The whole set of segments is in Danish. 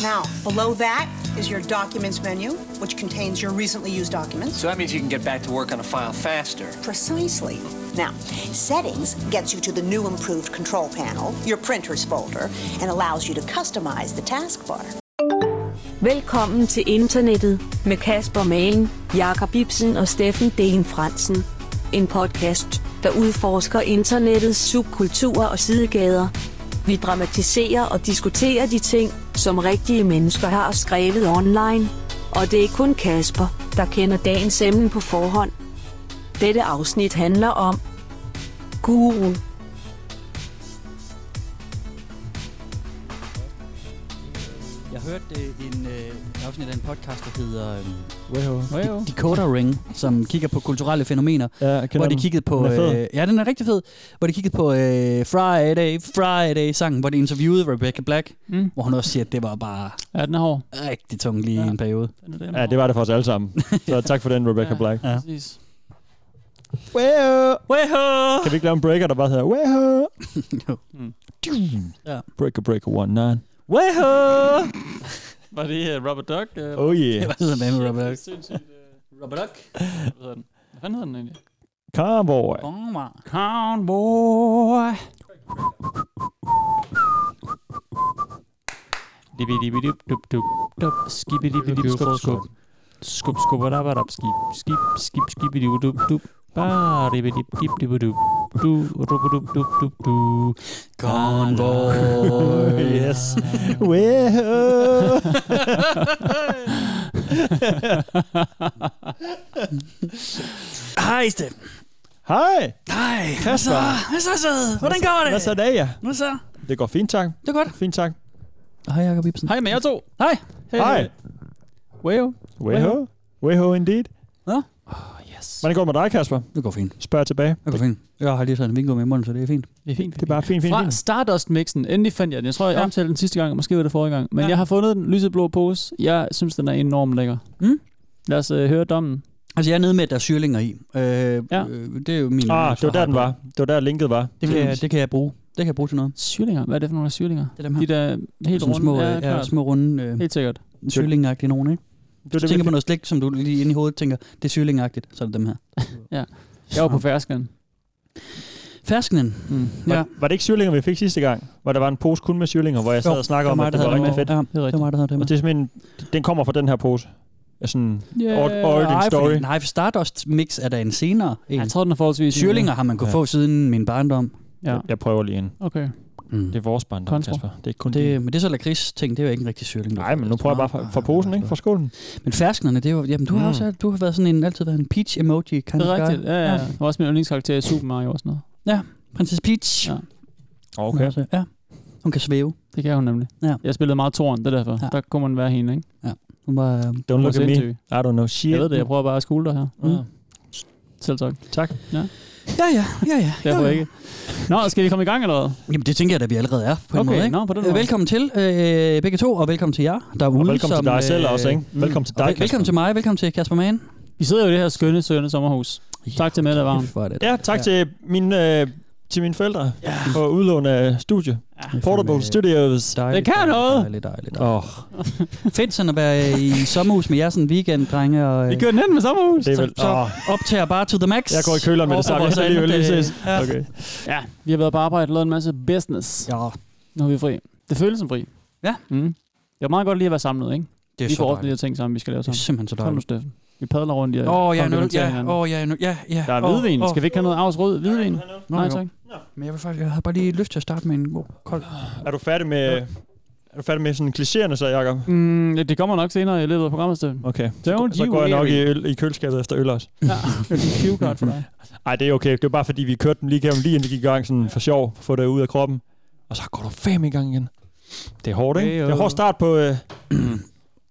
Now, below that is your documents menu, which contains your recently used documents. So that means you can get back to work on a file faster. Precisely. Now, settings gets you to the new improved control panel, your printers folder, and allows you to customize the taskbar. Velkommen til internettet med Kasper Malen, Jakob Ibsen og Steffen Degen Fransen. En podcast, der udforsker internettets subkulturer og sidegader. Vi dramatiserer og diskuterer de ting, som rigtige mennesker har skrevet online. Og det er kun Kasper, der kender dagens emne på forhånd. Dette afsnit handler om Guru. Jeg hørte øh, en øh, afsnit af en podcast, der hedder øh, Wow. Wow. Decoder Ring, som kigger på kulturelle fænomener. Ja, jeg kender Hvor de dem. kiggede på... Den er fed. Øh, ja, den er rigtig fed. Hvor de kiggede på øh, Friday, Friday-sangen, hvor de interviewede Rebecca Black, mm. hvor hun også siger, at det var bare Ja, den er hård. rigtig tungt lige ja. en periode. Den er, den er Ja, det var det for os alle sammen. Så tak for den, Rebecca Ja. Black. Ja. Præcis. Wow. Wahoo! Kan vi ikke lave en breaker, der bare hedder wow? Jo. Mm. Ja. Ja. Breaker, breaker, one, nine. Wahoo! Var det uh, Robert Duck? Uh, Oh Det yeah. var sådan med Robert Duck. Sindssygt. øh, Robert Duck? Hvad hedder den? Hvad fanden hedder den egentlig? Cowboy. Convoy. Dibidibidib, dub, dub, dub, skibidibidib, skub, skub. Skub, skub, og dab, dab, skib, skib, skib, skibidib, dub, dub. Bare dibidib, dib, dib, dub, du, dub, dub, dub, dub, du. Convoy. Yes. Wow. Hej, Steffen. Hej. Hej. Hvad så? Kasper. Hvad så, så? Hvordan går det? Hvad så dag, ja? Hvad så? Det går fint, tak. Det er godt. Fint, tak. Hej, Jacob Ibsen. Hej med jer to. Hej. Hej. Wow. Wow. Wow indeed. Nå? Yes. Hvordan går det med dig, Kasper? Det går fint. Spørg tilbage. Det går fint. Jeg har lige taget en vingo med i munden, så det er fint. Det er fint. Det er bare fint, fint, Fra fint. Stardust-mixen. Endelig fandt jeg den. Jeg tror, jeg Ja. ja. omtalte den sidste gang, og måske var det forrige gang. Men Ja. ja. jeg har fundet den lyseblå pose. Jeg synes, den er enormt lækker. Mm. Lad os øh, høre dommen. Altså, jeg er nede med, at der er syrlinger i. Øh, ja. Ja. øh, det er jo min... Ah, det var der, den var. Det var der, linket var. Det kan, jeg, Præcis. det kan jeg bruge. Det kan jeg bruge til noget. Syrlinger. Hvad er det for nogle syrlinger? Det er dem her. De der helt Sådan runde. små, ja, øh, ja, klart. små runde øh, Helt sikkert. syrlingagtige nogen, ikke? Det Du var det, tænker vi på noget slik, som du lige inde i hovedet tænker, det er syrlingagtigt, så er det dem her. Ah. Jeg var på færskeren. Ferskenen. Mm. Ja. Var, var det ikke syrlinger, vi fik sidste gang? Hvor der var en pose kun med syrlinger, hvor jeg sad Jo, og snakkede om, at det var havde rigtig dem fedt. med. Ja, Det er det var rigtigt. mig, der havde dem Og med. det er simpelthen, den kommer fra den her pose. Ja, Sådan, Or- origin Nej, story. Fordi, nej, for Stardust Mix er der en senere en. Jeg tror, den er forholdsvis... Syrlinger har man kunne Ja. få siden min barndom. Ja. jeg prøver lige en. Okay. Mm. Det er vores barndom, Kontro. Kasper. Det er ikke kun det, Det, men det er så lakrids-ting, det er jo ikke en rigtig syrling. Nej, men nu prøver jeg bare fra, fra posen, ikke? Fra skålen. Men ferskenerne, det er jo... Jamen, du har Mm. også du har været sådan en, altid været en peach emoji, kan Det er rigtigt. Ja, ja. Det var også min yndlingskarakter i Super Mario og sådan noget. Prinsesse Peach. Ja. Okay. Altså, ja. Hun kan svæve. Det kan hun nemlig. Ja. Jeg spillede meget Toren, det er derfor. Ja. Der kunne man være hende, ikke? Hun var... øh, Don't Hun var look at me. sindssyg. I don't know shit. Jeg ved det, jeg prøver bare at skule dig her. Mm. Ah, Selv tak. Tak. Ja, ja, ja, ja. Derfor Jo, jo. ikke. Nå, skal vi komme i gang allerede? Jamen, det tænker jeg, at vi allerede er på en Okay, måde, ikke? nå, på den Øh, måde. Velkommen til øh, begge to, og velkommen til jer derude. Og velkommen til dig selv også, ikke? mm. Velkommen til Og dig, vel- Velkommen til mig, velkommen til Kasper Mann. Vi sidder jo i det her skønne, sønne sommerhus. Tak til Mette Vagn. Hvor er det? Ja, tak Ja. til mine, øh, til mine forældre for udlån af studie. Portable Studios. Dejligt, Det kan dejligt, noget. Dejligt, dejligt, Åh, dejligt. oh, Fedt sådan at være øh, i sommerhus med jer sådan en weekend, drenge. Og, øh, Vi kører den hen med sommerhus. det er vel... så- Åh, optager bare to the max. jeg går i køleren med det Over på samme. Jeg skal vores lige andet, lige ses. øh, ja. Okay. Ja, vi har været på arbejde og lavet en masse business. Ja, Nu er vi fri. Det føles som fri. Ja. Mm. Det er meget godt lige at være samlet, ikke? det er vi så får også de dejligt. her ting sammen, vi skal lave Det er sammen. simpelthen så Kom nu, dejligt. Steffen. Vi padler rundt øh, i Åh, oh, jeg er nødt. komplementerer Ja, hinanden. åh, jeg er nødt. Ja, ja. Der er Åh, hvidvin. åh. Skal vi ikke have noget Aarhus Rød hvidvin? Nå, Nej, jo. tak. Men jeg, vil faktisk, jeg har bare lige lyst til at starte med en god kold. Er du færdig med... Er du færdig med sådan klichéerne så, Jacob? Mm, det det kommer nok senere i løbet af programmet, Steffen. Okay. Don't Så you går jeg nok i, worry. øl, i køleskabet efter øl også. Ja, det er en cue card for dig. Ej, det er okay. Det var bare fordi, vi kørte den lige igennem, lige inden vi gik i gang, sådan for sjov, for at få det ud af kroppen. Og så går du fem i gang igen. Det er hårdt, ikke? Hey, Det oh. er en hård start på, øh,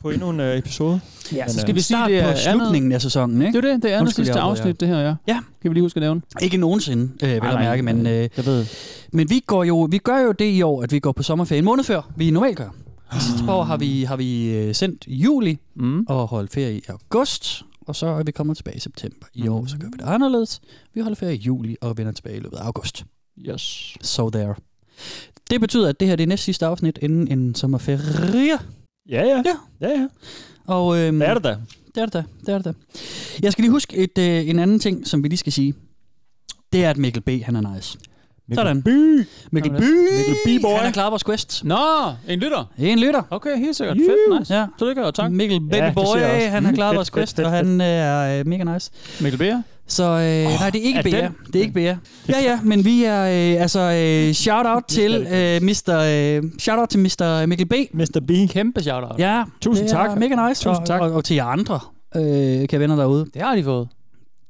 på endnu en øh, episode. Ja, så så skal skal vi starte sige, det på er andet- slutningen af sæsonen, ikke? øh, Det er jo det. Det er andet Undskyld, sidste jeg afbryder afsnit, det her, ja. Ja. Kan vi lige huske at nævne? Ikke nogensinde, øh, vil jeg nej. mærke, men, øh, Jeg ved. men vi, går jo, vi gør jo det i år, at vi går på sommerferie en måned før, vi normalt gør. De sidste par år har vi, har vi øh, sendt i juli Ah. Mm. og holdt ferie i august, og så er vi kommet tilbage i september. I år så gør vi det anderledes. Vi holder ferie i juli og vender tilbage i løbet af august. Yes. So there. Det betyder, at det her det er næst sidste afsnit inden en sommerferie. Ja, ja. Ja. ja, ja. Og, øhm, Det er det da. Det er det da. Det er det da. Jeg skal lige huske et, øh, en anden ting, som vi lige skal sige. Det er, at Mikkel B. han er nice. Mikkel Sådan. By. Mikkel B. Mikkel B, boy. Han er klar på vores quest. Nå, Ah, en lytter. En lytter. Okay, helt sikkert. Fedt, nice. Ja. Tillykke og tak. Mikkel Baby det ja, Boy, siger jeg også. han har Mm, klaret fedt, vores fedt, quest, fedt, og fedt. han øh, er øh, mega nice. Mikkel Beer. Så øh, oh, nej, det er ikke er Bea. den- Det er ikke Bea. Ja, ja, men vi er øh, altså øh, shout out til øh, Mr. Øh, shout out til Mr. Mikkel B. Mr. B. Kæmpe shout-out. Ja, Tusind det er tak. Mega nice. Tusind og, tak. Og, og, til jer andre øh, kan venner derude. Det har de fået.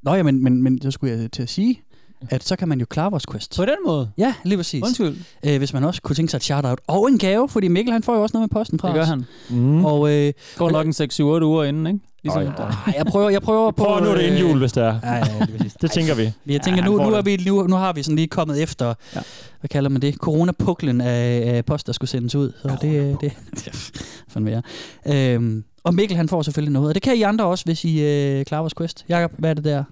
Nå ja, men, men, men så skulle jeg til at sige, at så kan man jo klare vores quest. På den måde. Ja, lige præcis. Undskyld. Øh, hvis man også kunne tænke sig et shout-out og en gave, fordi Mikkel han får jo også noget med posten fra Det gør os. han. Mm. Og øh, Går nok en 6-7-8 uger inden, ikke? Ligesom Nå, ja. der. ej, jeg prøver, jeg prøver på... Prøv nu er det inden jul, hvis det er. Øh, ja, ja, lige præcis. Det tænker vi. Jeg tænker, Ja, nu, han får nu, er det. vi, nu, nu har vi sådan lige kommet efter, ja. Ja. hvad kalder man det, coronapuklen af, af post, der skulle sendes ud. Så det, det, det fandme jeg. Øhm, og Mikkel, han får selvfølgelig noget. Og det kan I andre også, hvis I øh, klarer vores quest. Jakob, hvad er det der?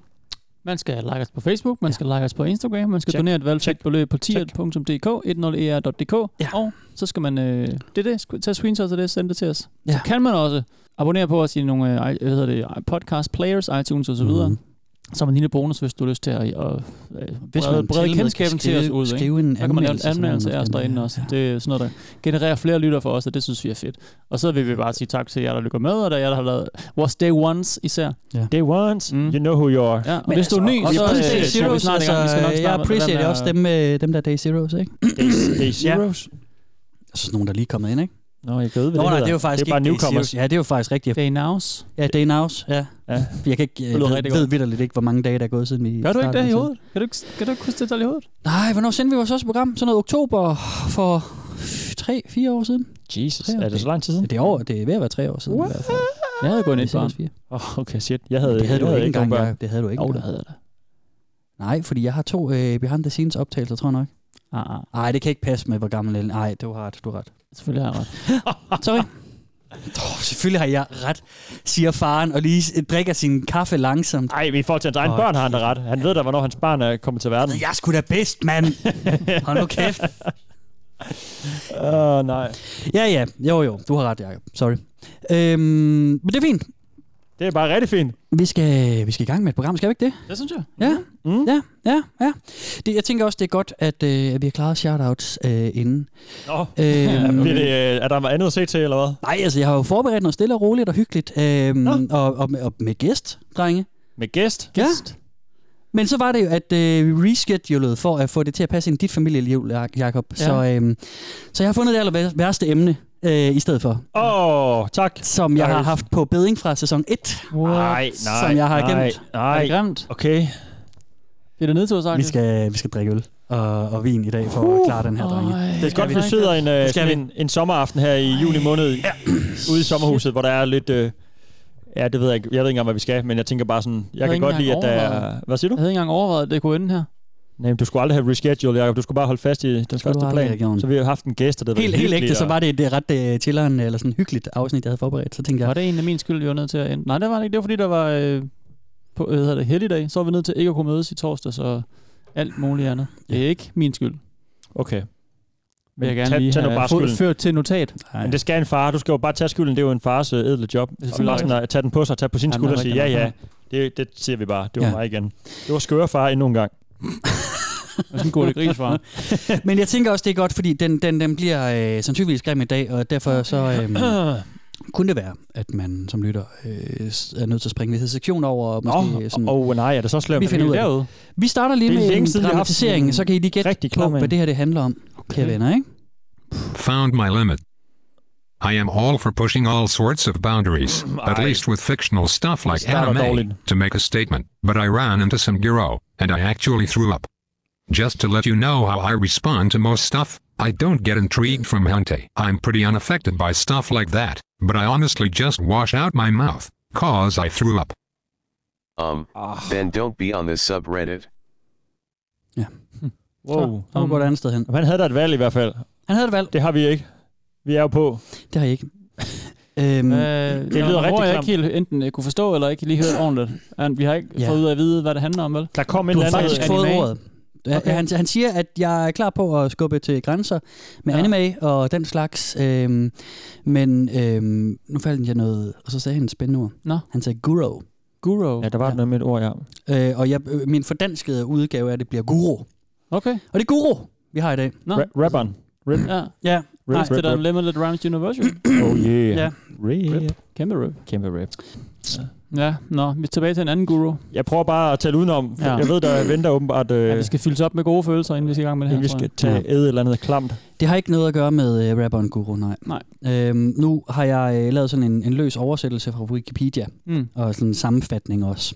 Man skal like os på Facebook, man skal like os på Instagram, man skal Check. donere et valgfrit Check. beløb på tier.dk, E 10er.dk, Ja. og så skal man, øh, det er det, sk- tage screenshots af det og sende det til os. Ja. Ja. Så kan man også abonnere på os i nogle øh, i- hvad hedder det, podcast players, iTunes osv., Mhm. mm. som en lille bonus, hvis du har lyst til at, at, at øh, brede, til og brede med kendskaben skal til os skrive- ud. Ikke? Skrive en Der kan man lave anmeldelse. en anmeldelse af os derinde også. Ja. Det er sådan noget, der genererer flere lytter for os, og det synes vi er fedt. Og så vil vi bare sige tak til jer, der lytter med, og der er jer, der har lavet vores day ones især. Day once, Mm. you know who you are. Ja, og hvis du er ny, og så, så øh, appreciate så er vi zeros, snart i gang. Vi skal altså, nok jeg snakke om, appreciate hvordan, også øh, dem, øh, dem der day zeros, ikke? Day, day zeros. Og så nogen, der lige er kommet ind, ikke? Nå, jeg kan ved, hvad Nå, nej, det er hedder. jo faktisk det er bare ikke newcomers. Day Zeros. Ja, det er jo faktisk rigtigt. Day Nows. Ja, day nows, ja. Ja. Jeg kan ikke, jeg Det lyder ved, rigtig ved godt. vidderligt ikke, hvor mange dage, der er gået siden vi Gør du ikke startede det i til. hovedet? Kan du ikke, kan du ikke huske det tal i hovedet? Nej, hvornår sendte vi vores første program? Sådan noget oktober for 3-4 år siden. Jesus, er det så lang tid Ja, siden? det er, over, det er ved at være 3 år siden. i hvert fald. Jeg havde gået Det er et barn. sikkert fire. Åh, okay, shit. Jeg havde, Det havde du jeg ikke engang. nogen børn. Jacob. Det havde du ikke Jo, det engang. havde jeg da. Nej, fordi jeg har to øh, behind the scenes optagelser, tror jeg nok. Ah, ah. Nej, det kan ikke passe med, hvor gammel Ellen. Nej, du har ret. Du har ret. Selvfølgelig har jeg ret. Sorry. Oh, selvfølgelig har jeg ret, siger faren, og lige øh, drikker sin kaffe langsomt. Ej, men i forhold til hans egen Åh, børn har han da ret. Han ved da, hvornår hans barn er kommet til verden. Jeg skulle da bedst, mand. Hold nu kæft. Åh, nej. Ja, ja. Jo, jo. Du har ret, Jacob. Sorry. Øhm, men det er fint. Det er bare rigtig fint. Vi skal, vi skal i gang med et program, skal vi ikke det? Det synes jeg. Ja, mm. Mm. ja, ja, ja. Det, jeg tænker også, det er godt, at, øh, at vi har klaret shoutouts øh, inden. Nå, Øh, bliver det, øh, er der andet at se til, eller hvad? nej, altså, jeg har jo forberedt noget stille og roligt og hyggeligt, øh, og, og, med- og med gæst, drenge. Med gæst? Ja. Men så var det jo, at øh, vi reschedulede for at få det til at passe ind i dit familieliv, Jak- Jakob. Ja. Ja. Så, øh, så jeg har fundet det aller væ- værste emne øh, i stedet for, Åh, oh, tak. som jeg har Nice. haft på beding fra sæson 1. Nej, nej, Som jeg har nej, gemt. Er nej. det grimt? Okay. Bliver det nedtur, sagt? Vi skal, vi skal drikke øl og, og vin i dag for Uh, at klare den her, drenge. Det er godt, vi sidder en, øh, skal sådan vi. en, en sommeraften her i juli måned ja. ude i sommerhuset, hvor der er lidt... Øh, ja, det ved jeg ikke. Jeg ved ikke engang, hvad vi skal, men jeg tænker bare sådan... Jeg, havde kan ikke godt lide, at der engang er... Hvad siger du? Jeg havde ikke engang overvejet, at det kunne ende her. Nej, men du skulle aldrig have rescheduled, Jacob. Du skulle bare holde fast i den første du aldrig have plan. gjort. Så vi har haft en gæst, og det har Helt, været helt hyggeligt, ægte, så og- var det, det ret øh, chilleren, eller sådan hyggeligt afsnit, jeg havde forberedt. Så tænkte jeg, Var det egentlig min skyld, vi var nødt til at ende? Nej, det var det ikke. Det var fordi, der var øh, på, hvad hedder det, helligdag. Så var vi nødt til ikke at kunne mødes i torsdag, så alt muligt andet. Det er ikke min skyld. Okay. Vil jeg gerne tag, lige tag nu have bare fået- skylden. ført til notat. Men det skal en far. Du skal jo bare tage skylden. Det er jo en fars øh, edle job. Og selvfølgelig bare sådan at tage den på sig, tage på sin Han er skulder og sige, ja, rigtig nok. ja, det, det siger vi bare. Det var Ja. ja. mig igen. Det var skøre far endnu en gang. Og sådan går det gris, far. Men jeg tænker også, det er godt, fordi den, den, den bliver øh, sandsynligvis grim i dag, og derfor så øh, kunne det være, at man som lytter øh, s- er nødt til at springe lidt sektion over. Og måske, Åh, sådan. oh, oh, nej, er det så slemt? Vi finder ud af det. derude. Vi starter lige det er med længe en siden, vi har haft sådan dramatisering, en så kan I lige gætte rigtig på, klar hvad mand. det her det handler om, okay. kære venner. Ikke? Found my limit. I am all for pushing all sorts of boundaries, at Aye. least with fictional stuff like Mm, Start a anime, bowling. to make a statement, but I ran into some gyro, and I actually threw up. Just to let you know how I respond to most stuff, I don't get intrigued from Hunte. I'm pretty unaffected by stuff like that, but I honestly just wash out my mouth, cause I threw up. Um, then don't be on the subreddit. Wow. Mm. Så nu går det andet sted hen. Han havde da et valg i hvert fald. Han havde det valgt. Det har vi ikke. Vi er jo på. Det har I ikke. Øh, øhm, øh, det Mm. lyder rigtig jeg klamt. ikke helt enten øh, kunne forstå, eller ikke lige hørte ordentligt. And vi har ikke Ja. ja. fået ud af at vide, hvad det handler om, vel? Der kom en du eller har anden... faktisk anime. fået ordet. Okay. Okay. Han, han siger, at jeg er klar på at skubbe til grænser med ja. Ja. anime og den slags. Øhm, men øhm, nu faldt jeg noget, og så sagde han et spændende ord. Nå. Han sagde guru. Guru. Ja, der var Ja. ja. noget med et ord, ja. Øh, og jeg, øh, min fordanskede udgave er, at det bliver guru. Okay. Og det er guru, vi har i dag. Nå. Ra- rapperen. Rip, Ja. Ja, rip, Nej, rip, After the rip. Unlimited Rhymes Universal. Oh yeah. Ja. Rip. Kæmpe rip. Kæmpe rip. Ja, nå. Vi er tilbage til en anden guru. Jeg prøver bare at tale udenom. For Ja. ja. Jeg ved, der venter åbenbart, øh, Ja, vi skal fyldes op med gode følelser, inden vi skal i gang med det her. inden vi tror skal jeg. tage ja. et eller andet klamt. Det har ikke noget at gøre med øh, rapperen Guru, nej. Nej. Øhm, nu har jeg øh, lavet sådan en, en løs oversættelse fra Wikipedia, Mm. og sådan en sammenfatning også.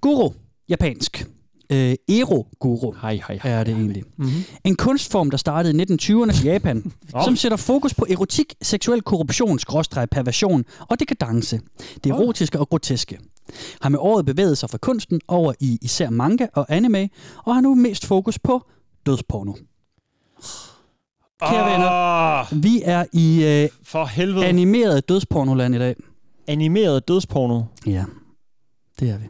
Guru, japansk. Øh, Ero-guru Hej, hej, hej. Mhm. er det egentlig. Mm-hmm. En kunstform, der startede i 1920'erne i Japan, Nå. som sætter fokus på erotik, seksuel korruption, skråstreg, perversion og dekadence. Det erotiske og groteske. Har med året bevæget sig fra kunsten over i især manga og anime, og har nu mest fokus på dødsporno. Kære venner, Ah, vi er i øh, for helvede. An- animeret dødspornoland i dag. animeret dødsporno. Ja, det er vi.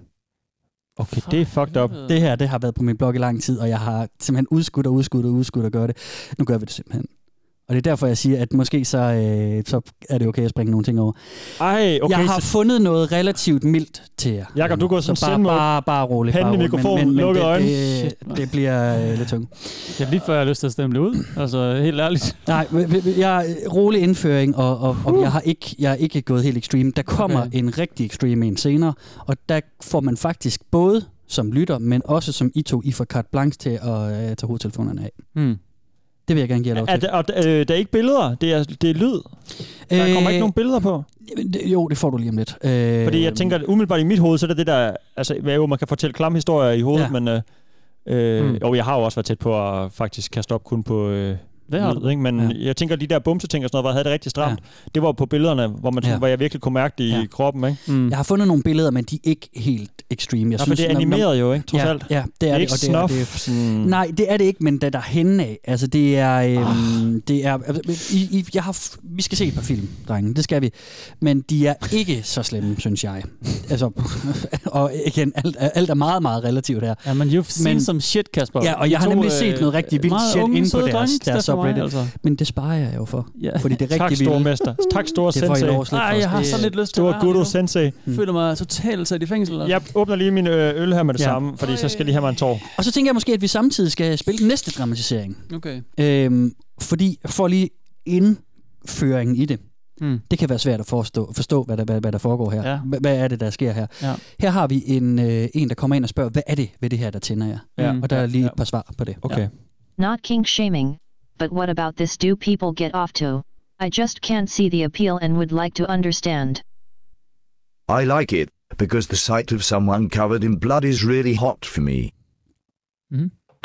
Okay, det er fucked up. Det her, det har været på min blog i lang tid, og jeg har simpelthen udskudt og udskudt og udskudt at gøre det. Nu gør vi det simpelthen. Og det er derfor, jeg siger, at måske så, øh, så er det okay at springe nogle ting over. Ej, okay. Okay, jeg har så fundet noget relativt mildt til jer. Jakob, du går Så sådan bare, send mode. bare, bare roligt. Panden bare i roligt. mikrofonen, lukkede det, øjne. Det, Shit, mand. det bliver øh, lidt tungt. Jeg lige før jeg har lyst til at stemme det ud. Altså, helt ærligt. Nej, men- men- men jeg rolig indføring, og, og, Uh. og jeg, har ikke, jeg er ikke gået helt ekstrem. Der kommer okay. Okay. en rigtig ekstrem en senere, og der får man faktisk både som lytter, men også som I to, I får carte blanche til at øh, tage hovedtelefonerne af. Mm. Det vil jeg gerne give jer lov Hmm. Er til. det, og, øh, der er ikke billeder, det er, det er lyd. Der kommer ikke nogen billeder på. Øh, det- Jo, det får du lige om lidt. Øh, Fordi jeg tænker, at umiddelbart i mit hoved, så er det det der... Altså, hvad jo, man kan fortælle klamme historier i hovedet, Ja. ja. men... Øh, øh, Mm. mm. Jo, jeg har jo også været tæt på at faktisk kaste op kun på... Øh, Det har du. lyd, ikke? Men Ja. ja. jeg tænker, de der bumseting og sådan noget, hvor jeg havde det rigtig stramt, ja. det var på billederne, hvor, man, Ja. ja. hvor jeg virkelig kunne mærke det ja. Ja. i kroppen. Ikke? Mm. Jeg har fundet nogle billeder, men de er ikke helt ekstreme. Jeg Ja, for det er når- når- animeret jo, ikke? Trods ja. alt. Ja, ja, det er det. ikke og det er, snuff. det er Mm. sådan- Nej, det er det ikke, men da der er henne af. Altså, det er... Øhm, Ah. det er I, I, jeg har, f- vi skal se et par film, drenge. Det skal vi. Men de er ikke så slemme, synes jeg. Altså, og igen, alt, er- alt er meget, meget relativt her. Ja, men you've seen Men- some shit, Kasper. øh, Ja, og jeg har nemlig set noget rigtig vildt meget shit unge, inde på søde deres- drenge, deres der er for mig, subreddit. Altså. Men det sparer jeg jo for. Ja. Fordi det er Tak, rigtig store vildt. mester. Tak, store Det får I sensei. lov at slippe Ej, for. jeg har Det- Hmm. så lidt lyst til Store at guru sensei. Jeg føler mig totalt sat i fængsel. eller? Hmm. Jeg åbner lige min øh, øl her med det Ja. ja. samme, fordi så skal jeg lige have mig en tår. Og så tænker jeg måske, at vi samtidig skal spille den næste dramatisering. Okay. Øhm, fordi for lige indføringen i det, Mm. det kan være svært at forstå, forstå hvad, der, hvad, hvad der foregår her. Ja. Hva- Hvad er det, der sker her? Ja. Her har vi en, øh, en, der kommer ind og spørger, hvad er det ved det her, der tænder jer? Ja. Og der er lige Ja. et par svar på det. Okay. Not kink shaming, but what about this do people get off to? I just can't see the appeal and would like to understand. I like it, because the sight of someone covered in blood is really hot for me.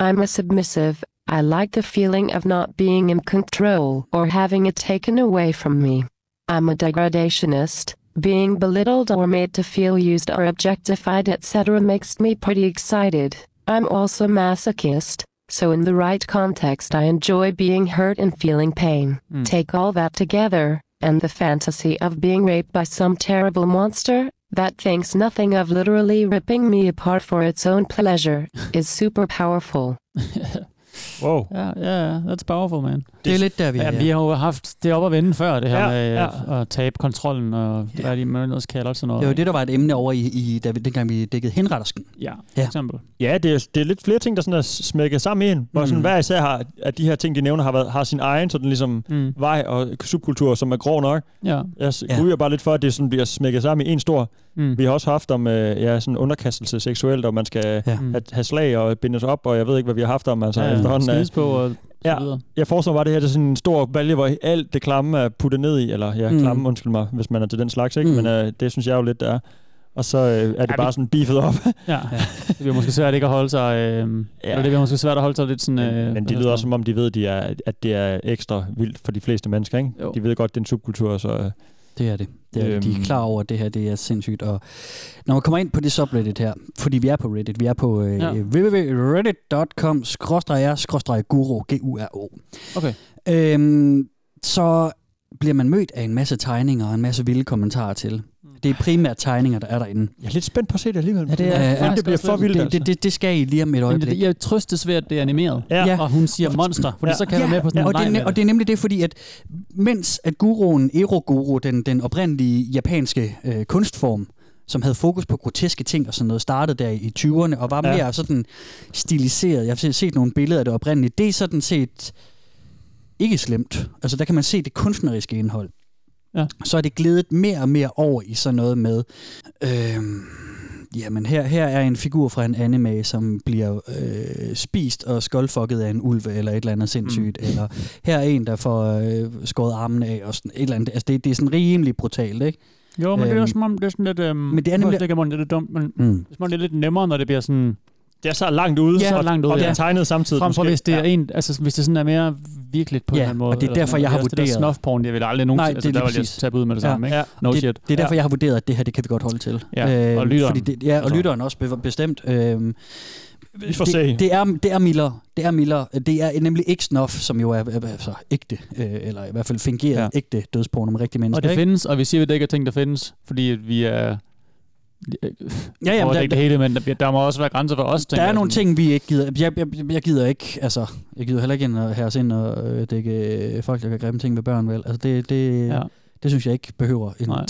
I'm a submissive, I like the feeling of not being in control or having it taken away from me. I'm a degradationist, being belittled or made to feel used or objectified, etc., makes me pretty excited. I'm also masochist, so in the right context, I enjoy being hurt and feeling pain. Hmm. Take all that together, and the fantasy of being raped by some terrible monster that thinks nothing of literally ripping me apart for its own pleasure is super powerful. Wow. Ja, ja, ja, that's powerful, man. Det er lidt der, vi Ja, er. ja. Vi har jo haft det op at vende før, det her ja, Ja, med ja. ja. at tabe kontrollen og ja. hvad de man ellers kalder sådan noget. Det var jo det, der var et emne over i, i da vi, dengang vi dækkede henrettersken. Ja, for Ja. eksempel. Ja, det er, det er lidt flere ting, der sådan er smækket sammen i en, hvor Hmm. sådan Mm. hver især har, at de her ting, de nævner, har, været, har sin egen sådan ligesom Mm. vej og subkultur, som er grov nok. Ja. Jeg s- Ja. ryger bare lidt for, at det sådan bliver smækket sammen i en stor. Mm. Vi har også haft om øh, ja, sådan underkastelse seksuelt, og man skal Ja. ja. have, have slag og bindes op, og jeg ved ikke, hvad vi har haft om altså, ja, efterhånden. Er, Skides på og så Ja. videre. jeg forestiller mig, at det her det er sådan en stor balje, hvor alt det klamme er puttet ned i, eller ja, Mm. mm. klamme, undskyld mig, hvis man er til den slags, ikke? Mm. Mm. men øh, det synes jeg jo lidt, det er. Og så øh, er det vi- bare sådan beefet op. Ja. ja. Det bliver måske svært ikke at holde sig... Øh, ja. Eller det bliver måske svært at holde sig lidt sådan... Øh, Men, men det lyder også, som om de ved, de er, at det er ekstra vildt for de fleste mennesker, ikke? Jo. Jo. De ved godt, det er en subkultur, så... øh, Det er det. det, er det. De er Øhm. klar over, at det her det er sindssygt. Og når man kommer ind på det subreddit her, fordi vi er på Reddit, vi er på øh, Ja. ja. www.reddit.com-r-guru, G-U-R-O. Okay. Øhm, så bliver man mødt af en masse tegninger og en masse vilde kommentarer til, Det er primært tegninger, der er derinde. Mm. Jeg er lidt spændt på at se det alligevel. Ja, det er- ja, faktisk det bliver også for lidt- vildt, det- altså. det- det- det skal I lige om et øjeblik. Men det- jeg trøstes ved, at det er animeret, ja. og hun siger monster, fordi ja. så kan jeg være med på sådan og en det, er leg ne- med og det er nemlig det, fordi at mens at guruen Eroguro, den, den oprindelige japanske øh, kunstform, som havde fokus på groteske ting og sådan noget, startede der i 20'erne og var Ja. mere sådan stiliseret. Jeg har set- set nogle billeder af det oprindelige. Det er sådan set ikke slemt. Altså der kan man se det kunstneriske indhold. Ja. Så er det glædet mere og mere over i sådan noget med... Øh, Jamen, her, her er en figur fra en anime, som bliver øh, spist og skoldfokket af en ulv, eller et eller andet sindssygt. Mm. Eller her er en, der får øh, skåret armen af, og sådan et eller andet. Altså, det, det er sådan rimelig brutalt, ikke? Jo, men øhm, det er Øhm, også som om, det er sådan lidt... Øhm, men det er nu nemlig- stikker munden lidt dumt, men Mm. det er som om, det er lidt nemmere, når det bliver sådan... Det er så langt ude, ja, og- så langt ude, og det er ja. tegnet samtidig, Frem for måske. hvis det er Ja. en, altså hvis det sådan er mere virkeligt på Ja, en eller anden måde. og det er eller sådan derfor, noget. jeg har Det er også Det vurderet- der snuffporn, jeg vil aldrig nogensinde, altså, der var jeg tabt ud med det samme, Ja. ikke? No det, shit. Det er derfor, Ja. jeg har vurderet, at det her, det kan vi godt holde til. Øh, Ja, og lytteren. Øhm, Fordi det, ja, og Altså. lytteren også be- bestemt. Øhm, Vi får det, se. Det er, det er mildere. Det er mildere. Det er nemlig ikke snuff, som jo er er- altså, ægte, øh, eller i hvert fald fingeret ja. ægte dødsporno med rigtige mennesker. Og det ikke? findes, og vi siger, at det ikke er ting, der findes, fordi at vi er... Ja, ja, ja, men der, der- ikke det hele, men der, bliver- der må også være grænser for os. Der er nogle ting, vi ikke gider. Jeg, jeg, jeg gider ikke, altså, jeg gider heller ikke ind og have os ind og øh, dække øh, folk, der gør grimme ting ved børn, vel? Altså, det, det, ja. det synes jeg ikke behøver en Nej,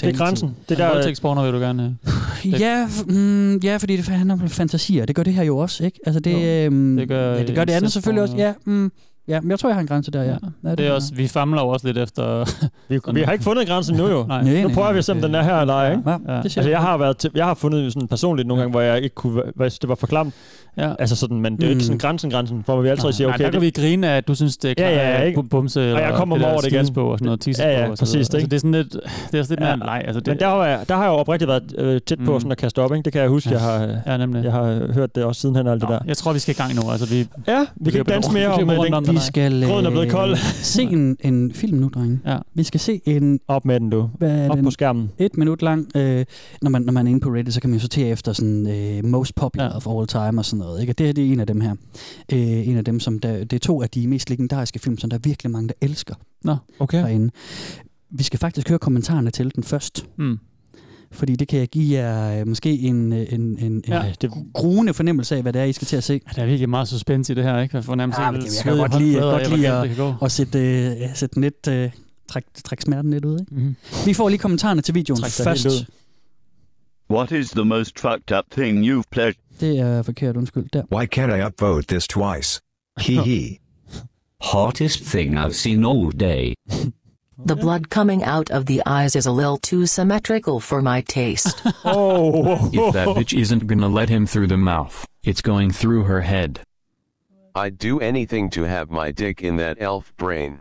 Voldtægtsporno vil du gerne have. Ja, f- mm, ja, fordi det handler om fantasier. Det gør det her jo også, ikke? Altså, det, jo, øhm, det, gør, ja, det gør det andet selvfølgelig også. Ja, mm, ja, men jeg tror, jeg har en grænse der, ja. ja. Det er også, vi famler jo også lidt efter... vi, Vi har ikke fundet grænsen nu jo. Nej. nu prøver vi at se, om den er her eller ej. Ikke? Ja, det Altså, jeg har, været til, jeg har fundet sådan personligt nogle gange, hvor jeg ikke kunne, hvis det var for klamt. Ja. Altså sådan, men det er jo ikke sådan Mm. grænsen, grænsen, hvor vi altid siger, Nej, okay. der kan vi grine af, at du synes, det er Ja, ja, ikke? klart, bumse, og jeg eller kommer det mig der over det igen. skidesprog og sådan noget, tissesprog Ja, ja, og sådan noget. præcis. Altså, ikke? det er sådan lidt, det er også lidt mere en leg. Altså, det- Men der har, jeg, der har jeg jo oprigtigt været øh, tæt på Mm. sådan at kaste op, ikke? Det kan jeg huske, jeg har, ja, nemlig. jeg har hørt det også sidenhen og alt det der. Jeg tror, vi skal i gang nu. Altså, vi, ja, vi kan ikke danse mere om, øh, den- Vi skal Gråden er blevet øh, kold. se en, en film nu, drenge. Ja. Vi skal se en... Op med den, du. Op på skærmen. Et minut lang. Øh, når, man, når man er inde på Reddit, så kan man jo sortere efter sådan øh, most popular ja. of all time og sådan noget. Ikke? Og det her, det er en af dem her. Øh, en af dem, som der, det er to af de mest legendariske film, som der er virkelig mange, der elsker. Nå, okay. Herinde. Vi skal faktisk høre kommentarerne til den først. Mm. Fordi det kan jeg give jer øh, måske en, øh, en, en, en Ja. ja. gruende fornemmelse af, hvad det er, I skal til at se. der er virkelig meget suspense i det her, ikke? Jeg får nærmest Ja, helt men det, jeg kan sved i godt lide, jeg håndflader af, kan godt hvor lide galt det kan gå. at, at sætte, øh, ja, sætte den lidt, øh, træk, træk smerten lidt ud. Ikke? Mm-hmm. Vi får lige kommentarerne til videoen Træk dig helt først. ud. What is the most fucked up thing you've played? Det er forkert, undskyld. Der. Why can't I upvote this twice? Hee hee. Hottest thing I've seen all day. The blood coming out of the eyes is a little too symmetrical for my taste. oh, If that bitch isn't gonna let him through the mouth, it's going through her head. I'd do anything to have my dick in that elf brain.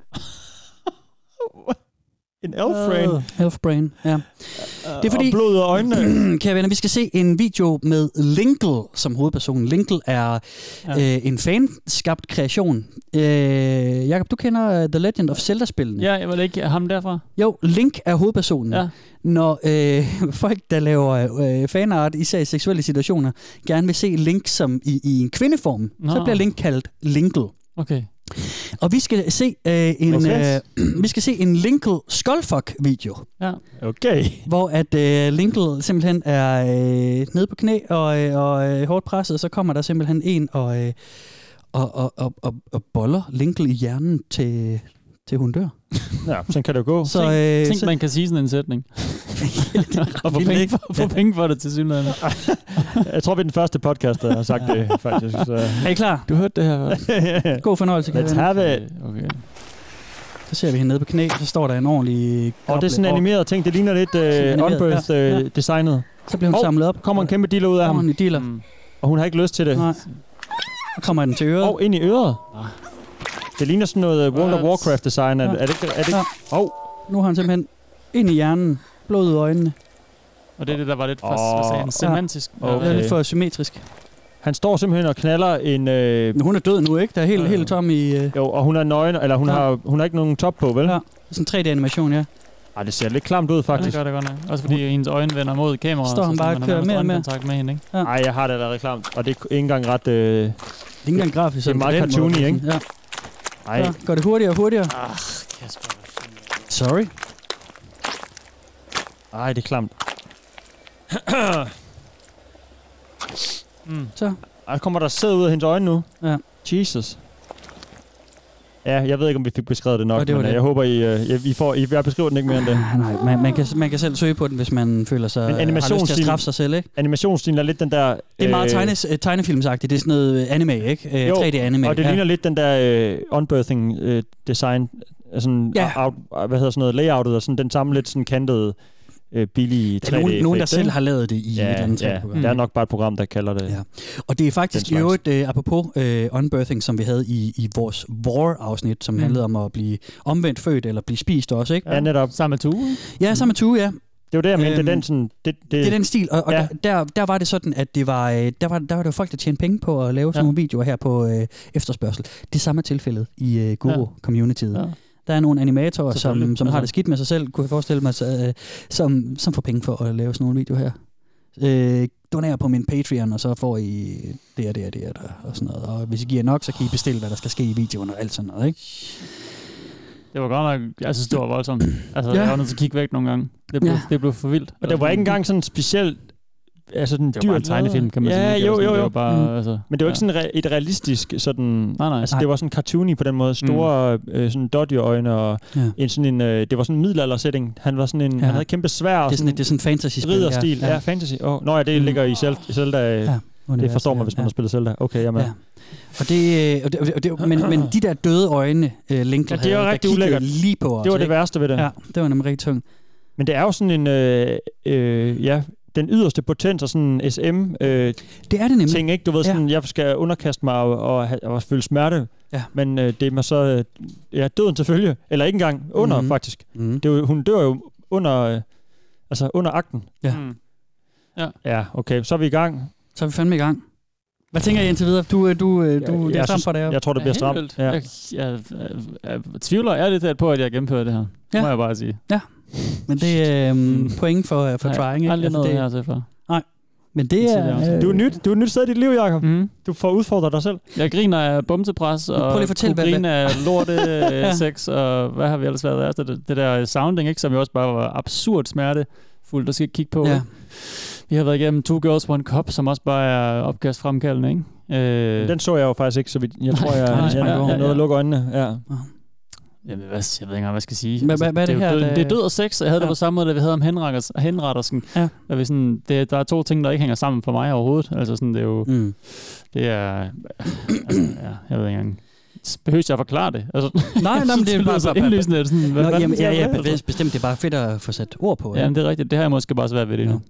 En elfrain. Øh, Elf Brain, ja. Det er fordi, og blod og øjnene. kære venner, vi skal se en video med Linkle som hovedperson. Linkle er ja. øh, en fanskabt kreation. Øh, Jakob, du kender øh, The Legend of Zelda-spillene. Ja, jeg vil ikke ham derfra. Jo, Link er hovedpersonen. Ja. Når øh, folk, der laver øh, fanart, især i seksuelle situationer, gerne vil se Link som i, i en kvindeform, Nå. så Nå. bliver Link kaldt Linkle. Okay. Og vi skal se øh, en Okay. okay. øh, vi skal se en Linkle skullfuck video. Ja. Okay. Hvor at øh, Linkle simpelthen er øh, nede på knæ og, øh, og øh, hårdt presset, og så kommer der simpelthen en og øh, og, og, og, og, og boller Linkle i hjernen til til hun dør. Ja, sådan kan det jo gå. Så, øh, Tænk, så- man kan sige sådan en sætning. og få vildt, penge, ikke? for, få penge for det til synligheden. Jeg tror, vi er den første podcast, der har sagt det, faktisk. Så. Er I klar? Du hørte det her. hva'? God fornøjelse. kære Let's venner. have it. Okay. Så ser vi hende nede på knæ, så står der en ordentlig... Og det er sådan en goble- animeret ting. Det ligner lidt øh, animeret, Unbirth ja. øh, Ja. designet. Så bliver hun samlet op. kommer en kæmpe dealer ud af ham. en dealer. Mm. Og hun har ikke lyst til det. Nej. Kommer den til øret? Og ind i øret. Ah. Det ligner sådan noget øh, World of What? Warcraft design. Er, er det ikke... Er det ikke? Oh. Nu har han simpelthen ind i hjernen, blod i øjnene. Ah. Og det er det, der var lidt for Åh. oh, sådan, semantisk. Okay. Det er lidt for symmetrisk. Han står simpelthen og knaller en... Øh, Men hun er død nu, ikke? Der er helt, helt tom i... Øh... Jo, og hun er nøgen, eller hun, Ja. har, hun har ikke nogen top på, vel? Ja. Sådan en 3D-animation, ja. Ej, det ser lidt klamt ud, det faktisk. gør det godt nok. Også fordi hendes øjne vender mod kameraet. Står han så bare man og har kører nærmest mere og mere? øjenkontakt med hende, ikke? Ja. Ej, jeg har det allerede klamt, og det er ikke engang ret... Øh, det er ikke engang grafisk. Det er sådan på meget den måde, cartoony, ikke? sådan, Ja. Ej. Så går det hurtigere og hurtigere. Ah, Sorry. Ej, det er klamt. mm. Så. Ej, kommer der sæd ud af hendes øjne nu. Ja. Jesus. Ja, jeg ved ikke, om vi fik beskrevet det nok, Og det var men øh, det. Ah, jeg håber, I, øh, I- I får, I, jeg beskriver den ikke mere end det. Nej, man, man, kan, man kan selv søge på den, hvis man føler sig, Men har lyst til at animationsstilen- straffe sig selv, ikke? Animationsstilen er lidt den der... Det er meget øh, tegne, øh, tegnefilmsagtigt. Det er sådan noget øh, anime, ikke? Øh, Jo, 3D-anime. Og det ja. ligner lidt den der øh, unbirthing øh, design, øh, sådan Ja. ja. out, hvad hedder sådan noget, layoutet, og sådan den samme lidt sådan kantede, øh, billige 3D. Der er nogen, nogen, der selv har lavet det i ja, et eller andet ja. program. Mm. Der er nok bare et program, der kalder det. Ja. Og det er faktisk Den i slags. øvrigt, øh, apropos øh, unbirthing, som vi havde i, i vores War-afsnit, som Mm. mm. handlede om at blive omvendt født eller blive spist også, ikke? Ja, netop. Samme med Tue. Ja, samme med Tue, ja. Øhm, Det var det, jeg mente. Det er den sådan- Det, det, det er den stil, og, og Ja. ja. der, der var det sådan, at det var, øh, der var, der var det jo folk, der tjente penge på at lave sådan ja. nogle videoer her på øh, efterspørgsel. Det samme er tilfældet i øh, Guru-communityet. Ja. Ja. Der er nogle animatorer, som, Selvfølgelig. som har Altså. det skidt med sig selv, kunne jeg forestille mig, så, øh, som, som får penge for at lave sådan nogle videoer her. Øh, donerer på min Patreon, og så får I det og det og det og, det, og sådan noget. Og hvis I giver nok, så kan I bestille, hvad der skal ske i videoen og alt sådan noget, ikke? Det var godt nok, jeg synes, det var voldsomt. Altså, Ja. jeg var nødt til at kigge væk nogle gange. Det blev, Ja. det blev for vildt. Og det var ikke engang sådan specielt altså den Det var bare en tegnefilm, kan man sige. ja, Det var jo, sådan- jo, jo. det var bare, Mm. altså, Men det var ikke ja. sådan re- et realistisk sådan... Nej, nej. Altså, det var sådan cartoony på den måde. Mm. Store øh, sådan dodgy-øjne og Ja. en sådan en... Øh, det var sådan en middelalder-setting. Han var sådan en... Han havde kæmpe svær og Det er sådan, et- det er sådan fantasy-spil. ja. Mm. Ridderstil, ja, ja fantasy. Oh, nå ja, det ligger i Zelda. I Zelda ja, det universet, forstår man, ja. hvis man har spillet Zelda. Okay, jamen. Ja. Og det, øh, og det, og det, og det men, men de der døde øjne, øh, Linkle Ja, det var havde, der rigtig kiggede ulækkert. lige på os. Det var det ikke? værste ved det. Ja, det var nemlig rigtig tungt. Men det er jo sådan en... Øh, øh, ja, den yderste potens og sådan en SM øh, det er det nemlig. ting, ikke? Du ved sådan, jeg skal underkaste mig og, og, ha- og føle smerte, ja. men øh, det er mig så øh, ja, døden til følge, eller ikke engang under Mhm. mm-hmm. faktisk. Mm-hmm. Det er jo, hun dør jo under, øh, altså under akten. Ja. Mm. Ja. ja, okay, så er vi i gang. Så er vi fandme i gang. Hvad tænker I indtil videre? Du, øh, du, øh, du, det er stramt for dig. Ja, helt vildt. Jeg, jeg, jeg, jeg tvivler ærligt talt på, at jeg gennemfører det her. Ja. Ja. Må jeg bare sige. øh, Ja, men det er øhm, point for, øh, for Nej, trying. ikke? aldrig noget det, her til for. Nej, men det er... Du er nyt, du er nyt sted i dit liv, Jacob. Mm. Du får udfordret dig selv. Jeg griner af bumsepres, og prøv lige at fortælle, kunne hvad- grine af lorte Ja. øh, sex, og hvad har vi ellers været af? Det, det der øh, sounding, ikke, som jo også bare var absurd smertefuldt, der skal ikke kigge på. Ja. ikke? Vi har været igennem Two Girls, One Cup, som også bare er opgastfremkaldende, ikke? Øh, Den så jeg jo faktisk ikke, så vidt. jeg tror, jeg, nej, jeg, jeg, nej, jeg, jeg ja, nåede ja. at lukke øjnene. Ja. Jamen, hvad, jeg ved ikke engang, hvad jeg skal sige. Hvad- hvad- hvad er det jo her, Død, der- det er død og sex, og jeg havde ja. det på samme måde, da vi havde om henretters, henrettersen. Ja. vi sådan, det, der er to ting, der ikke hænger sammen for mig overhovedet. Altså sådan, det er jo... Mm. Det er... Altså, ja, jeg ved ikke engang. Behøver jeg at forklare det? Altså, Nej, nej, men det er lyder bare... så indlysende. at Sådan, hvad, Nå, hvad jamen, ja, ja, altså. bestemt. Det er bare fedt at få sat ord på. Jamen, det er rigtigt. Det har jeg måske bare svært ved det nu.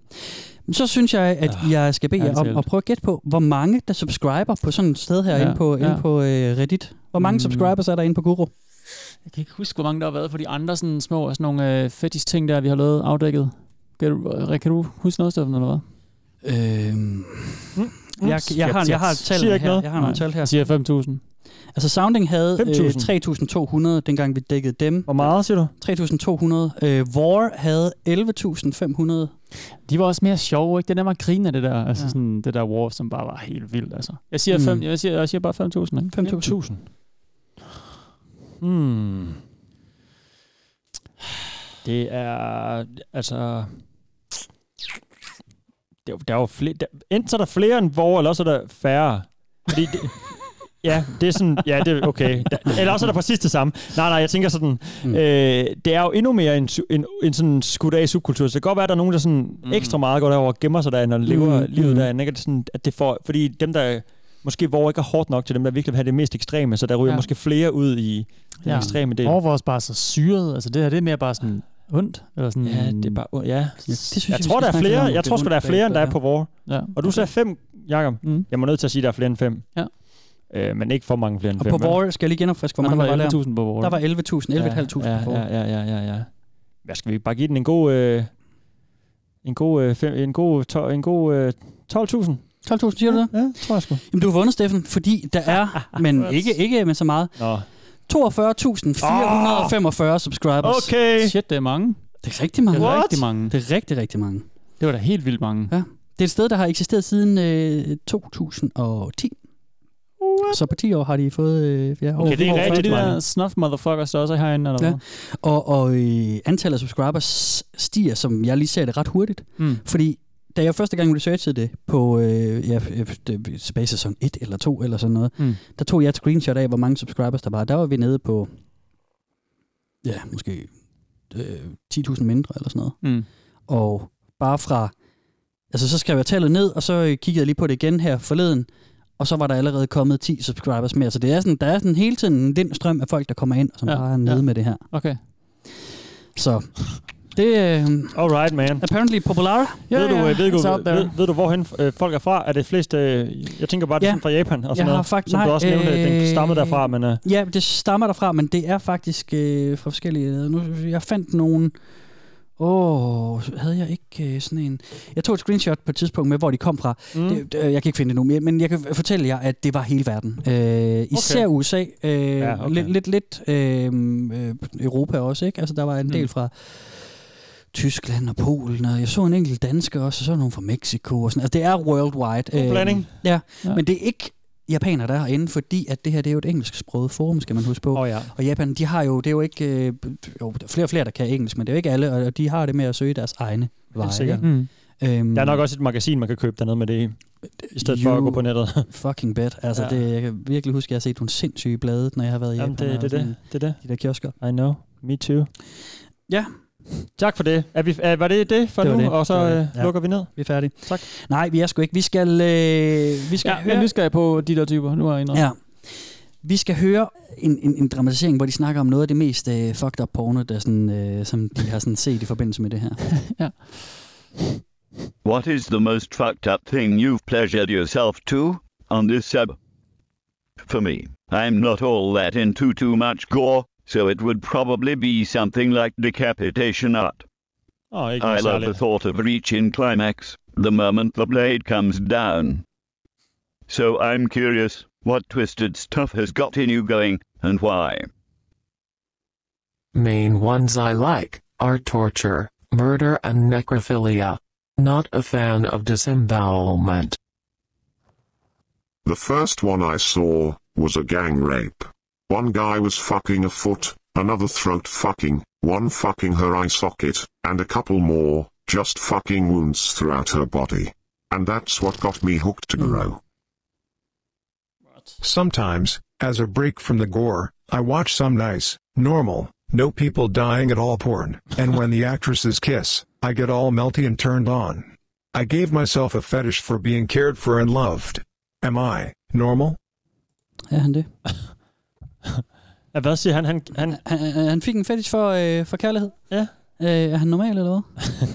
Så synes jeg, at jeg skal bede jer Ah, ærligt om talt. at prøve at gætte på, hvor mange der subscriber på sådan et sted her Ja, ja, inde på, ja. ja. inde på øh, Reddit. Hvor mange Mm. mm. subscribers er der inde på Guru? Jeg kan ikke huske, hvor mange der har været på de andre sådan små sådan nogle øh, fetish ting, der vi har lavet afdækket. Kan du, øh, kan du huske noget, Steffen, eller hvad? Mm. Øhm, jeg, jeg, har, Tjat, jeg har tjat. tal Siger ikke her. noget. Jeg har nogle Nej. tal her. Siger 5.000. Altså Sounding havde øh, 5.000. 3.200, dengang vi dækkede dem. Hvor meget siger du? 3.200. Øh, War havde 11.500. De var også mere sjove, ikke? Det er nemmere at grine af det der, altså ja. sådan, det der war, som bare var helt vildt, altså. Jeg siger, fem, Mm. jeg siger, jeg siger bare 5.000, ikke? 5.000. Hmm. Det er, altså... Der, er jo- der er jo flere, der, enten så er der flere end vore, eller også er der færre. Fordi det, ja, det er sådan... Ja, det er okay. Der, eller også er der præcis det samme. Nej, nej, jeg tænker sådan... Mm. Øh, det er jo endnu mere en, su- en, en sådan skudt af subkultur. Så det kan godt være, at der er nogen, der sådan mm. ekstra meget går derover og gemmer sig derinde og lever Mm. mm. livet derinde. Ikke? At det er sådan, at det får, fordi dem, der måske hvor ikke er hårdt nok til dem, der virkelig vil have det mest ekstreme, så der ryger Ja. ja. måske flere ud i den ja. ekstreme del. War var også bare så syret, altså det her, det er mere bare sådan ondt, eller sådan... Ja, det er bare ondt, ja. Det synes jeg, jeg tror, der er flere. Jeg tror sgu, der er flere, end der er på vor. Ja. Og du sagde fem, Jacob. Mhm. Mm. Jeg må nødt til at sige, at der er flere end fem. Ja. Øh, men ikke for mange flere end Og fem. på vel? War, skal jeg lige genopfriske, hvor Nå, der mange var var der? 11.000 på War. Der var 11.000, 11.500 ja, på War. ja, ja, ja, ja, ja. Hvad skal vi bare give den en god... Øh, en god, øh, fem, en god, to, en god øh, 12.000. 12.000, siger du det? Ja, tror jeg sgu. Jamen, du har vundet, Steffen, fordi der er, men ikke, ikke med så meget, 42.445 subscribers. Okay. Shit, det er mange. Det er rigtig mange. Det er rigtig mange. Det er rigtig, rigtig mange. Det var da helt vildt mange. Ja. Det er et sted, der har eksisteret siden øh, 2010. Så på 10 år har de fået... Øh, ja, over Okay, det er 45. rigtigt, de der snuff motherfuckers, der også er herinde, eller Ja. hvad? Og, og øh, antallet af subscribers stiger, som jeg lige ser det, ret hurtigt. Mm. Fordi da jeg første gang researchede det på øh, ja, øh, det- tilbage i sæson 1 eller 2 eller sådan noget, Mm. mm. der tog jeg et screenshot af, hvor mange subscribers der var. Der var vi nede på, ja, måske øh, 10.000 mindre eller sådan noget. Mm. Og bare fra, altså så skrev jeg tallet ned, og så øh, kiggede jeg lige på det igen her forleden, og så var der allerede kommet 10 subscribers mere. Så det er sådan, der er sådan hele tiden en lind strøm af folk, der kommer ind, og som Ja, ja, bare er nede ja. ja. med det her. Okay. Så det er... All right, man. Apparently popular. altså, Ja, ved, du, øh, ved, du, it's out there. ved, ved du, hvorhen øh, folk er fra? Er det flest, øh, jeg tænker bare, det er sådan fra Japan og sådan Jeg noget, har fakt- som du nej, også nævnte, øh, den øh, stammede derfra, men øh, Ja, det stammer derfra, men det er faktisk øh, fra forskellige... Nu, jeg fandt nogen... Åh, oh, havde jeg ikke øh, sådan en... Jeg tog et screenshot på et tidspunkt med, hvor de kom fra. Mm. Mm. Det, det, jeg kan ikke finde det nu, men men jeg kan fortælle jer, at det var hele verden. Øh, især Okay. okay. USA, øh, Ja, ja, okay. okay. lidt, lidt, lidt øh, øh, Europa også, ikke? Altså, der var en del Mm. fra Tyskland og Polen, og jeg så en enkelt dansker også, og så nogen fra Mexico og sådan. Altså, det er worldwide. øhm, God blanding. Ja, Ja. ja, men det er ikke japanere, der er herinde, fordi at det her det er jo et engelsksproget forum, skal man huske på. Oh, ja. Og Japan, de har jo, det er jo ikke, øh, jo, der er flere og flere, der kan engelsk, men det er jo ikke alle, og og de har det med at søge deres egne veje. helt sikkert. ikke? Mm. Øhm, Der er nok også et magasin, man kan købe dernede med det i, i stedet for at gå You på nettet. fucking bet. Altså, Ja. ja. det, jeg kan virkelig huske, at jeg har set nogle sindssyge blade, når jeg har været i Jamen, Japan. det- og det er det. sådan Det er det. De der kiosker. I know. Me too. Ja. Tak for det. Er vi, er, var det det for Det var nu? det. Og så Det var øh, det. ja. Ja. lukker vi ned? Vi er færdige. Tak. Nej, vi er sgu ikke. Vi skal, øh, vi skal Ja, høre... jeg er nysgerrig på de der typer. Nu er jeg indrømt. Ja. Vi skal høre en, en, en dramatisering, hvor de snakker om noget af det mest øh, fucked up porno, der sådan, øh, som de har sådan set i forbindelse med det her. What is the most fucked up thing you've pleasured yourself to on this sub? For me, I'm not all that into too much gore, so it would probably be something like decapitation art. Åh, ikke I noget love the særligt. thought of reaching climax the moment the blade comes down. So I'm curious, what twisted stuff has gotten you going, and why? Main ones I like are torture, murder, and necrophilia. Not a fan of disembowelment. The first one I saw was a gang rape. One guy was fucking a foot, another throat fucking, one fucking her eye socket, and a couple more, just fucking wounds throughout her body. And that's what got me hooked to Goro. Sometimes, as a break from the gore, I watch some nice, normal, no people dying at all porn, and when the actresses kiss, I get all melty and turned on. I gave myself a fetish for being cared for and loved. Am I normal? Er han det? Ja, hvad siger han? Han, han, han, han fik en fetish for, øh, for kærlighed. Ja. Øh, er han normal, eller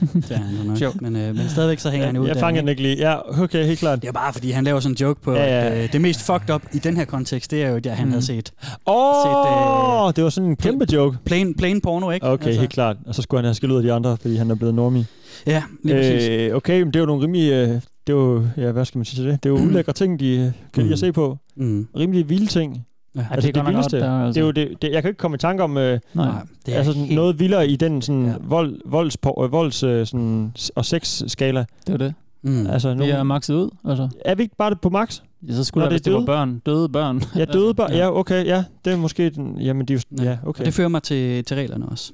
hvad? det er han jo nok. Sjovt. Men, øh, men stadigvæk så hænger Ja, han ud jeg der, fanger den ikke lige. Ja, okay, helt klart. Det er bare, fordi han laver sådan en joke på, Ja, ja, ja. ja. At, øh, det mest fucked up i den her kontekst, det er jo, at han Mm. mm. havde set. Åh, oh, det var sådan en kæmpe joke. øh, Plain, plain porno, ikke? Okay, altså. Altså. helt klart. Og så skulle han have skillet ud af de andre, fordi han er blevet normie. Ja, lige præcis. Øh, okay, men det er jo nogle rimelig... Øh, det er jo, ja, hvad skal man sige til det? Det er jo ulækre ting, de øh, kan lide at se på. Mm. Rimelig vilde ting. Ja, altså, det det, er godt det nok vildeste. op der, det altså. er jo det, det, jeg kan ikke komme i tanke om øh, Nej, det det er altså sådan helt- noget vildere i den sådan ja. vold, volds, på, øh, volds øh, sådan, s- og sex skala. Det er det. Mm. Altså, Vi nogle, er maxet ud, altså. er vi ikke bare på max? Ja, så skulle Når der, det er hvis det var døde? børn. Døde børn. Ja, døde bare. Ja, okay, ja. Det er måske den... Jamen, de, er jo- ja, okay. Altså, Og det fører mig til, til reglerne også.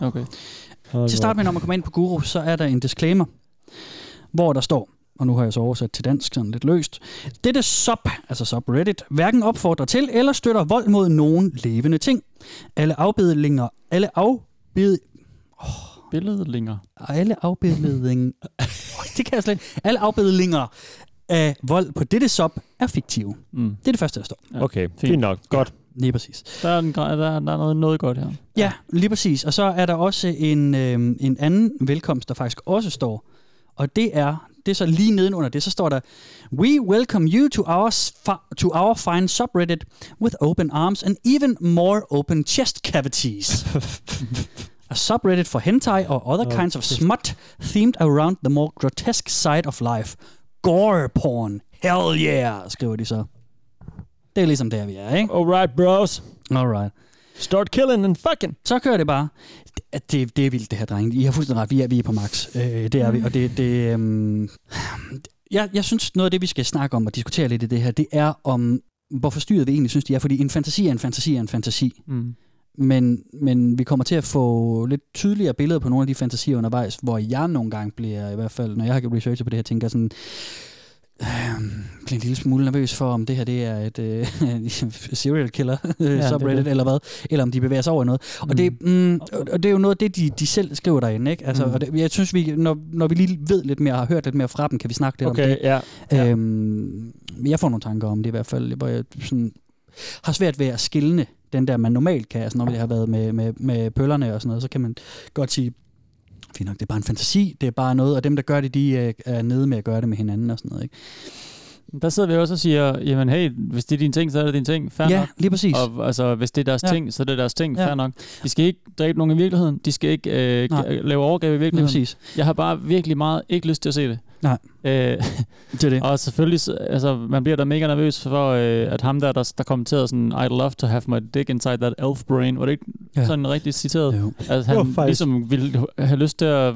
okay. Til start med, når man kommer ind på Guru, så er der en disclaimer, hvor der står, og nu har jeg så oversat til dansk sådan lidt løst, dette sub, altså subreddit, hverken opfordrer til eller støtter vold mod nogen levende ting. Alle afbildninger, alle afbid... Oh. Billedlinger. Alle afbildninger... Øj, det kan jeg slet ikke. Alle afbildninger af vold på dette sub er fiktive. Mm. Det er det første, der står. Okay, fint nok. Godt. Lige præcis. Der er, en, gra- der, der er noget, noget godt her. Ja, lige præcis. Og så er der også en, øh, en anden velkomst, der faktisk også står. Og det er, det er så lige nedenunder det, så står der, We welcome you to our, s- fa- to our fine subreddit with open arms and even more open chest cavities. A subreddit for hentai or other Nå, kinds of smut themed around the more grotesque side of life. Gore porn. Hell yeah, skriver de så. Det er ligesom der, vi er, ikke? Alright, bros. Alright. Start killing and fucking. Så kører det bare. Det, det, det er vildt, det her, drenge. I har fuldstændig ret. Vi er, vi er på max. Øh, det er vi, og det... det øhm, jeg, jeg synes, noget af det, vi skal snakke om og diskutere lidt i det her, det er om, hvor forstyrret vi egentlig synes, de er. Fordi en fantasi er en fantasi er en fantasi. Mm. Men, men vi kommer til at få lidt tydeligere billeder på nogle af de fantasier undervejs, hvor jeg nogle gange bliver, i hvert fald når jeg har gjort research på det her, tænker sådan, "Øhm, bliver en lille smule nervøs for, om det her det er et øh, serial killer det ja, er subreddit det. eller hvad, eller om de bevæger sig over i noget. Og, mm. det, mm, og og det er jo noget af det, de, de selv skriver derinde. Ikke? Altså, Mm. mm. og det, jeg synes, vi, når, når vi lige ved lidt mere og har hørt lidt mere fra dem, kan vi snakke lidt Okay, om det. ja. Øhm, jeg får nogle tanker om det i hvert fald, hvor jeg sådan, har svært ved at skille den der, man normalt kan, altså når vi har været med, med, med pøllerne og sådan noget, så kan man godt sige, fint nok, det er bare en fantasi, det er bare noget, og dem, der gør det, de øh, er nede med at gøre det med hinanden og sådan noget. Ikke? Der sidder vi også og siger, jamen hey, hvis det er din ting, så er det din ting, fair Ja, nok. lige præcis. Og altså, hvis det er deres Ja. ja. ting, så er det deres ting, Ja. fair nok. De skal ikke dræbe nogen i virkeligheden, de skal ikke øh, Nej. g- lave overgreb i virkeligheden. præcis. Jeg har bare virkelig meget ikke lyst til at se det. Nej. Øh, det er det. Og selvfølgelig, så- altså, man bliver da mega nervøs for, øh, at ham der, der, der kommenterede sådan, I'd love to have my dick inside that elf brain, var det ikke Ja. ja. sådan rigtig citeret? Jo. Altså, Jo, han faktisk. ligesom ville have lyst til at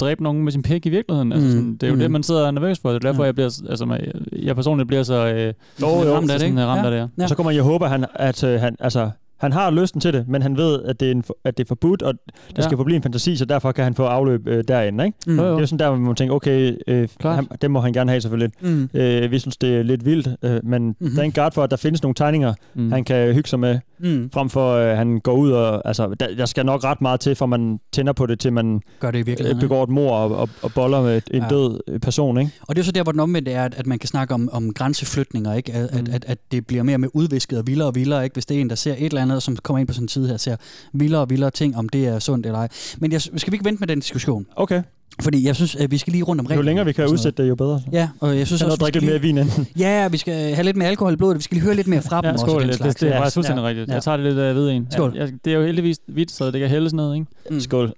dræbe nogen med sin pik i virkeligheden. Altså, Mm. sådan, det er jo Mm. det, man sidder og er nervøs for. Det er derfor, Ja. jeg bliver, s- altså, man- jeg personligt bliver så øh, Jo, jo. ramt af det, ikke? Ramt ja. af det, ja. Og Så kommer jeg håbe, at, han, at øh, han, altså, han har lysten til det, men han ved, at det er, en, for- at det er forbudt, og det Ja. skal forblive en fantasi, så derfor kan han få afløb øh, derinde. Ikke? Mm. Jo, Det jo. er jo sådan der, hvor man tænker, okay, øh, han, det må han gerne have selvfølgelig. Mm. Øh, vi synes, det er lidt vildt, øh, men mm-hmm. thank God for, at der findes nogle tegninger, Mhm. Mm. mm. han kan hygge sig med, Mm. frem for øh, han går ud og... Altså, der, der skal nok ret meget til, for man tænder på det, til man øh, Gør det i virkeligheden, begår et mor og, og, og boller med en Ja. ja. død øh, person. Ikke? Og det er jo så der, hvor den omvendt er, at, at man kan snakke om, om grænseflytninger, ikke? At, Mm. at, at, at det bliver mere med udvisket og vildere og vildere, ikke? hvis det er en, der ser et eller andet, som kommer ind på sådan en side her, ser vildere og vildere ting, om det er sundt eller ej. Men jeg, skal vi ikke vente med den diskussion? Okay. Fordi jeg synes, at vi skal lige rundt om Jo reglerne længere vi kan og sådan noget. udsætte det, jo bedre. Ja, og jeg synes kan også, også, vi drikke skal lidt mere lige- vin inden. Ja, ja, vi skal have lidt mere alkohol i blodet, vi skal lige høre lidt mere fra dem Ja, også. skål, og den det, slags. det, det er Ja. faktisk fuldstændig Ja. rigtigt. Ja. Jeg tager det lidt af ved en. Skål. Ja, jeg- det er jo heldigvis hvidt, så det kan hældes ned, ikke? Mm. Skål.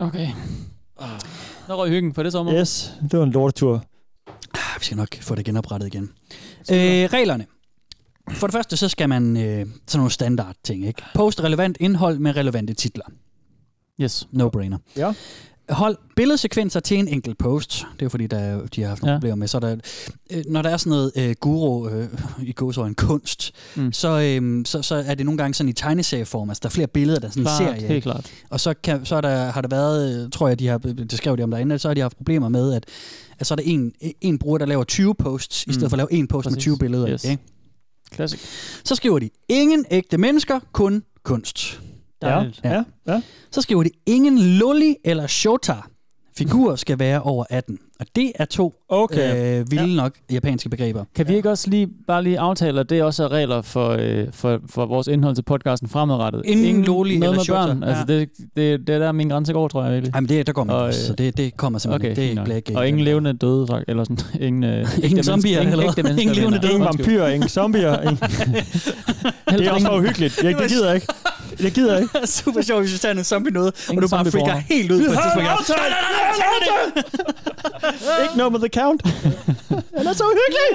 Okay. Der røg hyggen for det sommer. Yes, det var en lortetur. Ah, Vi skal nok få det genoprettet igen. Øh, reglerne. For det første, så skal man øh, sådan nogle standard ting, ikke? Post relevant indhold med relevante titler. Yes. No-brainer. Ja. Hold billedsekvenser til en enkelt post. Det er jo fordi, der, er- de har haft nogle ja. problemer med. Så er der, øh, når der er sådan noget øh, guru øh, i gåsøjne kunst, mm. så, øh, så, så er det nogle gange sådan i tegneserieform. Altså, der er flere billeder, der er sådan Klart, en serie. helt klart. Og så, kan, så er der, har der været, øh, tror jeg, de har, det skrev de om derinde, at så har de haft problemer med, at, at så er der en, en bruger, der laver 20 posts, mm. i Mm. stedet for at lave en post med Præcis. 20 billeder. Yes. Yes. Ikke? Classic. Så skriver de, ingen ægte mennesker, kun kunst. Dejligt. Ja. ja. Så skriver de, ingen lulli eller shota. Figurer skal være over 18. Og det er to Okay. øh, vilde ja. nok japanske begreber. Kan vi ikke også lige bare lige aftale, at det også er regler for, øh, for, for vores indhold til podcasten fremadrettet? Ingen loli noget eller med shorts. børn. Altså, Ja. det, det, det er der, min grænse går, tror jeg virkelig. Jamen, det, der går min Og, grænse, øh, så det, det kommer okay, simpelthen ikke. Det fint nok. bliver ikke- Og ingen levende døde, fakt- eller sådan. Ingen, øh, ægte mennesker- zombier, eller hvad? ægte mennesker, Ingen levende mener jeg. døde. Undskyld. Vampyrer, ingen zombier. Ingen... det er også for uhyggeligt. Jeg, det gider jeg ikke. Det gider jeg ikke. Super sjovt, hvis vi tager en zombie noget, og Ingen du bare freaker zombie-porno. helt ud Vi på et har en tidspunkt. aftale! Nej, nej, nej, nej, tag det! Ikke noget med The Count. Han er så uhyggelig.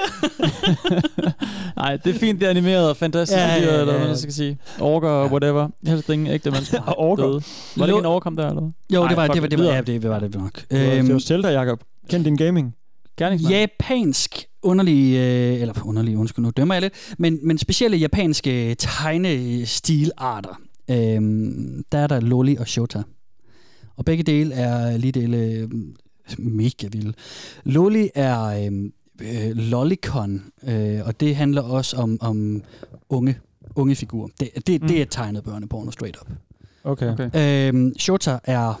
Nej, det er fint, det er animeret og fantastisk, Ja, ja, ja, ja, ja, eller ja. hvad man skal sige. Orker og whatever. Helst ingen ægte mennesker. orker. Døde. Var det ikke en overkom der, eller hvad? Jo, Ej, det var, fuck, det var, det var, videre. ja, det var det nok. Det var Øhm, Zelda, Jacob. Kend din gaming. japansk underlig, øh, eller underlig, undskyld, nu dømmer jeg lidt, men, men øh, specielle japanske Øhm, tegnestilarter, øhm, der er der loli og shota. Og begge dele er lige dele øh, mega vilde. Loli er øhm, øh, lollicon, øh, og det handler også om, om unge, unge figurer. Det, det, det er tegnet børneporno straight up. Okay. okay. Okay. Øhm, Shota er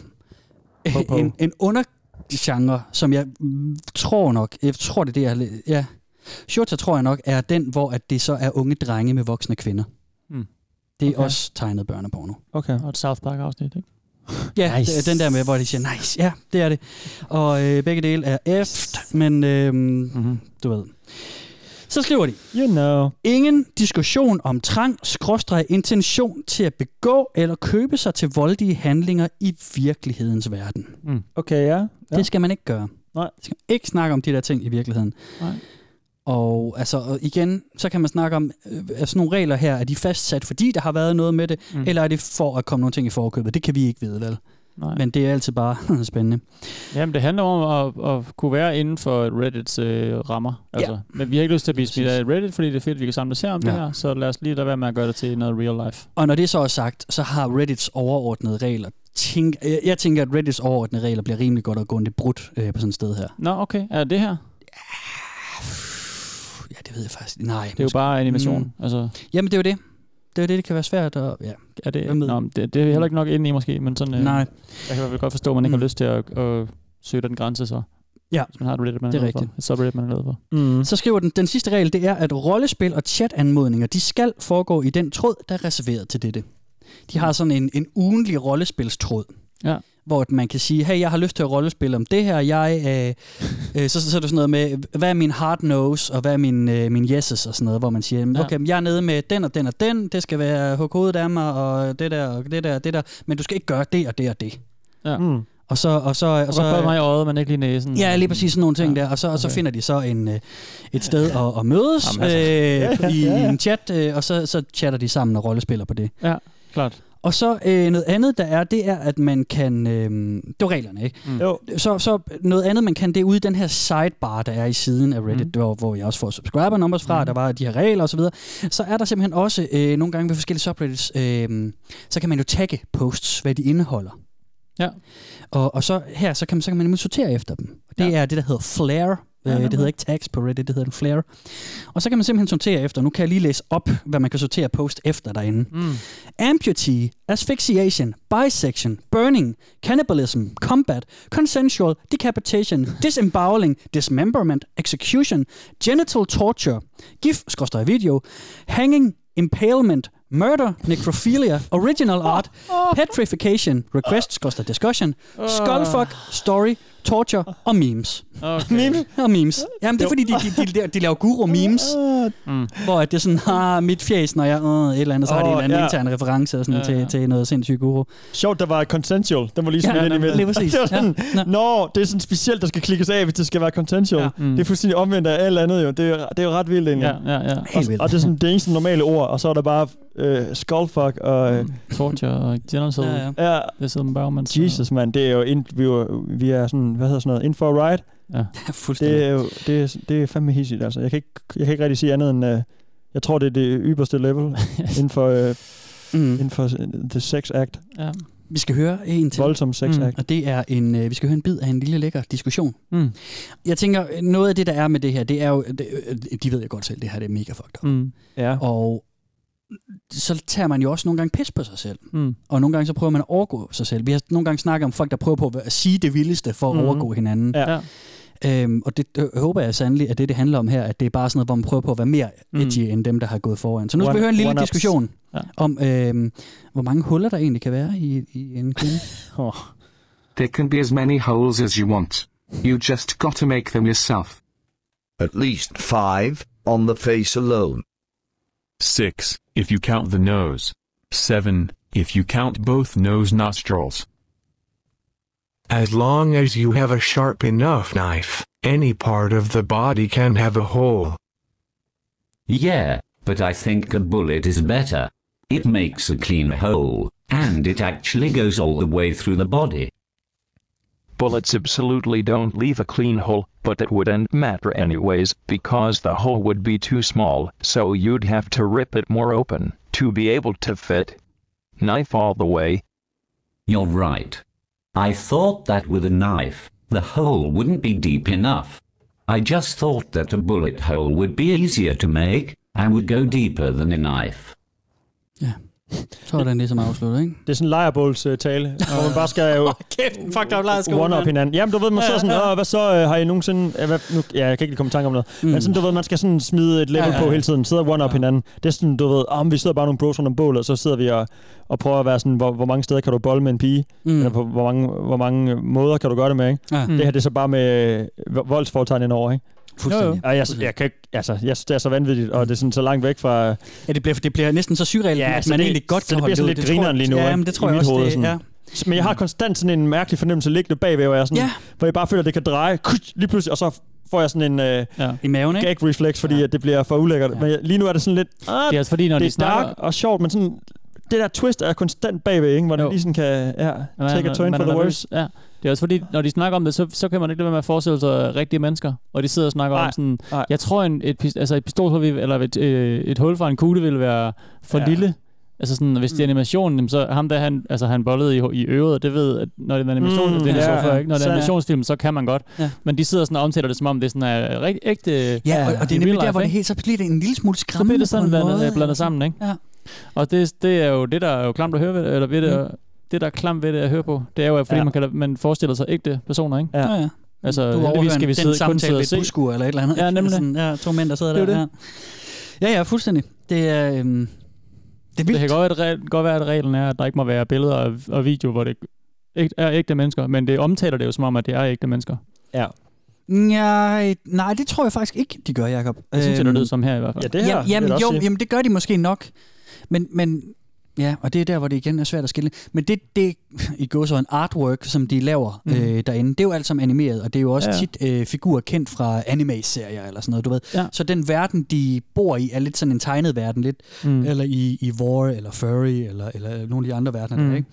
Popo. en, en undergenre, som jeg mm, tror nok, jeg tror det er det, jeg har læ- ja. Shota tror jeg nok er den, hvor at det så er unge drenge med voksne kvinder. Mm. Det er Okay. også tegnet børneporno. Okay. Og et South Park-afsnit, ikke? Ja, nice. den der med, hvor de siger, nice, ja, det er det. Og øh, begge dele er eft, men øh, mm-hmm. du ved. Så skriver de, Mhm. you know. ingen diskussion om trang, skråstreg, intention til at begå eller købe sig til voldige handlinger i virkelighedens verden. Mm. Okay, ja. ja. Det skal man ikke gøre. Nej. Skal man ikke snakke om de der ting i virkeligheden. Nej. Og altså og igen, så kan man snakke om, øh, er sådan nogle regler her, er de fastsat, fordi der har været noget med det, mm. eller er det for at komme nogle ting i forkøbet? Det kan vi ikke vide, vel? Nej. Men det er altid bare spændende. Jamen, det handler om at, at kunne være inden for Reddits øh, rammer. Altså, Ja. Men vi har ikke lyst til at blive smidt af Reddit, fordi det er fedt, at vi kan samles her om ja. det Ja. her, så lad os lige lade være med at gøre det til noget real life. Og når det så er sagt, så har Reddits overordnede regler. Tænk, jeg, jeg tænker, at Reddits overordnede regler bliver rimelig godt og grundigt brudt øh, på sådan et sted her. Nå, okay. Er det her? Ja, det ved jeg faktisk Nej. Det er jo bare animation. Mm. Altså, Jamen, det er jo det. Det er jo det, det kan være svært at... Ja. er det, Hvem ved? nå, men det, det er heller ikke nok inde i måske, men sådan, øh, Nej. jeg kan i hvert fald godt forstå, at man ikke mm. har lyst til at, at søge den grænse så. Ja. Hvis man har et Reddit, man Det er glad for. rigtigt. Et subreddit, man er glad for. Mm. Så skriver den, den sidste regel, det er, at rollespil og chatanmodninger, de skal foregå i den tråd, der er reserveret til dette. De har sådan en, en ugenlig rollespilstråd. Ja. Hvor at man kan sige, hey, jeg har lyst til at rollespille om det her, jeg, øh, øh, så, så, så er det sådan noget med, hvad er min hard nose, og hvad er min, øh, min yeses, og sådan noget, hvor man siger, Ja. ja. okay, men jeg er nede med den og den og den, det skal være huk hovedet af mig, og det der, og det der, og det der, men du skal ikke gøre det og det og det. Ja. Mm. Og så, og så, og Og så, så mig i øjet, men ikke lige i næsen. Ja, lige præcis sådan nogle ting ja. der. Og så, og så Okay. finder de så en, øh, et sted at, at mødes Jamen, Jamen, altså. altså. Ja, øh, i ja, ja. en chat, øh, og så, så chatter de sammen og rollespiller på det. Ja, klart. Og så øh, noget andet, der er, det er, at man kan... Øh, det var reglerne, ikke? Mm. Jo. Så, så noget andet, man kan, det er ude i den her sidebar, der er i siden af Reddit, mm. hvor, hvor jeg også får subscriber numbers fra, mm. der var de her regler osv. Så, videre. så er der simpelthen også øh, nogle gange ved forskellige subreddits, øh, så kan man jo tagge posts, hvad de indeholder. Ja. Og, og så her, så kan man, så kan man nemlig sortere efter dem. Og det er det, der hedder flare. Ja, Ja, det nemlig. hedder ikke tags på Reddit, det hedder en flare. Og så kan man simpelthen sortere efter. Nu kan jeg lige læse op, hvad man kan sortere post efter derinde. Mm. Amputee, asphyxiation, bisection, burning, cannibalism, combat, consensual, decapitation, disemboweling, dismemberment, execution, genital torture, gif-video, hanging, impalement, murder, necrophilia, original art, petrification, request-discussion, skullfuck, story, torture og memes. Okay. Memes? Og memes. Jamen, det er fordi, de, de, de, de laver guru-memes, mm. hvor at det er sådan, ah, mit fjæs, når jeg øh, et eller andet, så har de en Åh, eller anden ja. intern reference og sådan Ja, ja, ja. ja. Til, til noget sindssygt guru. Sjovt, der var consensual. Den var lige Ja, smidt ind ja, imellem. lige præcis. Det var sådan, ja. Nå, det er sådan specielt, der skal klikkes af, hvis det skal være consensual. Ja. Mm. Det er fuldstændig omvendt af alt andet jo. Det er, det er jo ret vildt egentlig. Ja, ja, ja. Og, og det er sådan, det er ikke sådan normale ord, og så er der bare øh, skullfuck og... Øh, Mm. Torture og genocide. Ja, ja. ja. Det er sådan bare, man... Jesus, mand, det er jo... Ind, vi, er, jo- vi er sådan, hvad hedder sådan noget? In for a ride. Ja, fuldstændig. Det er, jo, det er, det er fandme hissigt, altså. Jeg kan ikke, jeg kan ikke rigtig sige andet end... Øh, jeg tror, det er det ypperste level inden for, øh, mm. inden for øh, The Sex Act. Ja. Vi skal høre en til. Mm. Voldsom sex act. Og det er en, øh, vi skal høre en bid af en lille lækker diskussion. Mm. Jeg tænker, øh, noget af det, der er med det her, det er jo, det, øh, de ved jeg godt selv, det her det er mega fucked up. Mm. Ja. Og så tager man jo også nogle gange pis på sig selv. Mm. Og nogle gange så prøver man at overgå sig selv. Vi har nogle gange snakket om folk, der prøver på at sige det vildeste for at Mhm. overgå hinanden. Ja. Øhm, og det øh, håber jeg sandelig, at det, det handler om her, at det er bare sådan noget, hvor man prøver på at være mere Mm. edgy end dem, der har gået foran. Så nu skal One- vi høre en lille one-ups. diskussion Ja. om, øhm, hvor mange huller der egentlig kan være i, i en kvinde. There can be as many holes as you want. You just gotta make them yourself. At least five, on the face alone. 6. If you count the nose. 7. If you count both nose nostrils. As long as you have a sharp enough knife, any part of the body can have a hole. Yeah, but I think a bullet is better. It makes a clean hole, and it actually goes all the way through the body. Bullets absolutely don't leave a clean hole, but it wouldn't matter anyways, because the hole would be too small, so you'd have to rip it more open to be able to fit. Knife all the way. You're right. I thought that with a knife, the hole wouldn't be deep enough. I just thought that a bullet hole would be easier to make and would go deeper than a knife. Så er den ligesom afsluttet, ikke? Det er sådan en lejrebåls-tale, hvor man bare skal jo Kæft, fuck dig, Lars Skåne, one up mand. hinanden. Jamen, du ved, man Ja, så sådan, ja. Åh, hvad så, øh, har I nogensinde... øh, Hvad, nu, ja, jeg kan ikke lige komme i tanke om noget. Mm. Men sådan, du ved, man skal sådan smide et level Ja, ja, ja, ja. på ja. hele tiden, sidder one up hinanden. Det er sådan, du ved, om vi sidder bare nogle bros rundt om bålet, og så sidder vi og, og prøver at være sådan, hvor, hvor mange steder kan du bolle med en pige? Mm. Eller på, hvor, mange, hvor mange måder kan du gøre det med, ikke? Ja. Mm. Det her, det er så bare med øh, voldsfortegn indover, ikke? Fuldstændig. Mm. Jo, jo. Og jeg, jeg, kan ikke, altså, jeg synes, det er så vanvittigt, og det er sådan så langt væk fra... Ja, det bliver, det bliver næsten så surreal, Ja, at så man det- egentlig godt så kan det holde bliver sådan ud. lidt tror jeg- grineren lige nu, Ja, ikke? men det I tror jeg mit også, hoved, det sådan. ja. Men jeg har konstant sådan en mærkelig fornemmelse liggende bagved, hvor jeg, sådan, Ja. hvor jeg bare føler, at det kan dreje kush, lige pludselig, og så får jeg sådan en øh, ja. I maven, gag reflex, fordi ja. at det bliver for ulækkert. Ja. Men jeg- lige nu er det sådan lidt... Ah, Det er også fordi, når det de er dark snakker- og sjovt, men sådan det der twist er konstant bagved, ikke? Hvor den lige sådan kan ja, Man- take a man- turn man for er the nervøs. worse. Ja. Det er også fordi, når de snakker om det, så, så kan man ikke lade være med at forestille sig rigtige mennesker. Og de sidder og snakker Nej, om sådan, jeg tror, en, et, pis- altså et pistolhul, vi- eller et, øh, et hul fra en kugle ville være for Ja. ja. lille. Altså sådan, hvis det er animation, jamen så ham der, han, altså han bollede i, ho- i øret, og det ved, at når det er animation, Mm, mm, det er ja, ja, ja. for, ikke? Når det er Sådan. animationsfilm, så kan man godt. Ja. Men de sidder sådan og omtaler det, som om det er sådan er rigtig ægte Ja, og, og det er i nemlig real der, hvor life, det ikke? helt, så bliver det en lille smule så skræmmende bliver det sådan på en blandet, måde. måde, øh, blandet sammen, ikke? Ja. Og det, det er jo det, der er jo klamt at høre ved det, eller ved det, mm. det der er klamt ved det at høre på, det er jo, at fordi Ja. ja. man, kan, da- man forestiller sig ægte personer, ikke? Ja. Ja, ja. Altså, du heldigvis overhører skal vi den sidde, kun samtale sidde ved og et se. busskur eller et eller andet. Ja, nemlig. Sådan, ja, to mænd, der sidder Det er jo der. det. Ja. ja, ja, fuldstændig. Det er, øhm, det er Det vildt. kan godt være, at, re- godt være, at reglen er, at der ikke må være billeder og, og video, hvor det ikke er ægte mennesker, men det omtaler det jo som om, at det er ægte mennesker. Ja. Nej, nej, det tror jeg faktisk ikke, de gør, Jacob. Det synes jeg, det lød som her i hvert fald. Ja, det her, Jamen, vil jeg jamen, da også jo, sige. jamen, det gør de måske nok. Men, men ja, og det er der, hvor det igen er svært at skille. Men det, det i går så en artwork, som de laver mm. Mhm. øh, derinde, det er jo alt sammen animeret, og det er jo også Ja, ja. ja. tit øh, figurer kendt fra anime-serier eller sådan noget, du ved. Ja. Så den verden, de bor i, er lidt sådan en tegnet verden, lidt, Mm. eller i, i War, eller Furry, eller, eller nogle af de andre verdener, mm. Mm. der, ikke?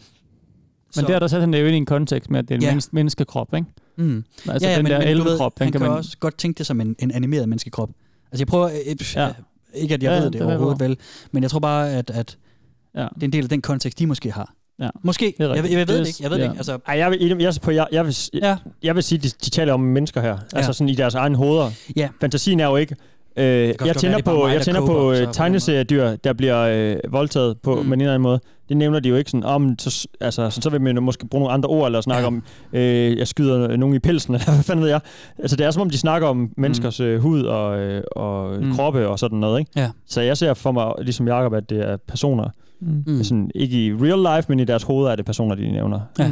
Men der, der satte han det jo ind i en kontekst med, at det er en Ja. ja. menneskekrop, ikke? Mm. Altså ja, den der du ved, elvekrop, den han kan kan man... også godt tænke det som en, en animeret menneskekrop. Altså jeg prøver, øh, pff, ja. ikke at jeg Ja, ja, ja, ved det, det ved jeg overhovedet vel, men jeg tror bare, at, at ja. det er en del af den kontekst, de måske har. Ja. Måske. Jeg, jeg, jeg ved det ikke. Jeg ved det ikke. Altså, Ej, jeg, vil, jeg, på, jeg, jeg, vil, s- Ja. jeg vil sige, at de, de taler om mennesker her. Altså Ja. sådan i deres egen hoveder. Ja. Fantasien er jo ikke... Øh, godt jeg være, det tænder er bare på, mig, jeg der tænder koger, på så på øh, den tegneseriedyr, der bliver øh, voldtaget på mm. men en eller anden måde. Det nævner de jo ikke sådan om, så, s- altså, så, så vil man jo måske bruge nogle andre ord, eller snakke ja. om, øh, jeg skyder nogen i pelsen, eller hvad fanden ved jeg. Altså det er som om, de snakker Mm. om menneskers øh, hud og, øh, og mm. Mm. kroppe og sådan noget. Ikke? Ja. Så jeg ser for mig, ligesom Jacob, at det er personer. Altså, Mm. Sådan, ikke i real life, men i deres hoveder er det personer, de nævner. Ja.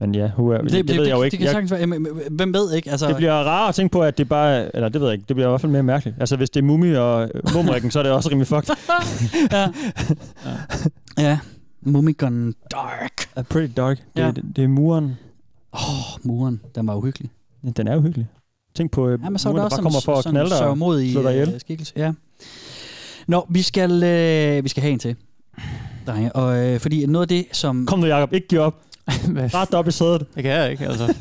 Men ja, who er, det, det, det, ved jeg jo ikke. Det kan jeg, sagtens være. Jamen, Hvem ved ikke? Altså, det bliver rarere at tænke på, at det bare... Eller det ved jeg ikke. Det bliver i hvert fald mere mærkeligt. Altså, hvis det er Mumi og øh, Mumrikken, så er det også rimelig fucked. ja. ja. Mumikon Dark. A pretty dark. Det, Ja. ja. det, det er muren. Åh, oh, muren. Den var uhyggelig. Ja, Den er uhyggelig. Tænk på øh, Ja, men så er muren, der der også bare kommer for at knalde dig og i øh, slå dig ihjel. skikkelse. Ja. Nå, vi skal, øh, vi skal have en til. Drenge, og øh, fordi noget af det, som... Kom nu, Jacob, ikke give op. Ret dig op i sædet. Det kan jeg ikke, altså.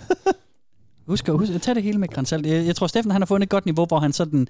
Husk at, husk at tage det hele med grænsalt. Jeg, jeg tror, Steffen han har fundet et godt niveau, hvor han sådan...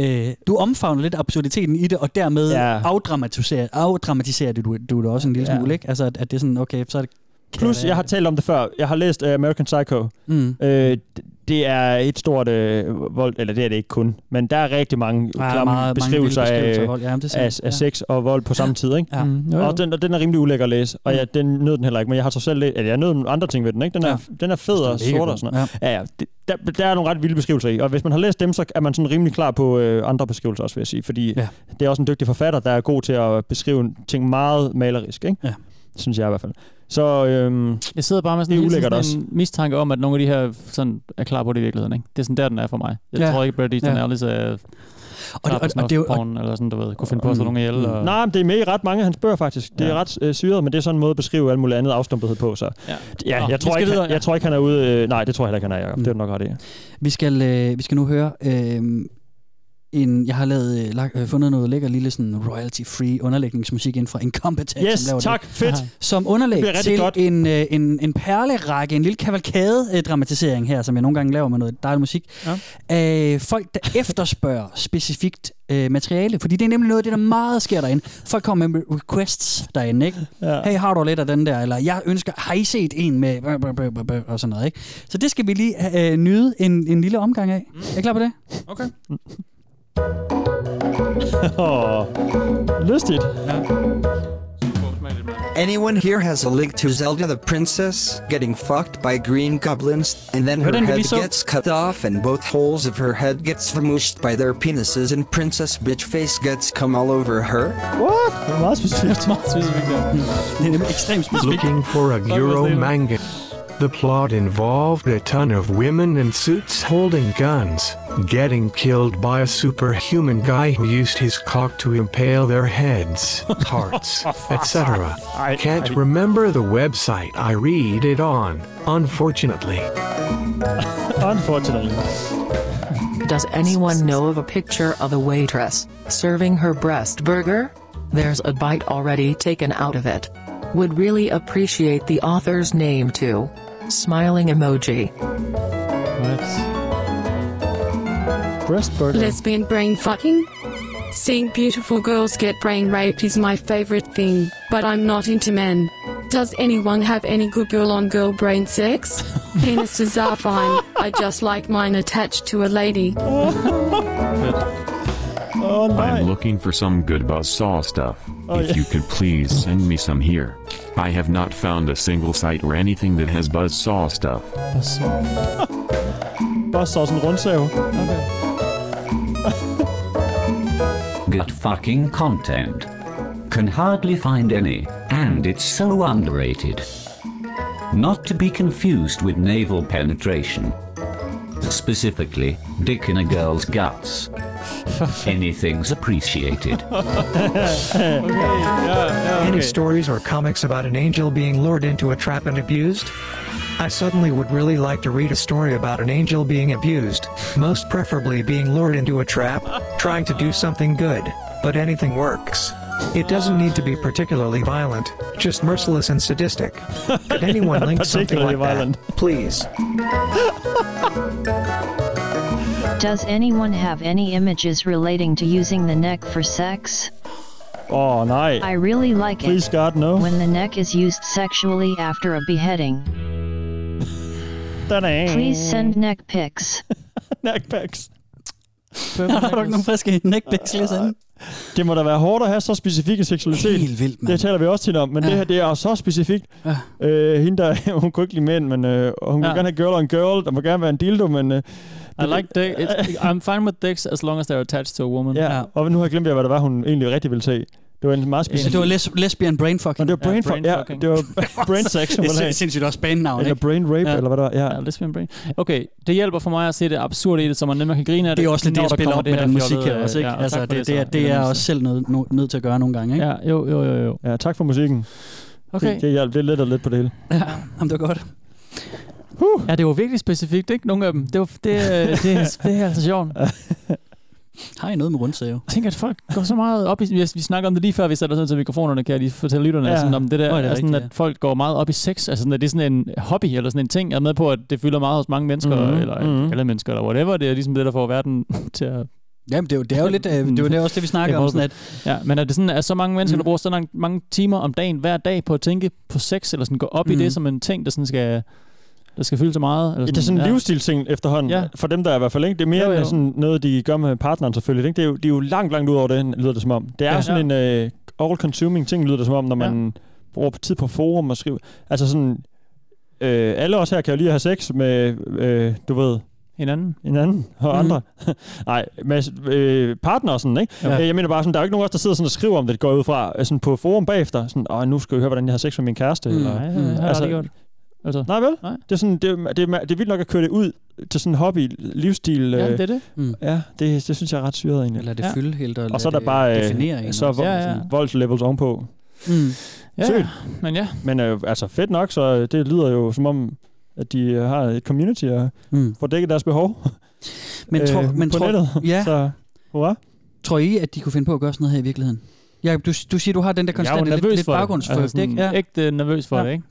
Øh, du omfavner lidt absurditeten i det, og dermed ja. Ja. afdramatiserer, afdramatiserer det du, du det også en lille Ja. smule, ikke? Altså, at, at det er sådan, okay, så er det... Plus, jeg har talt om det før. Jeg har læst uh, American Psycho. Mm. Øh, d- det er et stort øh, vold, eller det er det ikke kun, men der er rigtig mange er ja, meget- klamme mange mange vilde beskrivelser, beskrivelser af, af vold. Ja, men det er af, sandt. af sex og vold på samme tid. Ikke? Ja. Mm, jo, jo. Og den, og den er rimelig ulækker at læse, og jeg, den nød den heller ikke, men jeg har så selv læst, eller jeg nød nogle andre ting ved den, ikke? Den er, Ja. ja. den er fed Den er og mega sort god, og sådan noget. Ja. Ja, det, der, der er nogle ret vilde beskrivelser i, og hvis man har læst dem, så er man sådan rimelig klar på øh, andre beskrivelser også, vil jeg sige, fordi Ja. ja. det er også en dygtig forfatter, der er god til at beskrive ting meget malerisk, ikke? Ja. synes jeg i hvert fald. Så øhm, Jeg sidder bare med sådan, det er hele ulækkert tiden også. sådan en mistanke om, at nogle af de her sådan, er klar på det i virkeligheden. Ikke? Det er sådan der, den er for mig. Jeg Ja. ja. tror ikke, Brad Easton Ja. ja. Ellis er og, og, og, det er jo- og, porn, eller sådan, du ved, kunne finde på at slå nogen ihjel. Og... Mm. Nej, men det er med i ret mange af hans bøger, faktisk. Det er ret øh, syret, men det er sådan en måde at beskrive alt muligt andet afstumpethed på. Så. Ja. Ja, jeg, tror ikke, han, jeg tror ikke, han er ude... Øh, nej, det tror jeg heller ikke, han er, Mm. Jacob. Det er du nok ret i. Vi skal, øh, vi skal nu høre øh, en, jeg har lavet, øh, lagt, øh, fundet noget lækker lille sådan royalty-free underlægningsmusik ind fra Incompetech, Yes, som laver tak. det. Fedt. Som underlæg Det bliver rigtig til godt. en, øh, en, en perlerække, en lille kavalkade-dramatisering her, som jeg nogle gange laver med noget dejlig musik, ja. øh, folk, der efterspørger specifikt øh, materiale, fordi det er nemlig noget af det, der meget sker derinde. Folk kommer med requests derinde, ikke? Ja. Hey, har du lidt af den der? Eller jeg ønsker, har I set en med... bøh, bøh, bøh, bøh, bøh," Og sådan noget, ikke? Så det skal vi lige øh, nyde en, en lille omgang af. Er I klar på det? Mm. Okay. oh, lystigt. Anyone here has a link to Zelda the Princess getting fucked by green goblins, and then her Wouldn't it be head so- gets cut off, and both holes of her head gets smooshed by their penises, and Princess Bitchface gets cum all over her? What? Meget specifikt. Mm. Meget specifikt, ja. Det er nemlig ekstremt specifikt. Looking for a Euro manga. The plot involved a ton of women in suits holding guns, getting killed by a superhuman guy who used his cock to impale their heads, hearts, etc. I can't remember the website I read it on, unfortunately. Unfortunately. Does anyone know of a picture of a waitress serving her breast burger? There's a bite already taken out of it. Would really appreciate the author's name too. Smiling emoji. Breast burger. Lesbian brain fucking? Seeing beautiful girls get brain raped is my favorite thing, but I'm not into men. Does anyone have any good girl on girl brain sex? Penises are fine, I just like mine attached to a lady. Oh, I'm looking for some good buzz saw stuff. Oh, if yeah. you could please send me some here. I have not found a single site or anything that has buzz saw stuff. Bare så sådan en rundsave. Good fucking content. Can hardly find any, and it's so underrated. Not to be confused with naval penetration. Specifically, dick in a girl's guts. Anything's appreciated. Hmm. Any stories or comics about an angel being lured into a trap and abused? I suddenly would really like to read a story about an angel being abused, most preferably being lured into a trap, trying to do something good, but anything works. It doesn't need to be particularly violent, just merciless and sadistic. Could anyone Not link something particularly like violent. that? Please. Does anyone have any images relating to using the neck for sex? Åh, oh, nej. I really like it. Please God, no. When the neck is used sexually after a beheading. Da-dang. Please send neck pics. neck pics. Har du ikke nogen friske neckpics lige sådan? Ah, Det må da være hårdt at have så specifikke seksualitet. Helt vildt, Det taler vi også til om, men ja. det her det er så specifikt. Ja. Øh, hende der, hun kunne ikke lide mænd, men øh, og hun ja. Ja. kunne gerne have girl on girl, der må gerne være en dildo, men... Øh, I like dick. It's, I'm fine with dicks as long as they're attached to a woman. Ja, og nu har jeg glemt, hvad det var, hun egentlig rigtig ville se. Det var en meget Ja, specifik... det var les- lesbian brainfucking. det var brain, fuck, ja, det var brain sex, hun Det er ville have. sind- sindssygt også bandnavn, Eller ikke? brain rape, eller hvad der ja. ja, lesbian brain. Okay, det hjælper for mig at se det absurde i det, så man nemmere kan grine af det. Det er også lidt det, når jeg der spiller kommer op med her den musik fjollede, her også, ikke? ja, og altså, tak for det, så, det, er, i det er mindste. også selv nødt nød, nød til at gøre nogle gange, ikke? Ja, jo, jo, jo. jo. Ja, tak for musikken. Okay. Det, det hjalp, det letter lidt på det hele. Jamen, det var godt. Uh. Ja, det var virkelig specifikt, ikke? Nogle af dem. Det, var, det, øh, det, det, det er altså sjovt. Har I noget med rundsave? Jeg tænker, at folk går så meget op i... Vi, vi snakker om det lige før, vi satte os ned til mikrofonerne, kan jeg lige fortælle lytterne, Ja. ja. sådan, om det der, oh, Nå, det det er er sådan, rigtigt, at folk går meget op i sex, altså sådan, at det er sådan en hobby, eller sådan en ting. Jeg er med på, at det fylder meget hos mange mennesker, Mhm. mm-hmm. eller Mhm. mm-hmm. alle mennesker, eller whatever. Det er ligesom det, der får verden til at Jamen, det er jo, det er jo lidt, øh, det er jo det også det, vi snakker Jeg om, håber. sådan at Ja, men er det sådan, at så mange mennesker, Mm. mm. der bruger så lang- mange timer om dagen, hver dag, på at tænke på sex, eller sådan gå op mm. i Mm. det som en ting, der sådan skal, der skal fylde så meget? Eller Ja, det er sådan en livsstilsting efterhånden, ja. Ja. for dem der er i hvert fald. Ikke? Det er mere Jo, jo. End sådan noget, de gør med partneren selvfølgelig. Ikke? Det, er jo, det er jo langt, langt ud over det, lyder det som om. Det er ja. Ja. sådan en uh, all-consuming ting, lyder det som om, når man ja. bruger tid på forum og skriver. Altså sådan, øh, alle os her kan jo lige have sex med, øh, du ved... Hinanden. Mhm. Hinanden og mm. andre. Nej, med øh, partner og sådan, ikke? Ja. Ja. Jeg mener bare sådan, der er jo ikke nogen af os, der sidder sådan og skriver om det, det går jeg ud fra, øh, sådan på forum bagefter. Sådan, åh, nu skal vi høre, hvordan jeg har sex med min kæreste. Mm. Eller, Nej, det har jeg aldrig gjort. Altså, Nej vel? Nej. Det, er sådan, det, er- det, er- det er vildt nok at køre det ud til sådan en hobby, livsstil. Ja, øh, det er det. Mm. Ja, det, det synes jeg er ret syret egentlig. Lad det fylde helt, og lad Og så er der det bare øh, definere en så også. vo- Ja, ja, ja. ja. voldslevels ovenpå. Mm. Ja, Sygt. men ja. Men øh, altså fedt nok, så øh, det lyder jo som om, at de øh, har et community og mm. får dækket deres behov øh, Men tror, men på tror, nettet. ja. Så, hurra. Tror I, at de kunne finde på at gøre sådan noget her i virkeligheden? Jakob, du, du siger, du har den der jeg er jo konstante lidt, nervøs lidt for det. baggrundsfølelse, Altså, sådan, ikke? Ja. ægte nervøs for Ja. det, ikke?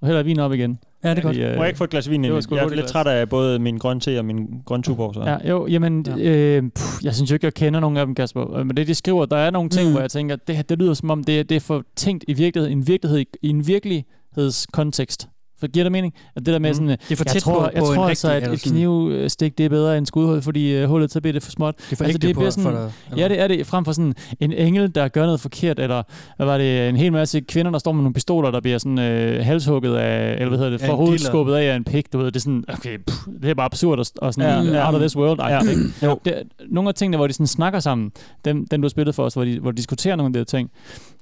Og hælder vin op igen. øh, Ja, det er godt. Må jeg ikke få et glas vin Det var ind? sgu Jeg er hurtigt lidt glas. træt af både min grønne te og min grønne tuborg. Så. Ja, jo, jamen, ja. Øh, pff, jeg synes jo ikke, jeg kender nogen af dem, Kasper. Øh, Men det, de skriver, der er nogle ting, Mm. mm. hvor jeg tænker, det, her, det lyder som om, det, det er for tænkt i virkeligheden, en virkelighed, i- i en virkelighedskontekst. For giver det mening? At det der med Mm. sådan, øh, Det er for jeg tæt tror, på- jeg på en tror altså, rigtig- at eller et sådan- knivstik, det er bedre end skudhul, fordi øh, hullet, så bliver det for småt. Altså, Det er for ægte på- for dig, eller? Ja, det er det. Frem for sådan en engel, der gør noget forkert, eller hvad var det, en hel masse kvinder, der står med nogle pistoler, der bliver sådan øh, halshugget af, eller hvad hedder det, Af en for hovedet dealer. skubbet af af en pik, du ved. Det er sådan, okay, pff, det er bare absurd og, og sådan Ja, ja, ja. out of this world. Ja. Ja. Ikke? Det, nogle af tingene, hvor de sådan snakker sammen, dem, den du har spillet for os, hvor de, hvor de diskuterer nogle af de her ting.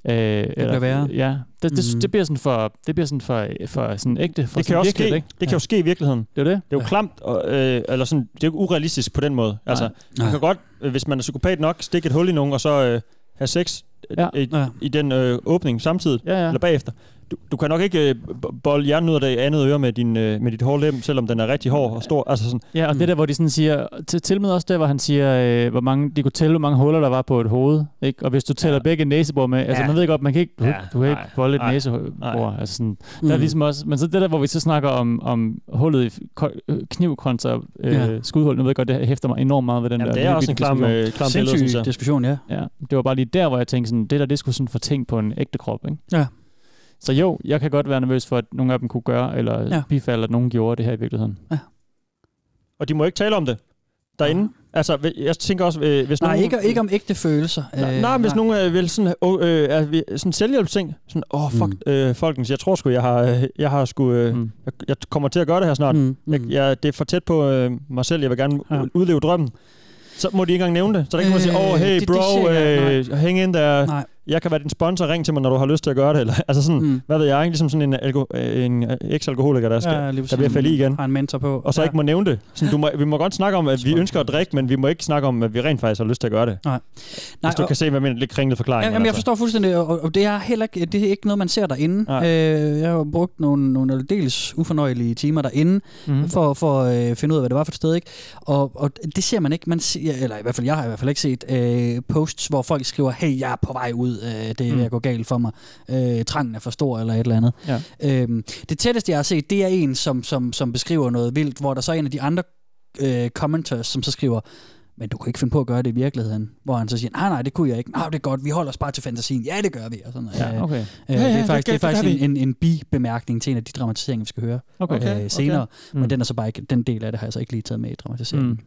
Øh, det bliver værre. Ja, det, det, Mhm. mm. det, bliver sådan for, det bliver sådan for, for sådan ægte, for det kan, sådan jo også virkeligt, ske, ikke? det kan jo ske i virkeligheden. Det er det. Det er jo klamt, og, øh, eller sådan, det er jo ikke urealistisk på den måde. Altså, man kan godt, øh, hvis man er psykopat nok, stikke et hul i nogen, og så øh, have sex øh, Ja. i, i den øh, åbning samtidig, ja. eller bagefter. du, du kan nok ikke øh, bo- bolle hjernen ud af det andet øre med, din, øh, med dit hårde lem, selvom den er rigtig hård og stor. Altså sådan, Ja, og mm. det der, hvor de sådan siger, til, til med også der, hvor han siger, øh, hvor mange, de kunne tælle, hvor mange huller der var på et hoved, ikke? Og hvis du tæller ja. begge næsebor med, altså Ja. ja. man ved godt, man kan ikke, du, Ja, ja. du kan ikke nej, volde et nej, næsebor, nej. altså sådan, Mm. mm. der er ligesom også, men så det der, hvor vi så snakker om, om hullet i f- ko- øh, kniv kontra øh, Ja. ja. skudhul, nu ved jeg godt, det hæfter mig enormt meget ved den Jamen, der. det er lille også bitte en klam, diskussion. øh, klam billede, Sindssyg synes jeg. diskussion, ja. ja. Det var bare lige der, hvor jeg tænkte sådan, det der, det skulle sådan få ting på en ægte krop, ikke? Ja. Så jo, jeg kan godt være nervøs for, at nogle af dem kunne gøre, eller Ja. ja. bifalde, at nogen gjorde det her i virkeligheden. og de må ikke tale om det derinde. Altså, vi- jeg tænker også, øh, hvis Nej, nogen... ikke, ikke om ægte følelser. Nej, nej, men hvis nogen øh, vil sådan, øh, øh, er vi- sådan selvhjælpsting, sådan, åh, oh, fuck, mm. øh, folkens, jeg tror sgu, jeg har, øh, jeg har sgu, øh, mm. jeg, jeg kommer til at gøre det her snart. Mm. Jeg, jeg, det er for tæt på øh, mig selv, jeg vil gerne ja. udleve drømmen. Så må de ikke engang nævne det. Så der kan man sige, Øh, åh, oh, hey det- det bro, siger jeg, øh, hæng ind der. Nej. Jeg kan være din sponsor, ring til mig, når du har lyst til at gøre det. Eller, altså sådan, mm. hvad ved jeg, ikke? ligesom sådan en, alko- øh, en øh, eks-alkoholiker, der, skal, Ja, lige ja, der præcis. bliver falde i igen. Har en mentor på. Og så Ja. ja. ikke må nævne det. Sådan, du må, vi må godt snakke om, at vi ønsker at drikke, men vi må ikke snakke om, at vi rent faktisk har lyst til at gøre det. Nej. Hvis du og- kan se, hvad jeg mener, lidt kringlet forklaring. altså. Jamen, jamen, jeg forstår fuldstændig, og, og det er heller ikke, det er ikke noget, man ser derinde. Øh, jeg har brugt nogle, nogle aldeles ufornøjelige timer derinde, Mhm. mm. for, for at øh, finde ud af, hvad det var for et sted. Ikke? Og, og det ser man ikke. Man ser, eller i hvert fald, jeg har i hvert fald ikke set øh, posts, hvor folk skriver, hey, jeg er på vej ud, øh, det er ved Mm. at gå galt for mig. Øh, trangen er for stor, eller et eller andet. Ja. Øhm, det tætteste, jeg har set, det er en, som, som, som beskriver noget vildt, hvor der så er en af de andre øh, commenters, som så skriver, men du kunne ikke finde på at gøre det i virkeligheden. Hvor han så siger, nej, nej, det kunne jeg ikke. Nej, det er godt, vi holder os bare til fantasien. Ja, det gør vi. Og sådan, noget. Ja, okay. Øh, Ja, det ja, er det faktisk, gør- det er det gør faktisk vi. en, en, en bi-bemærkning til en af de dramatiseringer, vi skal høre Okay. okay. Okay, Øh, senere. okay. Okay. Men den er så bare ikke, den del af det har jeg så ikke lige taget med i dramatiseringen. Mm.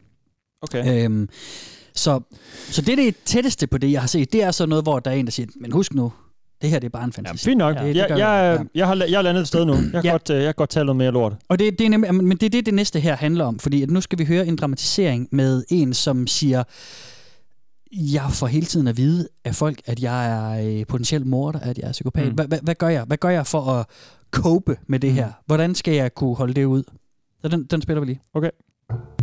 Okay. Øhm, så, så det, det er tætteste på det, jeg har set, det er så noget, hvor der er en, der siger, men husk nu, det her det er bare en fantasi. Fint nok. Det- Ja. det Jeg, gør vi. jeg, jeg, har, la- jeg er landet et sted nu. Jeg kan, ja. godt, øh, jeg kan godt tage noget mere lort. Og det, det er nemlig, men det er det, det næste her handler om, fordi at nu skal vi høre en dramatisering med en, som siger, jeg får hele tiden at vide af folk, at jeg er øh, potentiel morder, at jeg er psykopat. Mm. Hvad- hvad- Hvad gør jeg? Hvad gør jeg for at cope med det her? Hvordan skal jeg kunne holde det ud? Så den, den spiller vi lige. Okay.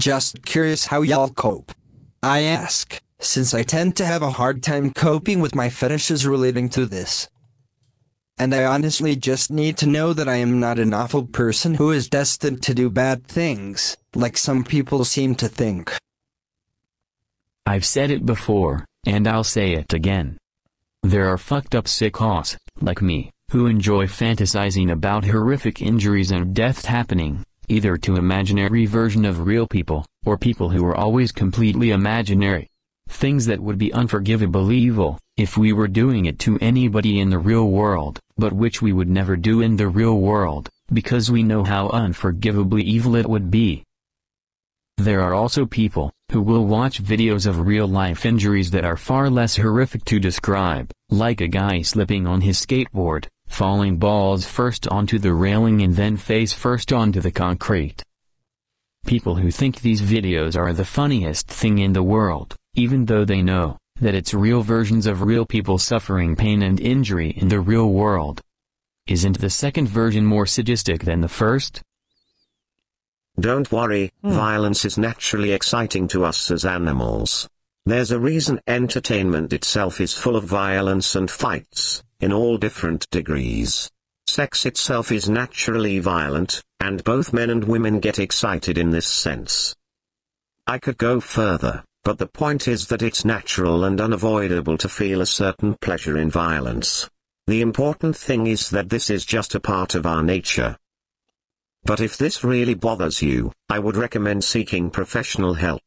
Just curious how y'all cope. I ask, since I tend to have a hard time coping with my fetishes relating to this. And I honestly just need to know that I am not an awful person who is destined to do bad things, like some people seem to think. I've said it before, and I'll say it again. There are fucked up sickos, like me, who enjoy fantasizing about horrific injuries and deaths happening, either to imaginary version of real people, or people who are always completely imaginary. Things that would be unforgivable evil, if we were doing it to anybody in the real world, but which we would never do in the real world, because we know how unforgivably evil it would be. There are also people who will watch videos of real life injuries that are far less horrific to describe, like a guy slipping on his skateboard, falling balls first onto the railing and then face first onto the concrete. People who think these videos are the funniest thing in the world, even though they know that it's real versions of real people suffering pain and injury in the real world. Isn't the second version more sadistic than the first? Don't worry, violence is naturally exciting to us as animals. There's a reason entertainment itself is full of violence and fights, in all different degrees. Sex itself is naturally violent, and both men and women get excited in this sense. I could go further, but the point is that it's natural and unavoidable to feel a certain pleasure in violence. The important thing is that this is just a part of our nature. But if this really bothers you, I would recommend seeking professional help.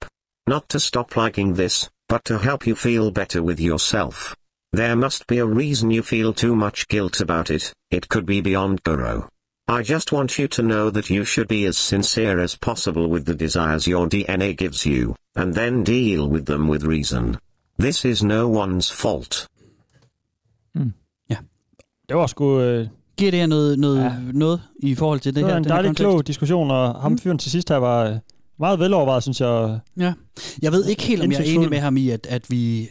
Not to stop liking this, but to help you feel better with yourself. There must be a reason you feel too much guilt about it, it could be beyond Goro. I just want you to know that you should be as sincere as possible with the desires your DNA gives you, and then deal with them with reason. This is no one's fault. Det var sgu... Øh, Giver det her noget, noget, ja. noget i forhold til det, det, var her? en den her dejlig kontekst? Mm. klog diskussion, og ham fyren til sidst her var øh, meget velovervejet, synes jeg. Ja. Jeg ved ikke helt, om jeg er Indsigtsfuld. enig med ham i, at, at vi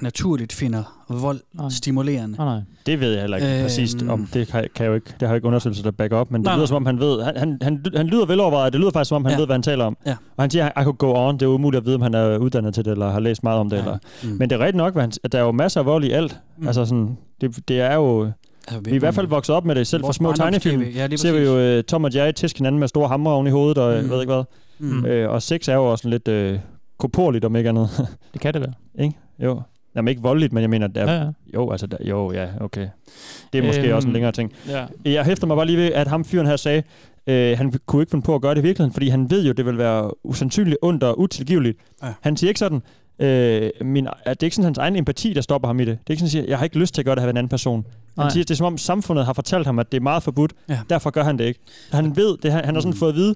naturligt finder vold nej. stimulerende. Nej, nej. Det ved jeg heller ikke Øhm. øh, præcist om. Det kan, jeg- kan jeg jo ikke, det har jeg ikke undersøgelser, der backer op, men det Nej, nej, nej. lyder som om, han ved. Han, han, han, han lyder velovervejet, det lyder faktisk som om, han Ja. ja. ved, hvad han taler om. Ja. Og han siger, I could go on. Det er umuligt at vide, om han er uddannet til det, eller har læst meget om det. Eller. Mm. Men det er rigtigt nok, hvad han, at der er jo masser af vold i alt. Mm. Altså sådan, det, det er jo... Altså, vi, vi er i hvert fald vokset op med det selv fra små tegnefilm. barndomstv, ja, lige ser vi præcis. jo øh, Tom og Jerry tæske hinanden med store hamre oven i hovedet og Mm. mm. ved ikke hvad. Mm. Mm. Øh, og sex er jo også sådan lidt øh, korporligt om ikke andet. det kan det være. Ikke? Jo. Jamen ikke voldeligt, men jeg mener, der, Ja, ja, ja. ja. jo, altså, der, jo, ja, okay. Det er måske Øhm, også en længere ting. ja. Jeg hæfter mig bare lige ved, at ham fyren her sagde, øh, han kunne ikke finde på at gøre det i virkeligheden, fordi han ved jo, det vil være usandsynligt ondt og utilgiveligt. Ja. Ja. Han siger ikke sådan, øh, min, at det er ikke sådan hans egen empati, der stopper ham i det. Det er ikke sådan, at han siger, jeg har ikke lyst til at gøre det her ved en anden person. Han Nej. Nej. siger, det er som om samfundet har fortalt ham, at det er meget forbudt, Ja. ja. Mm. derfor gør han det ikke. Han ved, det, han, han har sådan fået at vide,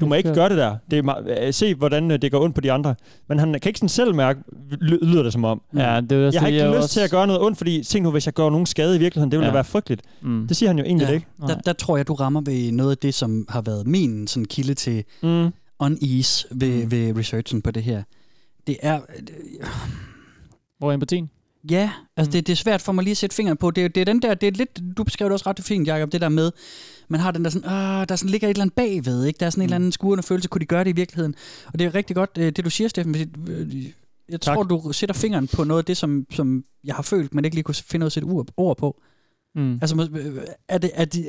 du må ikke gøre det der. Det er meget, øh, se, hvordan øh, det går ondt på de andre. Men han kan ikke sådan selv mærke, ly- lyder det som om. Ja, det er også jeg har det, ikke jeg lyst også- til at gøre noget ondt, fordi tænk nu, hvis jeg gør nogen skade i virkeligheden, det ville Ja. ja. da være frygteligt. Mm. Mm. Det siger han jo egentlig ikke. Der, der tror jeg, du rammer ved noget af det, som har været min sådan kilde til mm. unease ved, ved researchen på det her. Det er... Øh, Hvor er empatien? Mm. Ja, altså det, det er svært for mig lige at sætte fingeren på. Det, er- det er den der, det er lidt, du beskrev det også ret fint, Jacob, det der med, man har den der sådan, Åh, der sådan ligger et eller andet bagved, ikke? Der er sådan en Mm. eller anden skurende følelse, kunne de gøre det i virkeligheden? Og det er rigtig godt, øh, det du siger, Steffen, fordi, øh, jeg tak. tror, du sætter fingeren på noget af det, som, som jeg har følt, men ikke lige kunne finde noget at sætte ur- ord på. Mm. Altså, må- øh, er det, er de, øh,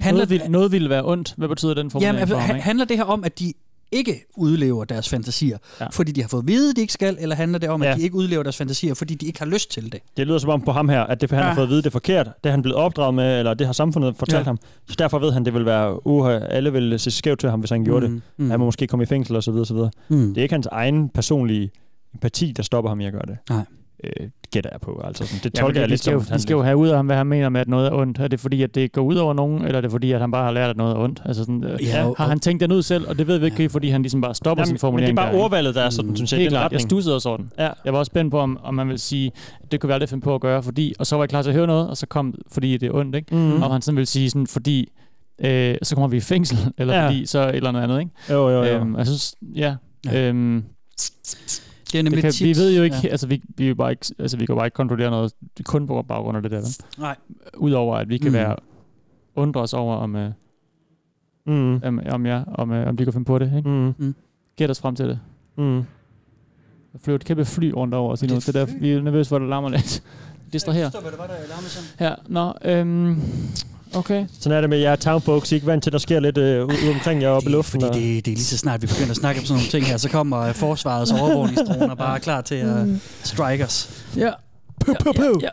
handler, Noget vil, noget vil være ondt. Hvad betyder den formulering Jamen, altså, for ham, ha- ikke? handler det her om, at de ikke udlever deres fantasier, ja. fordi de har fået at vide, de ikke skal, eller handler det om, at de ikke udlever deres fantasier, fordi de ikke har lyst til det? Altså, Det lyder som om på ham her, at det, han Ja. har fået at vide, det er forkert. Det er han blevet opdraget med, eller det har samfundet fortalt Ja. ja. ham. Så derfor ved han, det vil være, uha, alle vil se skævt til ham, hvis han gjorde Mm, det. mm. Han må måske komme i fængsel osv. osv. Mm. Mm. Det er ikke hans egen personlige empati, der stopper ham i at gøre det. Nej. Øh, gætter jeg på. Altså, sådan, det Jamen, tolker jeg vi lidt skal jo, som, Vi skal jo have ud af ham, hvad han mener med, at noget er ondt. Er det fordi, at det går ud over nogen, eller er det fordi, at han bare har lært, at noget er ondt? Altså sådan, ja, Ja, ja, og- har han tænkt den ud selv, og det ved vi ikke, fordi han ligesom bare stopper Jamen, sin men formulering. det er bare der, ikke? ordvalget, der er sådan, synes jeg, i Helt den klart. Jeg retning. stussede også over den. Ja. Jeg var også spændt på, om, om man vil sige, at det kunne vi aldrig finde på at gøre, fordi, og så var jeg klar til at høre noget, og så kom, fordi det er ondt, ikke? Mhm. Og han sådan vil sige sådan, fordi, øh, så kommer vi i fængsel, eller ja. Ja. fordi, så et eller noget andet, ikke? Jo, jo, jo. Øhm, jeg synes, ja. ja. Øhm, det er nemlig kan, tit- Vi ved jo ikke, ja. ja. altså vi, vi, er jo bare ikke, altså vi kan jo bare ikke kontrollere noget kun på baggrund af det der. vel? Nej. Udover at vi kan Mm. mm. være undre os over, om, øh, mm. om, om, ja, om, øh, om de kan finde på det. Ikke? Mm. Mm. Gæt os frem til det. Mm. Der flyver et kæmpe fly rundt over os lige nu. Det er der, vi er nervøse for, at det larmer lidt. Det står her. Hvad det var, der larmede sådan? Ja, nå, øhm, okay. Sådan er det med jer townfolks. I er ikke vant til, at der sker lidt øh, ude omkring jer oppe i luften. Fordi det, det er lige så snart, vi begynder at snakke om sådan nogle ting her, så kommer øh, forsvarets overvågningsdroner bare er klar til at Mm. strike os. Ja. Puh, puh, puh. Ja,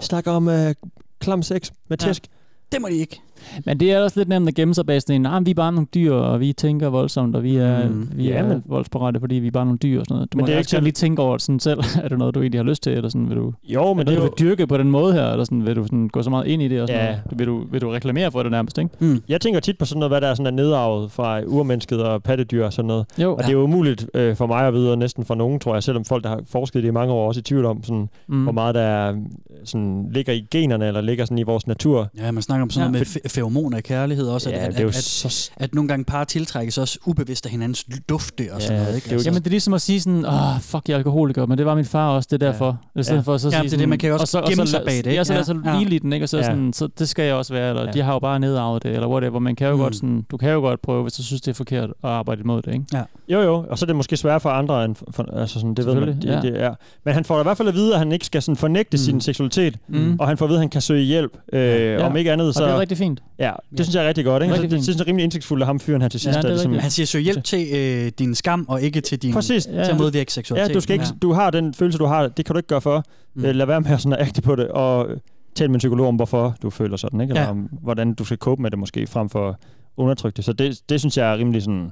Snakker om øh, klam sex med Ja. tæsk. Det må de ikke. Men det er også lidt nemt at gemme sig bag sådan en, nah, men vi er bare nogle dyr, og vi tænker voldsomt, og vi er, mm. vi Ja, er men- voldsparate, fordi vi er bare nogle dyr og sådan noget. Du Men må det er også ikke til- godt lige tænke over sådan selv, er det noget, du egentlig har lyst til, eller sådan vil du... Jo, men er noget, det er du vil dyrke på den måde her, eller sådan, vil du sådan gå så meget ind i det, og sådan Ja. noget? Vil du, vil du reklamere for det nærmest, ikke? Mm. Jeg tænker tit på sådan noget, hvad der er, sådan er nedarvet fra urmennesket og pattedyr og sådan noget. Jo. Og Ja. det er jo umuligt øh, for mig at vide, og næsten for nogen, tror jeg, selvom folk, der har forsket i det i mange år, også i tvivl om, sådan, Mm. mm. hvor meget der er, øh, sådan, ligger i generne, eller ligger sådan i vores natur. Ja, man snakker om sådan ja. noget med fe- feromoner i kærlighed også, at, Ja, at, det er jo at, så- at, at nogle gange par tiltrækkes også ubevidst af hinandens dufte og sådan noget. Ikke? Altså. Det er jo, jamen, det er ligesom at sige sådan, åh, fuck, jeg er alkoholiker, men det var min far også, det er derfor. Ja. I stedet Ja. for så at Ja, sige det er sådan, det, man kan jo også og så, gemme og så, sig lad- bag det, ikke? Ja, så lader Ja. så Ja. hvile i den, ikke? Og så, Ja. sådan, så det skal jeg også være, eller Ja. de har jo bare nedarvet det, eller whatever. Man kan jo Mm. mm. godt sådan, du kan jo godt prøve, hvis du synes, det er forkert at arbejde imod det, ikke? Ja. Jo, jo, og så er det måske sværere for andre, end for, for, altså sådan, det ved man, det, Selvfølgelig, ja. det ja. er. Men han får da i hvert fald at vide, at han ikke skal sådan fornægte mm. sin seksualitet, Mm. mm. og han får at vide, at han kan søge hjælp, øh, ja. om ikke andet. Og Så, det er rigtig fint. Ja, det synes jeg er rigtig godt. Ikke? Rigtig Rigtig altså, fint. det synes jeg er rimelig indsigtsfuldt af ham fyren her til sidst. Ja, der det er ligesom- rigtigt. Han siger, søg hjælp til øh, din skam, og ikke til din... Præcis. Til at modvirke seksualitet. Ja, du, skal ikke, du har den følelse, du har, det kan du ikke gøre for. Mm. Mm. Lad være med at sådan agte på det, og tal med en psykolog om, hvorfor du føler sådan, ikke? Eller Ja. ja. om, hvordan du skal cope med det måske, frem for at undertrykke det. Så det, det synes jeg er rimelig sådan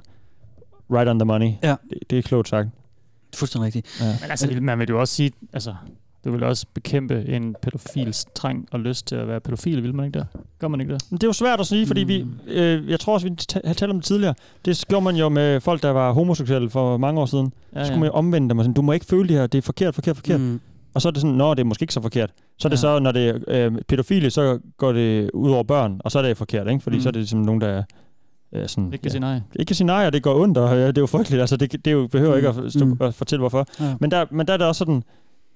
right on the money. Ja. Det, det er klogt sagt. Fuldstændig rigtigt. Ja. Men altså, man vil jo også sige, altså, du vil også bekæmpe en pædofils trang og lyst til at være pædofil, vil man ikke det? Gør man ikke det? Men det er jo svært at sige, fordi vi, Mm. øh, jeg tror også, vi ta- har talt om det tidligere. Det gjorde man jo med folk, der var homoseksuelle for mange år siden. Ja, Ja, ja. Så skulle man jo omvende dem og sådan, du må ikke føle det her, det er forkert, forkert, forkert. Mm. Og så er det sådan, nå, det er måske ikke så forkert. Så er det Ja. ja. så, når det er øh, pædofile, så går det ud over børn, og så er det forkert, ikke? Fordi Mm. mm. så er det ligesom nogen, der er øh, sådan, Ikke kan sige nej. Ikke kan sige nej, og det går ondt, og øh, det er jo frygteligt. Altså, det, det er jo, behøver Mm. mm. ikke at, stå, Mm. at fortælle, hvorfor. Ja. Men, der, men der er det også sådan,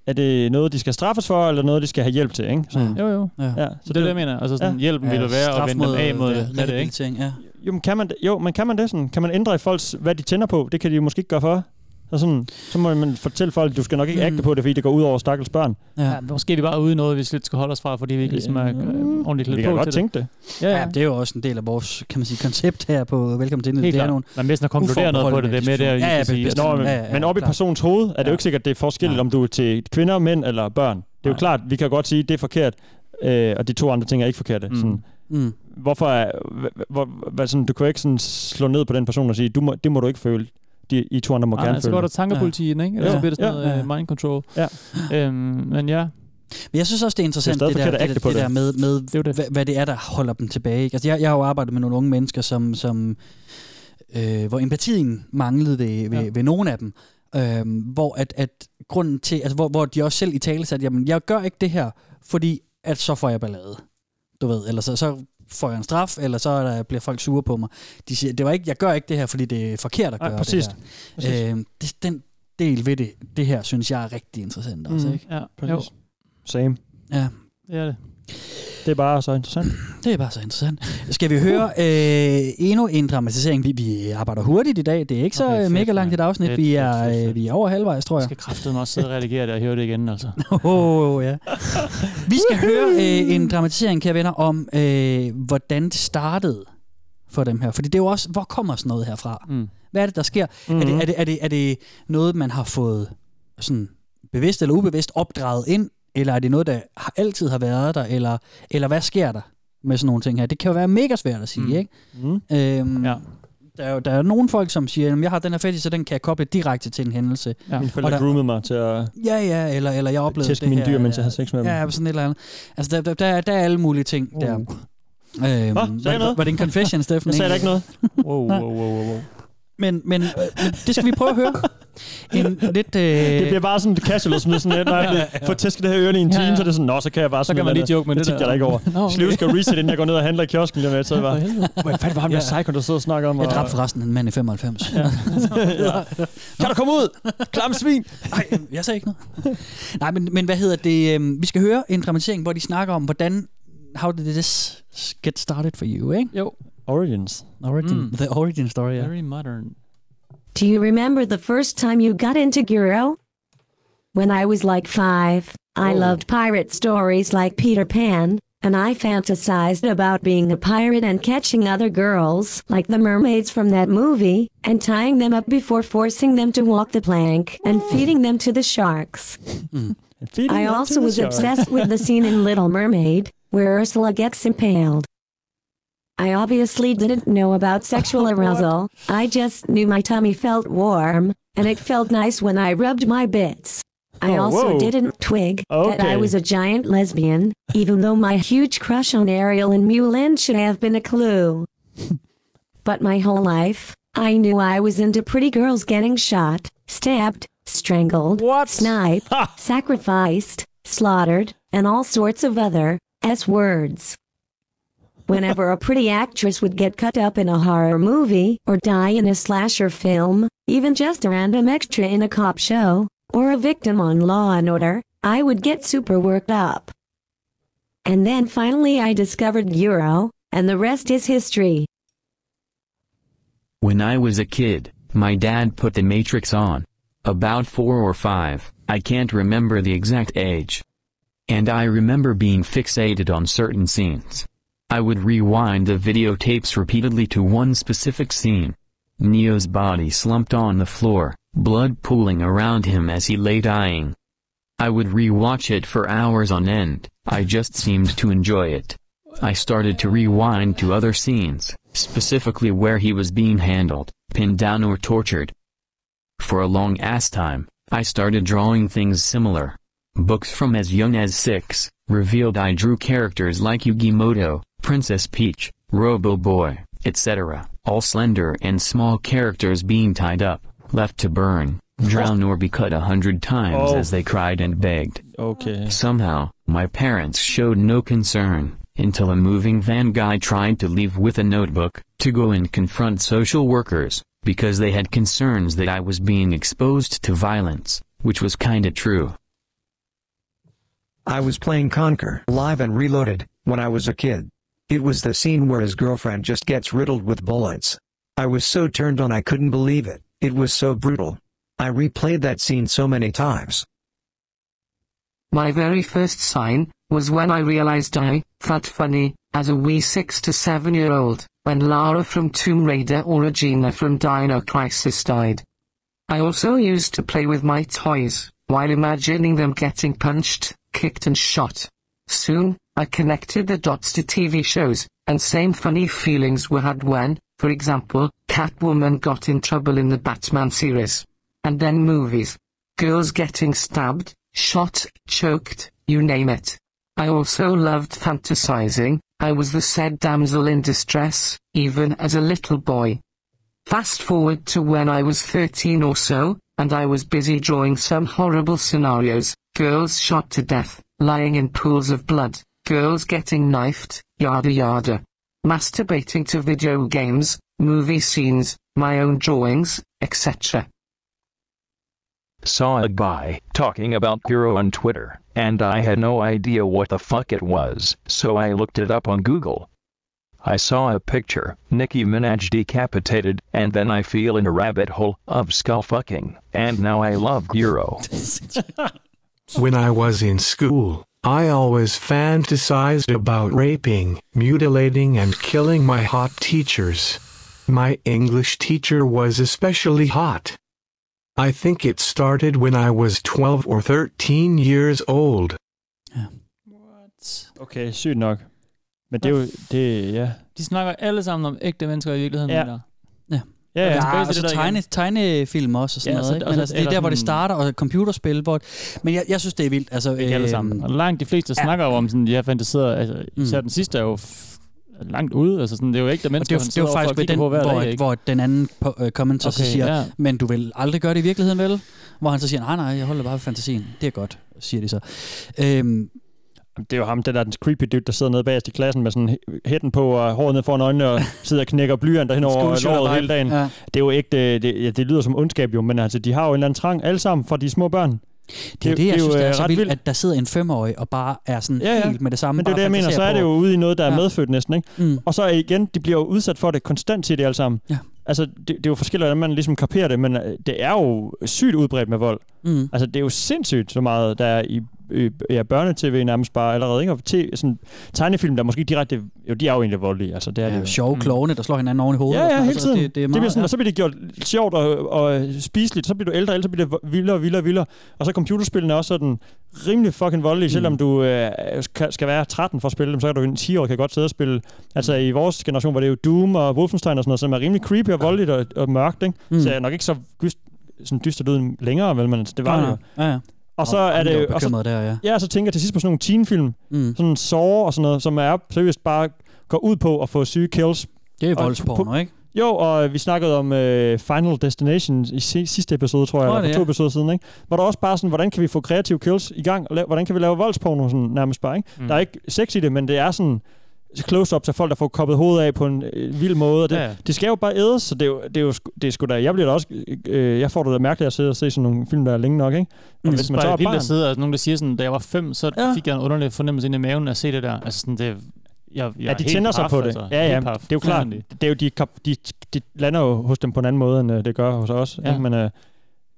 er det noget, de skal straffes for, eller noget, de skal have hjælp til, ikke? Sådan, Jo, jo. Ja. Ja, så det, er det, jeg mener. Altså, sådan, ja. hjælpen ville jo være at vende dem af mod det. Kan det, ikke? Ja. Jo, men kan man, det- jo, men kan man det sådan? Kan man ændre i folks, hvad de tænder på? Det kan de jo måske ikke gøre for. Så, sådan, så må man fortælle folk, at du skal nok Mm. ikke agte på det, fordi det går ud over stakkels børn. Ja. ja, måske er det bare ude i noget, vi slet skal holde os fra, fordi vi ikke ligesom er øh, ordentligt klædt Mm. Vi på kan godt til tænke det. Ja, ja. Ja, det er jo også en del af vores, kan man sige, koncept her på Velkommen til Indien. Helt Det er klart. nogle Man bedst at konkludere noget på det, det er med det, uforbeholdne at I diskussioner. kan sige, bestemt. Nå, men, ja, ja, men op i klart. persons hoved er det jo ikke sikkert, det er forskelligt, om du er til kvinder, mænd eller børn. Det er jo klart, vi kan godt sige, at det er forkert, øh, og de to andre ting er ikke forkerte. Mm. Sådan, Mm. hvorfor er, hva- hvor, hvad, sådan, du kan jo ikke sådan slå ned på den person og sige, du må, det må du ikke føle. De, I to andre må Nej, gerne nej, så føle altså, går der det. tankepoliti i den, ikke? Eller så bliver det sådan noget, øh, mind control. Øhm, men ja. Men jeg synes også, det er interessant, Det er det, stadig det, forkert der, at det, ægte det, på det det. der med, med det det. Hvad, hvad det er, der holder dem tilbage. Ikke? Altså, jeg, jeg har jo arbejdet med nogle unge mennesker, som, som øh, hvor empatien manglede ved, ved, ja. ved nogle af dem. Øhm, hvor at, at grunden til, altså, hvor, hvor de også selv i tale satte, jamen, jeg gør ikke det her, fordi at så får jeg ballade. Du ved, eller så, så får jeg en straf, eller så er der, bliver folk sure på mig. De siger, det var ikke, jeg gør ikke det her, fordi det er forkert at Nej, gøre præcis. det Præcis. her. Øhm, det, den del ved det, det her, synes jeg er rigtig interessant også, Mm, ikke? ja, Præcis. Same. Ja. Det er det. Det er bare så interessant. Det er bare så interessant. Skal vi høre øh, endnu en dramatisering? Vi, vi arbejder hurtigt i dag. Det er ikke så okay, mega langt et afsnit. Fedt, vi, fedt, er, fedt, øh, vi er over halvvejs, tror Jeg jeg. skal kraftedeme også sidde og redigere det og høre det igen, altså. Åh, oh, ja. Vi skal høre øh, en dramatisering, kære venner, om øh, hvordan det startede for dem her. Fordi det er jo også, hvor kommer sådan noget herfra? Mm. Hvad er det, der sker? Mm-hmm. Er, Mhm. det, er, det, er, det, er det noget, man har fået sådan bevidst eller ubevidst opdraget ind? Eller er det noget, der har, altid har været der? Eller, eller hvad sker der med sådan nogle ting her? Det kan jo være mega svært at sige, mm. ikke? Mm. Øhm, ja. Der er jo der er nogle folk, som siger, at jeg har den her fetish, så den kan jeg koble direkte til en hændelse. Ja. Mine Og forældre der- groomede mig til at... Ja, ja, eller, eller jeg oplevede tæske det mine her, dyr, mens eller- jeg havde sex med dem. Ja, sådan et eller andet. Altså, der, der, der, er- der er alle mulige ting uh. der. Øhm, sagde jeg var, noget? var det en confession, Steffen? Jeg sagde da ikke egentlig? noget. Wow, Nej. wow, wow, wow, wow. Men, men, øh, men det skal vi prøve at høre. En lidt... Øh... Det bliver bare sådan casual at smide sådan lidt, når jeg får tæsket det her ørerne i en time, så er det sådan, nå, så kan jeg bare kan smide man det lige der. joke med det tænkte jeg der. da ikke over. Nå, okay. Sliv skal reset, inden jeg går ned og handler i kiosken, lige om lidt, så er jeg Ja, bare, for helvede. hvad fanden var ham der Ja. psycho, der sidder og snakker om? Jeg og- dræbte forresten en mand i 95. Ja. Kan du komme ud? Klam svin! Nej, jeg sagde ikke noget. Nej, men, men hvad hedder det? øhm, Vi skal høre en dramatisering, hvor de snakker om, hvordan... How did this get started for you, ikke? Jo. Origins. Origin. Mm. The origin story, ja. Very modern. Do you remember the first time you got into Guro? When I was like five, I loved pirate stories like Peter Pan, and I fantasized about being a pirate and catching other girls, like the mermaids from that movie, and tying them up before forcing them to walk the plank and feeding them to the sharks. I also was obsessed with the scene in Little Mermaid where Ursula gets impaled. I obviously didn't know about sexual arousal. I just knew my tummy felt warm and it felt nice when I rubbed my bits. I Oh, also whoa. didn't twig that Okay. I was a giant lesbian, even though my huge crush on Ariel and Mulan should have been a clue. But my whole life, I knew I was into pretty girls getting shot, stabbed, strangled, sniped, sacrificed, slaughtered, and all sorts of other S words. Whenever a pretty actress would get cut up in a horror movie or die in a slasher film, even just a random extra in a cop show, or a victim on Law and Order, I would get super worked up. And then finally I discovered Euro, and the rest is history. When I was a kid, my dad put The Matrix on. About four or five, I can't remember the exact age. And I remember being fixated on certain scenes. I would rewind the videotapes repeatedly to one specific scene. Neo's body slumped on the floor, blood pooling around him as he lay dying. I would rewatch it for hours on end. I just seemed to enjoy it. I started to rewind to other scenes, specifically where he was being handled, pinned down or tortured. For a long ass time, I started drawing things similar. Books from as young as six revealed I drew characters like Yugimoto, Princess Peach, Robo Boy, etc., all slender and small characters being tied up, left to burn, drown, or be cut a hundred times Oh. as they cried and begged. Okay. Somehow, my parents showed no concern until a moving van guy tried to leave with a notebook to go and confront social workers because they had concerns that I was being exposed to violence, which was kinda true. I was playing Conquer live and reloaded when I was a kid. It was the scene where his girlfriend just gets riddled with bullets. I was so turned on I couldn't believe it. It was so brutal. I replayed that scene so many times. My very first sign was when I realized I felt funny as a wee six to seven year old when Lara from Tomb Raider or Regina from Dino Crisis died. I also used to play with my toys while imagining them getting punched, kicked, and shot. Soon, I connected the dots to TV shows, and same funny feelings were had when, for example, Catwoman got in trouble in the Batman series. And then movies. Girls getting stabbed, shot, choked, you name it. I also loved fantasizing, I was the said damsel in distress, even as a little boy. Fast forward to when I was 13 or so, and I was busy drawing some horrible scenarios girls shot to death, lying in pools of blood, girls getting knifed, yada yada. Masturbating to video games, movie scenes, my own drawings, etc. Saw a guy talking about Hero on Twitter, and I had no idea what the fuck it was, so I looked it up on Google. I saw a picture, Nicki Minaj decapitated, and then I feel in a rabbit hole of skull fucking, and now I love Euro. When I was in school, I always fantasized about raping, mutilating, and killing my hot teachers. My English teacher was especially hot. I think it started when I was 12 or 13 years old. Okay, sygt nok. Men det er jo, det, ja. De snakker alle sammen om ægte mennesker i virkeligheden. Ja. mener Ja. jeg. Ja, altså, ja. Og tilbage ja til og det så der Ah, tegne, igen. tegnefilm også og sådan Ja, ja, så- noget. Ikke? og Men så- altså, det er eller der, hvor det sådan- starter, og computerspil. Hvor... Men jeg, jeg synes, det er vildt. Altså, Ikke alle sammen. Og langt de fleste snakker jo om sådan, de her fantasier, altså, især Mm. den sidste er jo f- langt ude, altså sådan, det er jo ikke der Og det mennesker, var, han det var sidder faktisk overfor og ved kigger den, på hver hvor, dag, ikke? hvor den anden på, øh, commenter okay, Okay, så siger, ja. ja. men du vil aldrig gøre det i virkeligheden, vel? Hvor han så siger, nej, nej, jeg holder bare ved fantasien. Det er godt, siger de så. Øh, Øhm, det er jo ham, den der den creepy dude, der sidder nede bagerst i klassen med sådan he- hætten på og håret ned foran øjnene og sidder og knækker blyanter hen over Skuespiller låret vibe. hele dagen. Ja. Ja. Det er jo ægte, det, ja, det lyder som ondskab jo, men altså, de har jo en eller anden trang alle sammen fra de små børn. Det er jo det, jeg synes, det er øh, så ret vildt, at der sidder en femårig og bare er sådan Ja, ja. helt med det samme. Men det er bare det, jeg mener, så fantaserer er det jo på- ude i noget, der er Ja. medfødt næsten, ikke? Mm. Og så igen, de bliver jo udsat for det konstant, siger de alle sammen. Ja. Altså, det, det er jo forskelligt, hvordan man ligesom kapere det, men øh, det er jo sygt udbredt med vold. Mm. Altså, det er jo sindssygt så meget, der er i øh, ja, børnetv nærmest bare allerede, ikke? Og te, sådan, tegnefilm, der måske ikke direkte, jo, de er jo egentlig voldelige, altså, det er det Ja, jo. sjove mm. klovne, der slår hinanden oven i hovedet. Ja, og sådan ja, noget. hele Altså, tiden. Det, det er meget, bliver sådan, ja. Og så bliver det gjort sjovt og, og spiseligt. Så bliver du ældre, og ældre, så bliver det vildere og vildere og vildere. Og så er computerspillene også sådan rimelig fucking voldelige. Mm. Selvom du øh, skal- skal være 13 for at spille dem, så er du en 10 år kan godt sidde og spille. Altså i vores generation var det jo Doom og Wolfenstein og sådan noget, som er rimelig creepy og voldeligt og, og mørkt. Ikke? Mm. Mm. Så er nok ikke så dyst, sådan dyster lyd længere, vel, men altså, det var Nej, det jo. nej. Ja, ja. Og så Nå, er men jeg det var og så, bekymret der, ja. ja, og så tænker jeg til sidst på sådan nogle teenfilm, mm. sådan Saw og sådan noget, som er seriøst bare går ud på at få syge kills. Det er Og- voldsporno, ikke? jo, og vi snakkede om øh, Final Destination i si- sidste episode, tror jeg, eller Tror jeg for det, to ja. episoder siden, ikke? Hvor der også bare sådan, hvordan kan vi få kreative kills i gang? Og la- hvordan kan vi lave voldsporno sådan, nærmest bare, ikke? Mm. Mm. Der er ikke sex i det, men det er sådan close-ups af folk, der får koppet hovedet af på en øh, vild måde. Og det, Ja, ja, ja. ja. det skal jo bare ædes, så det er jo, det er jo sku- det er sgu da... Jeg bliver da også... Øh, jeg får det da mærkeligt at sidde og se sådan nogle film, der er længe nok, ikke? Og hvis man bare er er vildt barn- at sidde, altså nogen der siger sådan, da jeg var fem, så Ja. ja. fik jeg en underlig fornemmelse inde i maven af at se det der. Altså sådan, det, jeg, jeg Ja, er de helt tænder sig paf, på det. Altså, ja, Helt ja, det paf. er jo klart. Fuldstændig. Det er jo, de, kap- de, de lander jo hos dem på en anden måde, end øh, det gør hos os. Ja. Ja. Ikke? Men, øh,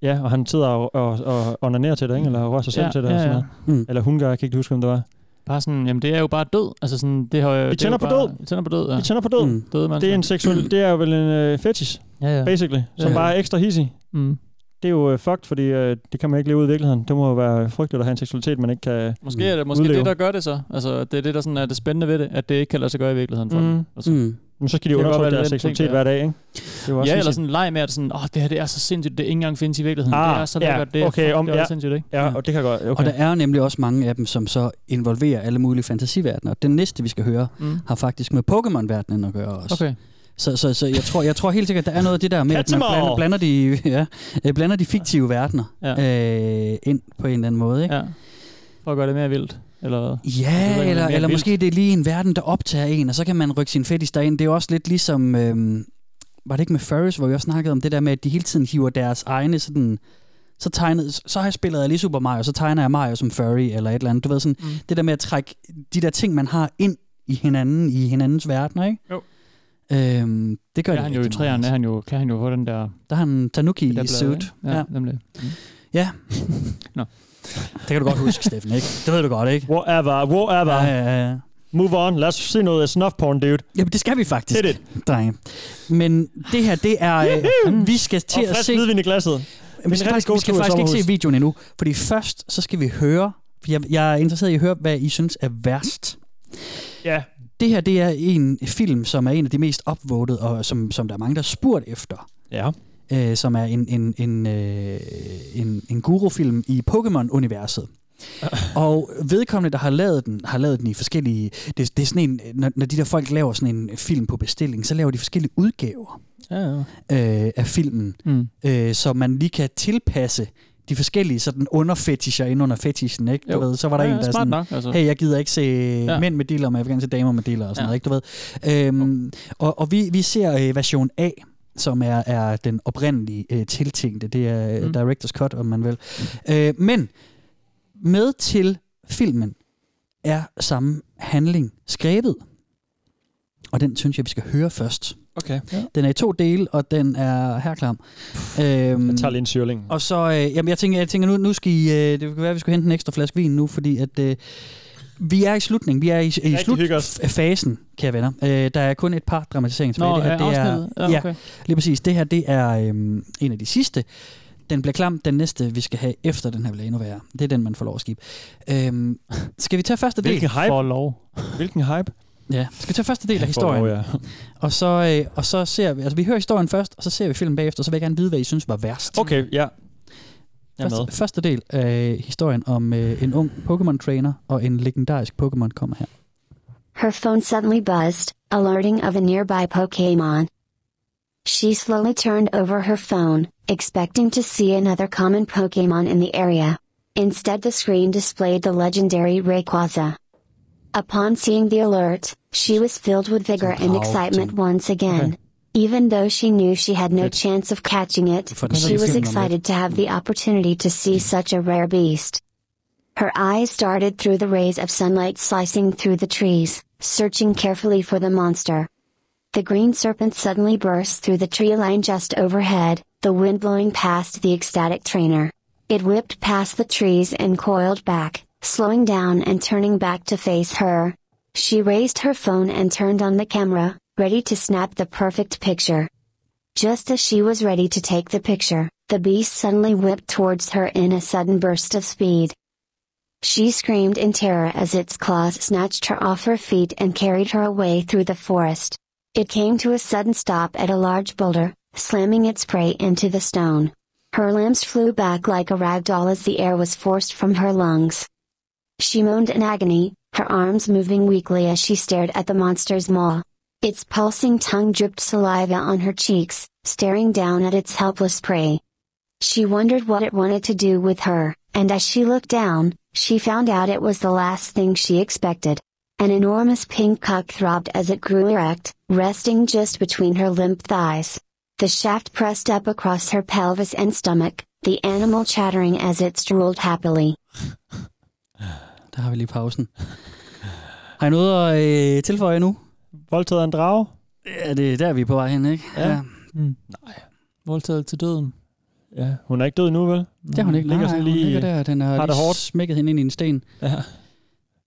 ja, og han sidder og, og, og onanerer til det, ikke? eller rører sig selv Ja, til det. ja, og sådan ja. noget. Eller hun gør, jeg kan ikke huske, hvem det var. Bare sådan, jamen det er jo bare død. Altså sådan, det har jo... det er tænder jo på bare- død. Vi tænder på død, ja. Vi tænder på død. Mm. Døde det mennesker. er en seksuel, det er jo vel en øh, fetish, Ja, ja. basically, som Ja, ja. bare er ekstra hissig. Mm. Det er jo øh, fucked, fordi øh, det kan man ikke leve ud i virkeligheden. Det må jo være frygteligt at have en seksualitet, man ikke kan Måske er det måske udleve. det, der gør det så. Altså, det er det, der sådan er det spændende ved det, at det ikke kan lade sig gøre i virkeligheden for Mm. dem. Altså, Mm. Men så skal de det kan godt undertrykke være, det er deres den ting, seksualitet der- hver dag, ikke? Det er jo også Ja, eller sindssygt. sådan en leg med, at sådan, åh, det her det er så sindssygt, det ikke engang findes i virkeligheden. det er så Ah, ja, lækkert, det er, okay, fuck, om, det er ja, også sindssygt, ikke? Ja, og det kan godt. Okay. Og der er jo nemlig også mange af dem, som så involverer alle mulige fantasiverdener. Den næste, vi skal høre, Mm. har faktisk med Pokémon-verdenen at gøre også. Okay. Så, så, så jeg, tror, jeg tror helt sikkert, der er noget af det der med, at man Catch 'em blander, all! blander, de, ja, øh, blander de fiktive verdener ja. øh, ind på en eller anden måde. Ikke? Ja. For at gøre det mere vildt, eller hvad? Ja, Det er eller, mere eller vildt. måske det er lige en verden, der optager en, og så kan man rykke sin fetish derind. Det er jo også lidt ligesom, øhm, var det ikke med Ferris, hvor vi også snakkede om det der med, at de hele tiden hiver deres egne sådan, så, tegnede, så har jeg spillet jeg lige Super Mario, så tegner jeg Mario som furry eller et eller andet. Du ved sådan, mm. det der med at trække de der ting, man har ind i hinanden, i hinandens verdener, ikke? Jo. Øhm, det gør Ja, de han jo i rigtig træerne, meget. er han jo, kan han jo få den der... Der har han Tanuki det der i blad, suit. ikke? Ja, nemlig. Mm. Ja. Nå. Det kan du godt huske, Steffen, ikke? Det ved du godt, ikke? Whatever, whatever. Ja, ja, ja. Move on, lad os se noget snuff porn, dude. Jamen, det skal vi faktisk. Hit it. Drenge. Men det her, det er... øh, vi skal til Og at frisk se... hvidvin i glasset. Men vi skal faktisk, vi skal faktisk ikke se videoen endnu, fordi først så skal vi høre, for jeg, jeg er interesseret i at høre, hvad I synes er værst. Ja. Det her, det er en film, som er en af de mest opvåget, og som, som der er mange, der har spurgt efter. Ja. Øh, som er en, en, en, øh, en, en gurufilm i Pokémon-universet. Og vedkommende, der har lavet den, har lavet den i forskellige... Det, det er sådan en, når, når de der folk laver sådan en film på bestilling, så laver de forskellige udgaver Ja, ja. øh, af filmen, Mm. mm. øh, så man lige kan tilpasse de forskellige sådan underfetischer ind under fetischen, ikke? Du Jo. ved, så var der Ja, en, ja, der smart sådan, nok, altså. hey, jeg gider ikke se Ja. ja. mænd med dealer, men jeg vil gerne se damer med dealer og sådan Ja. ja. noget, ikke? Du ved. Øhm, og, og vi, vi ser øh, version A, som er, er den oprindelige øh, tiltænkte. Det er Mm. mm. Directors Cut, om man vil. Øh, men med til filmen er samme handling skrevet. Og den synes jeg, vi skal høre først. Okay. Ja. Den er i to dele, og den er herklam. Øhm, jeg tager lige en syrling. Og så, øh, jamen jeg tænker, jeg tænker nu, nu skal I, øh, det kan være, at vi skal hente en ekstra flaske vin nu, fordi at, øh, vi er i slutningen, vi er i, i Rigtig hygge os. slutfasen, kære venner. Øh, der er kun et par dramatiseringer tilbage. Nå, det her, er det er, afsnittet? Ja, okay. ja, lige præcis. Det her, det er øhm, en af de sidste. Den bliver klam, den næste, vi skal have efter den her, vil jeg endnu være. Det er den, man får lov at skibe. Øhm, skal vi tage første del? Hvilken hype? lov. Hvilken hype? Ja, skal vi tage første del af Ja, for lov, historien? ja. Og så, øh, og så ser vi, altså vi hører historien først, og så ser vi filmen bagefter, så vil jeg gerne vide, hvad I synes var værst. Okay, ja. Jeg er Første, med. første del af historien om øh, en ung Pokémon-træner og en legendarisk Pokémon kommer her. Her phone suddenly buzzed, alerting of a nearby Pokemon. She slowly turned over her phone, expecting to see another common Pokemon in the area. Instead, the screen displayed the legendary Rayquaza. Upon seeing the alert, she was filled with vigor and power excitement thing. once again. Even though she kw she had no chance of catching it, For the she was season, Mm. I'm excited to have the opportunity to Mm. see such a rare beast. Her eyes darted through the rays of sunlight slicing through the trees, searching carefully for the monster. The green serpent suddenly burst through the tree line just overhead, the wind blowing past the ecstatic trainer. It whipped past the trees and coiled back, slowing down and turning back to face her. She raised her phone and turned on the camera, ready to snap the perfect picture. Just as she was ready to take the picture, the beast suddenly whipped towards her in a sudden burst of speed. She screamed in terror as its claws snatched her off her feet and carried her away through the forest. It came to a sudden stop at a large boulder, slamming its prey into the stone. Her limbs flew back like a rag doll as the air was forced from her lungs. She moaned in agony, her arms moving weakly as she stared at the monster's maw. Its pulsing tongue dripped saliva on her cheeks, staring down at its helpless prey. She wondered what it wanted to do with her, and as she looked down, she found out it was the last thing she expected. An enormous pink cock throbbed as it grew erect, resting just between her limp thighs. The shaft pressed up across her pelvis and stomach, the animal chattering as it strolled happily. Der har vi lige pausen. Har I noget at øh, tilføje nu? Voldtaget af en drage? Ja, det er der, vi er på vej hen, ikke? Ja. Mm. Nej. Voldtaget til døden. Ja, hun er ikke død nu, vel? Det har hun ikke. Mm. Ligger Nej, sådan hun lige, ligger der. Den har, har det lige hårdt. smækket hende ind i en sten. Ja.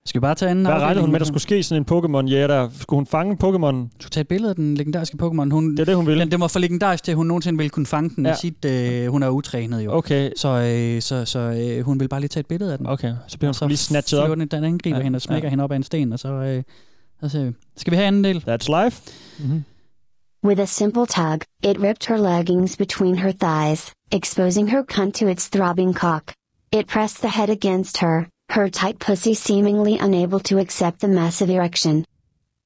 Skal vi bare tage anden Hvad regnede hun afdeling? med, der skulle ske sådan en Pokémon? Ja, der skulle hun fange en Pokémon? Du tage et billede af den legendariske Pokémon. Hun, det er det, hun ville. Den, den var for legendarisk til, at hun nogensinde ville kunne fange den. Ja. Ja. Sit, øh, hun er utrænet jo. Okay. Så, øh, så, så øh, hun vil bare lige tage et billede af den. Okay, så bliver hun så lige snatchet op. flyver Den, den angriber Ja, ja. hende og smækker ja. ja. hende op af en sten, og så, øh, så ser vi. Skal vi have anden del? That's life. Mm-hmm. With a simple tug, it ripped her leggings between her thighs, exposing her cunt to its throbbing cock. It pressed the head against her, her tight pussy seemingly unable to accept the massive erection.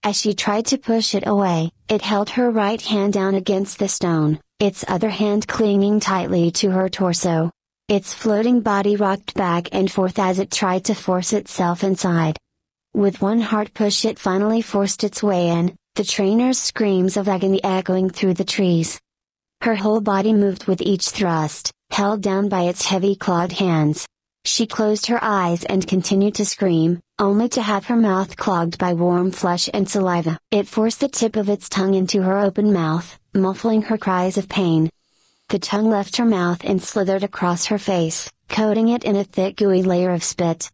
As she tried to push it away, it held her right hand down against the stone, its other hand clinging tightly to her torso. Its floating body rocked back and forth as it tried to force itself inside. With one hard push, it finally forced its way in, the trainer's screams of agony echoing through the trees. Her whole body moved with each thrust, held down by its heavy clawed hands. She closed her eyes and continued to scream, only to have her mouth clogged by warm flesh and saliva. It forced the tip of its tongue into her open mouth, muffling her cries of pain. The tongue left her mouth and slithered across her face, coating it in a thick gooey layer of spit.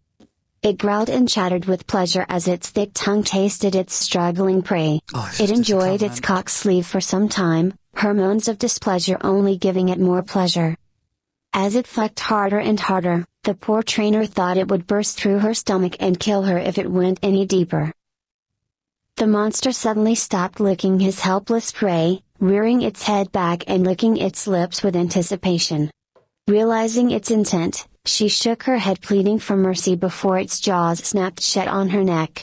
It growled and chattered with pleasure as its thick tongue tasted its struggling prey. it enjoyed its cock sleeve for some time, her moans of displeasure only giving it more pleasure. As it fucked harder and harder, the poor trainer thought it would burst through her stomach and kill her if it went any deeper. The monster suddenly stopped licking his helpless prey, rearing its head back and licking its lips with anticipation. Realizing its intent, she shook her head pleading for mercy before its jaws snapped shut on her neck.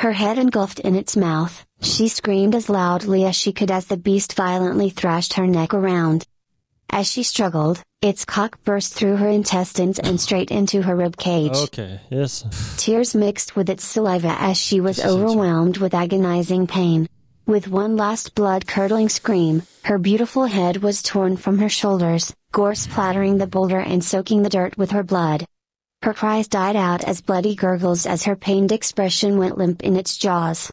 Her head engulfed in its mouth, she screamed as loudly as she could as the beast violently thrashed her neck around. As she struggled, its cock burst through her intestines and straight into her rib cage. Okay, yes. Tears mixed with its saliva as she was overwhelmed with agonizing pain. With one last blood curdling scream, her beautiful head was torn from her shoulders, gore splattering the boulder and soaking the dirt with her blood. Her cries died out as bloody gurgles as her pained expression went limp in its jaws.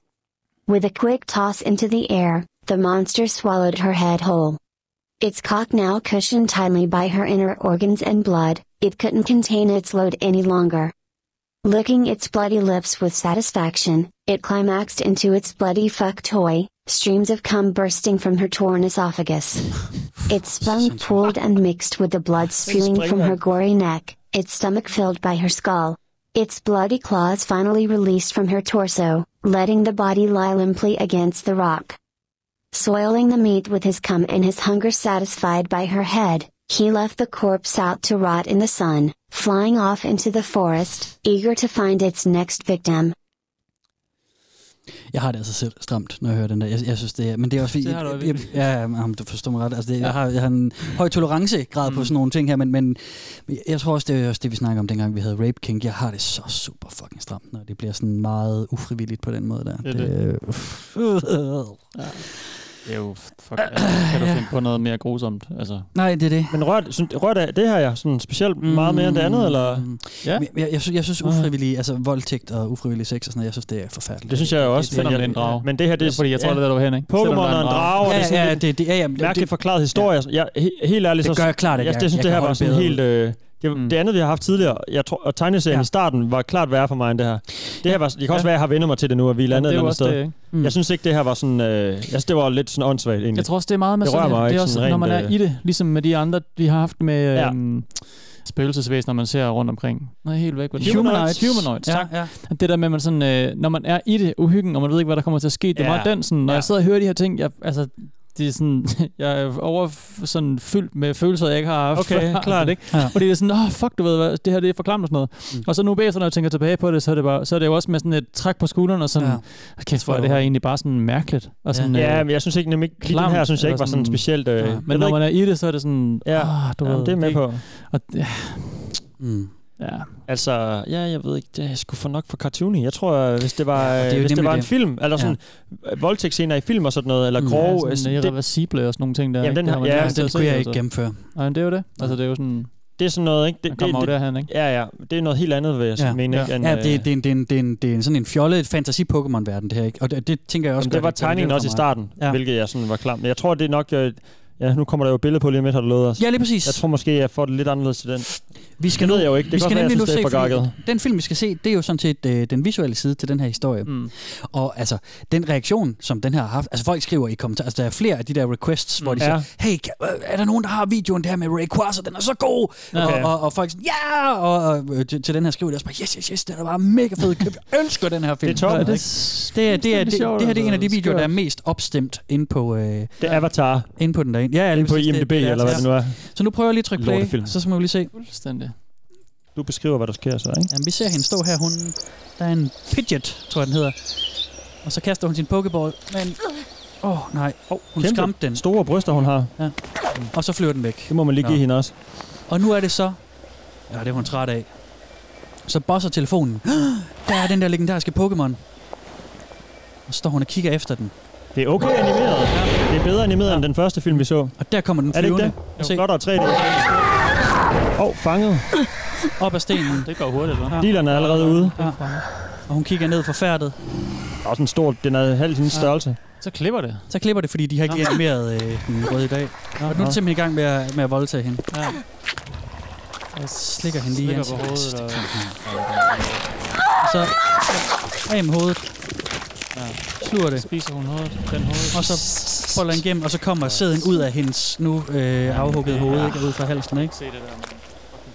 With a quick toss into the air, the monster swallowed her head whole. Its cock now cushioned tightly by her inner organs and blood, it couldn't contain its load any longer. Licking its bloody lips with satisfaction, it climaxed into its bloody fuck toy, streams of cum bursting from her torn esophagus. Its sperm pooled and mixed with the blood spewing from her gory neck, its stomach filled by her skull. Its bloody claws finally released from her torso, letting the body lie limply against the rock. Soiling the meat with his cum and his hunger satisfied by her head, he left the corpse out to rot in the sun, flying off into the forest, eager to find its next victim. Jeg har det altså selv stramt, når jeg hører den der. Jeg, jeg synes, det er... Men det er også... Det fordi- har du jeg, jeg, virkelig. ja, jamen, du forstår mig ret. Altså, det, jeg, har, jeg har en høj tolerancegrad mm. på sådan nogle ting her, men, men jeg tror også, det er også det, vi snakker om dengang, vi havde Rape King. Jeg har det så super fucking stramt, når det bliver sådan meget ufrivilligt på den måde der. Det er det. er- uff. Det er jo, fuck, altså, kan du finde på noget mere grusomt? Altså, Nej, det er det. Men rørt, synes, rørt af det her, ja, sådan specielt meget mere end det andet, eller? Ja. Mm. Jeg, jeg, jeg, synes, jeg synes ufrivillig, altså voldtægt og ufrivillig sex og sådan noget, jeg synes, det er forfærdeligt. Det synes jeg jo også. Selvom men, det er en drage. Men det her, det er... Ja, fordi jeg tror, det er der, du var hen, ikke? Selvom Pokémon der og en drage, og Ja, det er sådan ja, lidt det, det, ja, jamen, mærkeligt det- forklaret historie. Ja. Jeg, he- helt ærligt, Det så... gør jeg klart ikke. Jeg, Jeg- jeg synes, jeg det kan her var sådan holde bedre Mm. helt... Øh, det, det andet, vi har haft tidligere, jeg tror, og tegneserien ja. i starten var klart værre for mig end det her. Det her var... Det kan også Ja. være, jeg har vendt mig til det nu, at vi er landet det et eller er jo andet også sted. det, ikke? Mm. Jeg synes ikke, det her var sådan... Øh, jeg synes, det var lidt sådan åndssvagt, egentlig. Jeg tror også, det er meget med det rører sådan, her. mig det ikke er også, sådan når rent, man er øh, i det, ligesom med de andre, vi har haft med Ja. ja. øhm, spøgelsesvæsener, man ser rundt omkring. Nej, helt væk. hvad det- Humanoids. Humanoids, Ja, tak. ja. Det der med, at man sådan, øh, når man er i det uhyggen, og man ved ikke, hvad der kommer til at ske, det Ja. er meget den, sådan, når jeg sidder og hører de her ting, jeg, altså, det er sådan, jeg er over sådan fyldt med følelser, jeg ikke har haft. Okay, før, klart. Ikke? Ja. Ja. Fordi det er sådan, åh, oh, fuck, du ved hvad, det her det er for klamt og sådan noget. Mm. Og så nu bagefter, når jeg tænker tilbage på det, så er det, bare, så er det jo også med sådan et træk på skulderen og sådan, ja. kæft, hvor er det her egentlig bare sådan mærkeligt. Og sådan, øh, ja, men jeg synes ikke, nemlig, lige den her, synes jeg ikke var sådan specielt... Øh, ja, Ah, men når man er i det, så er det sådan... Ja, ah, du jamen, ved, det er med ikke- på. Og, ja. Mm. Ja. Altså, ja, jeg ved ikke, det er sgu for nok for cartoony. Jeg tror, øh, hvis det var, og det ja, er jo det hvis det nemlig var en det. Mm. film, eller sådan ja. voldtægtsscener i film og sådan noget, eller grove... ja, sådan øh, altså, irreversible og sådan nogle ting der. Jamen, ikke? den Det altså. har- man ja, nærmest den ikke kunne jeg set, ikke gennemføre. Nej, men det er jo det. Altså, det er jo sådan... det er sådan noget, ikke? Det, Man kommer jo derhen, ikke? Ja, ja. Det er noget helt andet, vil jeg ja. mene, ikke? ja. end, ja, øh, det, er- det, er en- det, er en- det, er en- det er en sådan en fjollet fantasy-Pokémon-verden, det her, ikke? Og det, det tænker jeg også Jamen, det godt, var ikke? er tegningen der også i kommer af. starten, ja. hvilket jeg sådan var klar. Men jeg tror, det er nok... Øh, ja, nu kommer der jo et billede på lige om lidt, har du lovet os. Ja, lige præcis. Jeg tror måske, jeg får det lidt anderledes til den. Vi skal det ved jeg jo ikke. Det kan vi skal godt være, nemlig jeg nu synes, det se, er for gakket. fordi den film, vi skal se, det er jo sådan set øh, den visuelle side til den her historie. Mm. Og altså, den reaktion, som den her har haft, altså folk skriver i kommentarer, altså der er flere af de der requests, hvor de Mm. Ja. siger, hey, kan, øh, er der nogen, der har videoen der med Rayquaza, den er så god! Okay. Og, og, og folk sådan, ja! Og, og øh, til, til den her skriver de også bare, yes, yes, yes, den er bare mega fed, jeg ønsker den her film. Det er toppen, Og ikke? altså. det, det, er, det, er, det, det, her det er en af de videoer, der er mest opstemt inde på... Øh, det er Avatar. Inde på den derinde. Ja, ja, lige Inde på præcis, IMDb, eller hvad det nu er. Så nu prøver jeg lige at trykke play, Lortefilm. så, så må vi lige se. Fuldstændig. Du beskriver, hvad der sker så, ikke? Jamen, vi ser hende stå her. Hun, der er en Pidget, tror jeg, den hedder. Og så kaster hun sin pokeball, men... Åh, oh, nej. Oh, hun Kæmpe skræmte den. Store bryster, hun har. Ja. Og så flyver den væk. Det må man lige give hende også. Og nu er det så... Ja, det er hun træt af. Så bosser telefonen. Der er den der legendariske Pokémon. Og så står hun og kigger efter den. Det er okay animeret. Det er bedre animeret end den første film, vi så. Og der kommer den Er det ikke flyvende. det? Det er jo godt, der er 3D. Åh, oh, fanget. Op ad stenen. Det går hurtigt, hva'? Dealeren er allerede ude. Ja. Og hun kigger ned forfærdet. Også en stor, den er halv sin størrelse. Så klipper det. Så klipper det, fordi de har ikke lige animeret øh, den røde i dag. Og nu er nå. de simpelthen i gang med at, med at voldtage hende. Ja. Jeg slikker hende lige i Slikker på ansigtet. hovedet, Og så af med hovedet. Ja. Slur det. Spiser hun hovedet, den hovedet. Og så folder han igennem, og så kommer sæden ud af hendes nu øh, afhuggede hoved, ikke? Og ud fra halsen, ikke? Se det der.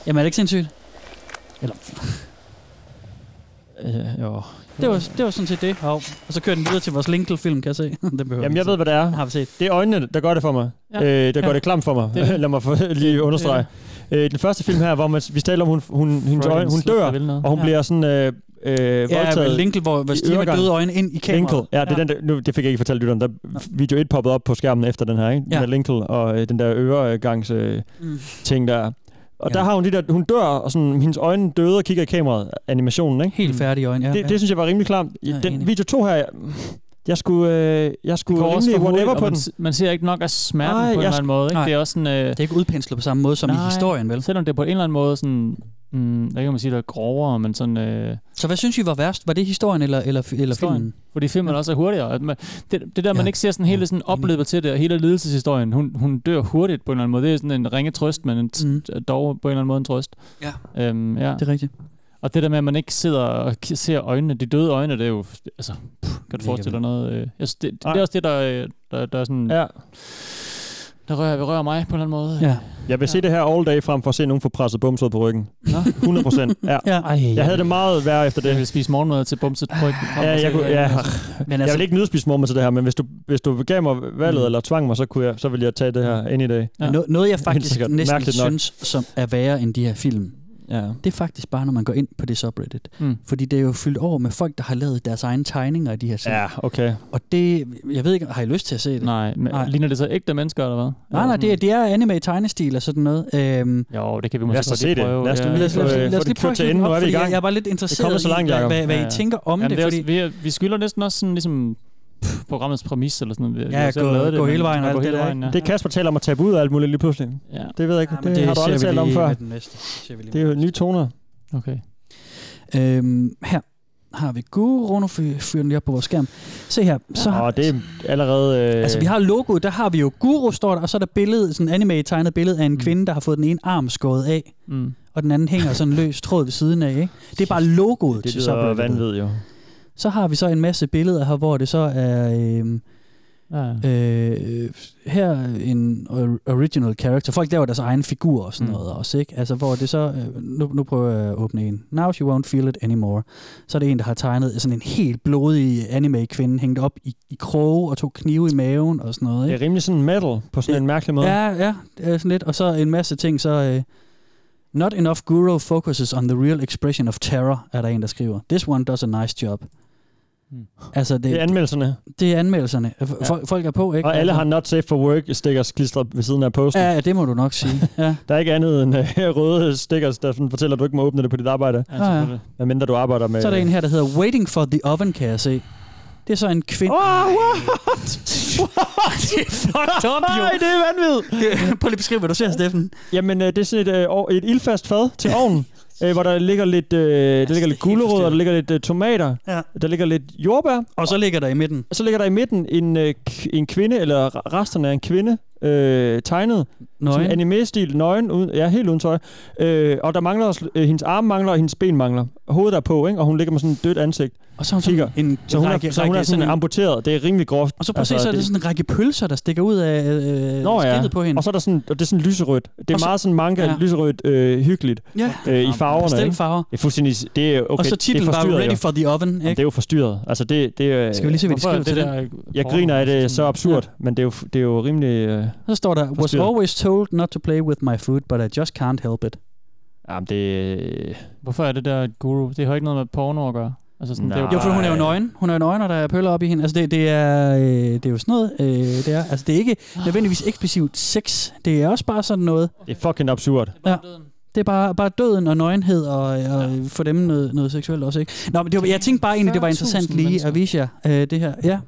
Jamen er det ikke sindssygt? Eller... Øh, jo. Det var, det var sådan set det. Hov. Og så kører den videre til vores Linkle-film, kan jeg se. den behøver Jamen, jeg ved, hvad det er. Har vi set. Det er øjnene, der gør det for mig. Ja. Ja. Øh, der gør Ja. det klam for mig. Det er det. Lad mig for, lige understrege. Øh, den første film her, hvor man, vi taler om, hun, hun, hendes Freudian øjne, hun slip, dør, der vil noget. og hun ja. Ja. bliver sådan øh, øh, voldtaget. men Linkle, hvor- hvor i stiger med øregangen. døde øjne ind i kameraet. Linkle, ja, det, er Ja. Den der, nu, det fik jeg ikke fortalt lytteren. Der video 1 poppede op på skærmen efter den her, ikke? Ja. Ja. Med Linkle og øh, den der øregangs øh, Mm. ting der. Og ja. der har hun de der, hun dør, og sådan, hendes øjne døde og kigger i kameraet. Animationen, ikke? Mm. Helt færdige øjne, ja. Det, ja. det synes jeg var rimelig klamt. Jeg er Den enig. video 2 her, jeg, jeg skulle, øh, jeg Det skulle går også rimelig for hurtigt, whatever og på man, den. s- man ser ikke nok af smerten Nej, på en jeg eller anden sk- måde. Ikke? nej. Det er også sådan, øh, det er ikke udpenslet på samme måde som i historien, vel? Selvom det er på en eller anden måde sådan, mm, hvad kan man sige, der er grovere, men sådan... Øh, Så hvad synes I var værst? Var det historien eller, eller, eller filmen? Fordi filmen ja. også er hurtigere. At man, det, det der, man Ja. ja. ikke ser sådan hele sådan opløbet til det, og hele lidelseshistorien, hun, hun dør hurtigt på en eller anden måde. Det er sådan en ringe trøst, men en t- mm. dog på en eller anden måde en trøst. Mhm. Ja. Øhm, ja. Det er rigtigt. Og det der med, at man ikke sidder og k- ser øjnene, de døde øjne, det er jo, altså, pff, kan du forestille dig noget? Øh, jeg synes, det, det, det er også det, der, øh, der, der er sådan, ja. der rører, rører mig på en eller anden måde. Ja. Jeg vil ja. se det her all day frem for at se nogen få presset bumset på ryggen. 100 procent. Ja. ja. Ej, jeg havde det meget værre efter det. Jeg ville spise morgenmad til bumset på ryggen. frem for Ja, at jeg, se kunne, det. ja. Men Men altså, altså- jeg vil ikke nyde at spise morgenmad til det her, men hvis du, hvis du gav mig valget Mm. mm. eller tvang mig, så, kunne jeg, så ville jeg tage det her any day. Ja. Noget, noget jeg faktisk sikkert. næsten Mærkeligt nok. synes, som er værre end de her film, ja. det er faktisk bare, når man går ind på det subreddit. Mm. Fordi det er jo fyldt over med folk, der har lavet deres egne tegninger af de her ting. Ja, okay. Og det, jeg ved ikke, har I lyst til at se det? Nej, men Nej. ligner det så ægte mennesker, eller hvad? Nej, nej, det er, det er anime tegnestil og sådan noget. Øhm, jo, det kan vi Lad os måske da se det. Lad os da ja. lige få, øh, få det kørt til ende. Nu er vi i gang. Jeg var lidt Det er interesseret kommet så langt, i, hvad, Jacob. hvad, hvad Ja, I ja. tænker om Jamen, det, er fordi... også, vi, er- vi skylder næsten også sådan ligesom pff, programmets præmis eller sådan noget. Vi- vi Ja, har selv gå- lavet gå men- hele vejen og gå alt det hele der, vejen, ikke? ja. Det er Kasper taler om at tabe ud af alt muligt lige pludselig. Ja. Det ved jeg ikke. Ja, Ja, men det, det, har du ser aldrig vi talt om lige før. med den næste. Ser vi lige Det er jo nye toner. Okay. Øhm, her har vi Guru. Fyr fyr den lige op på vores skærm. Se her. Så, Åh, det er allerede... Øh, Altså, vi har logoet, der har vi jo Guru, står der, og så er der billedet, sådan en anime-tegnet billede af en mm. kvinde, der har fået den ene arm skåret af, mm. og den anden hænger sådan løs tråd ved siden af, ikke? Det er bare logoet det til lyder subreddit. vanvid jo. Så har vi så en masse billeder her, hvor det så er... Øhm, ja. øh, her en or- original character. Folk laver deres egen figur og sådan noget også, ikke? Altså, hvor det så... Øh, nu, nu prøver jeg at åbne en. Now you won't feel it anymore. Så er det en, der har tegnet sådan en helt blodig anime-kvinde hængt op i, i kroge og to knive i maven og sådan noget, Det ikke? er rimelig sådan metal på sådan en mærkelig måde. Ja, ja, det er sådan lidt. Og så en masse ting, så... Øh, Not enough guru focuses on the real expression of terror, er der en, der skriver. This one does a nice job. Hmm. Altså, det, Det er anmeldelserne. Det er anmeldelserne. Folk, ja. folk er på, ikke? Og alle Altså- har not safe for work stikker klistret ved siden af posten. Ja, det må du nok sige. Ja. der er ikke andet end øh, røde stickers, der sådan fortæller, at du ikke må åbne det på dit arbejde. Ja, selvfølgelig. Hvad mindre du arbejder med... Så er der en her, der hedder Waiting for the Oven, kan jeg se. Det er så en kvinde... Oh, what? det er fucked up, jo. Nej, det er vanvittigt. Prøv lige at beskrive, hvad du ser, Steffen. Jamen, øh, det er sådan et, øh, ov- et ildfast fad til ovnen, øh, hvor der ligger lidt, øh, der ligger lidt gulerødder, der ligger lidt øh, tomater, ja. der ligger lidt jordbær. Og så ligger der i midten? Og så ligger der i midten en, øh, k- en kvinde, eller r- resterne af en kvinde, øh, tegnet. Nøgen. Sådan anime-stil, nøgen, uden, ja, helt uden tøj. Øh, og der mangler også, øh, hendes arme mangler, og hendes ben mangler. Hovedet er på, ikke? og hun ligger med sådan et dødt ansigt. Og så hun sådan en så hun, række- er, så hun er række sådan sådan- amputeret. Det er rimelig groft. Altså, Og så prøv at se, så er det sådan en række pølser, der stikker ud af øh, Nå ja, skindet på hende. og så er der sådan, og det er sådan lyserødt. Det er Og så- meget sådan manga, ja. ja. lyserødt, øh, hyggeligt Ja. øh, i farverne. Pastelfarver. Ikke? Det er fuldstændig, det er okay. Og så titlen det er var forstyrret, Ready jo. for the Oven, ikke? Det er jo forstyrret. Altså det, det, øh, Skal vi lige se, hvad de hvorfor er skriver til det den? der- Jeg griner af det, er så absurd, men det er jo, det er jo rimelig... Øh, Så står der, was forstyrret. always told not to play with my food, but I just can't help it. Jamen, det... Øh, Hvorfor er det der et guru? Det har jo ikke noget med porno at gøre. Altså sådan, det er Jo, for hun er jo nøgen. Hun er jo nøgen, og der er pøller op i hende. Altså, det, det, er, øh, det er jo sådan noget. Øh, det er, altså, det er ikke nødvendigvis eksplicit sex. Det er også bare sådan noget. Det er fucking absurd. Ja. Det er bare, bare døden og nøgenhed, og, og ja. for dem noget, noget seksuelt også, ikke? Nå, men det var, jeg tænkte bare egentlig, det var interessant 40.000 lige at vise jer øh, det her. Ja.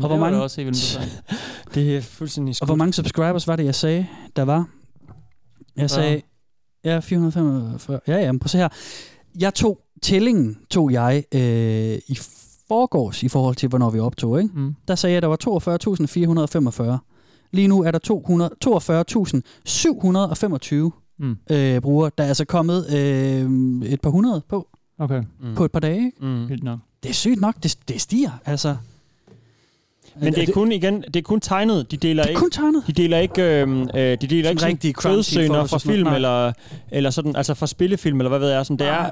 det var da også helt vildt interessant. det er fuldstændig Og hvor mange subscribers var det, jeg sagde, der var? Jeg Fyrre. sagde, ja, 445. Ja, ja, men prøv at se her. Jeg tog tællingen tog jeg øh, i forgårs i forhold til, hvornår vi optog. Ikke? Mm. Der sagde jeg, at der var 42.445. Lige nu er der 42.725 mm. øh, brugere. Der er altså kommet øh, et par hundrede på, Okay. mm. på et par dage. Ikke? Mm. Vildt nok. Det er sygt nok. Det, det stiger. Altså. Men det er kun igen, det er kun tegnet. De deler det er ikke kun tegnet. De deler ikke øhm, øh, de deler ikke sådan rigtige crunchy dødscener photos fra og sådan noget. film Nej. eller eller sådan altså fra spillefilm eller hvad ved jeg, sådan det er.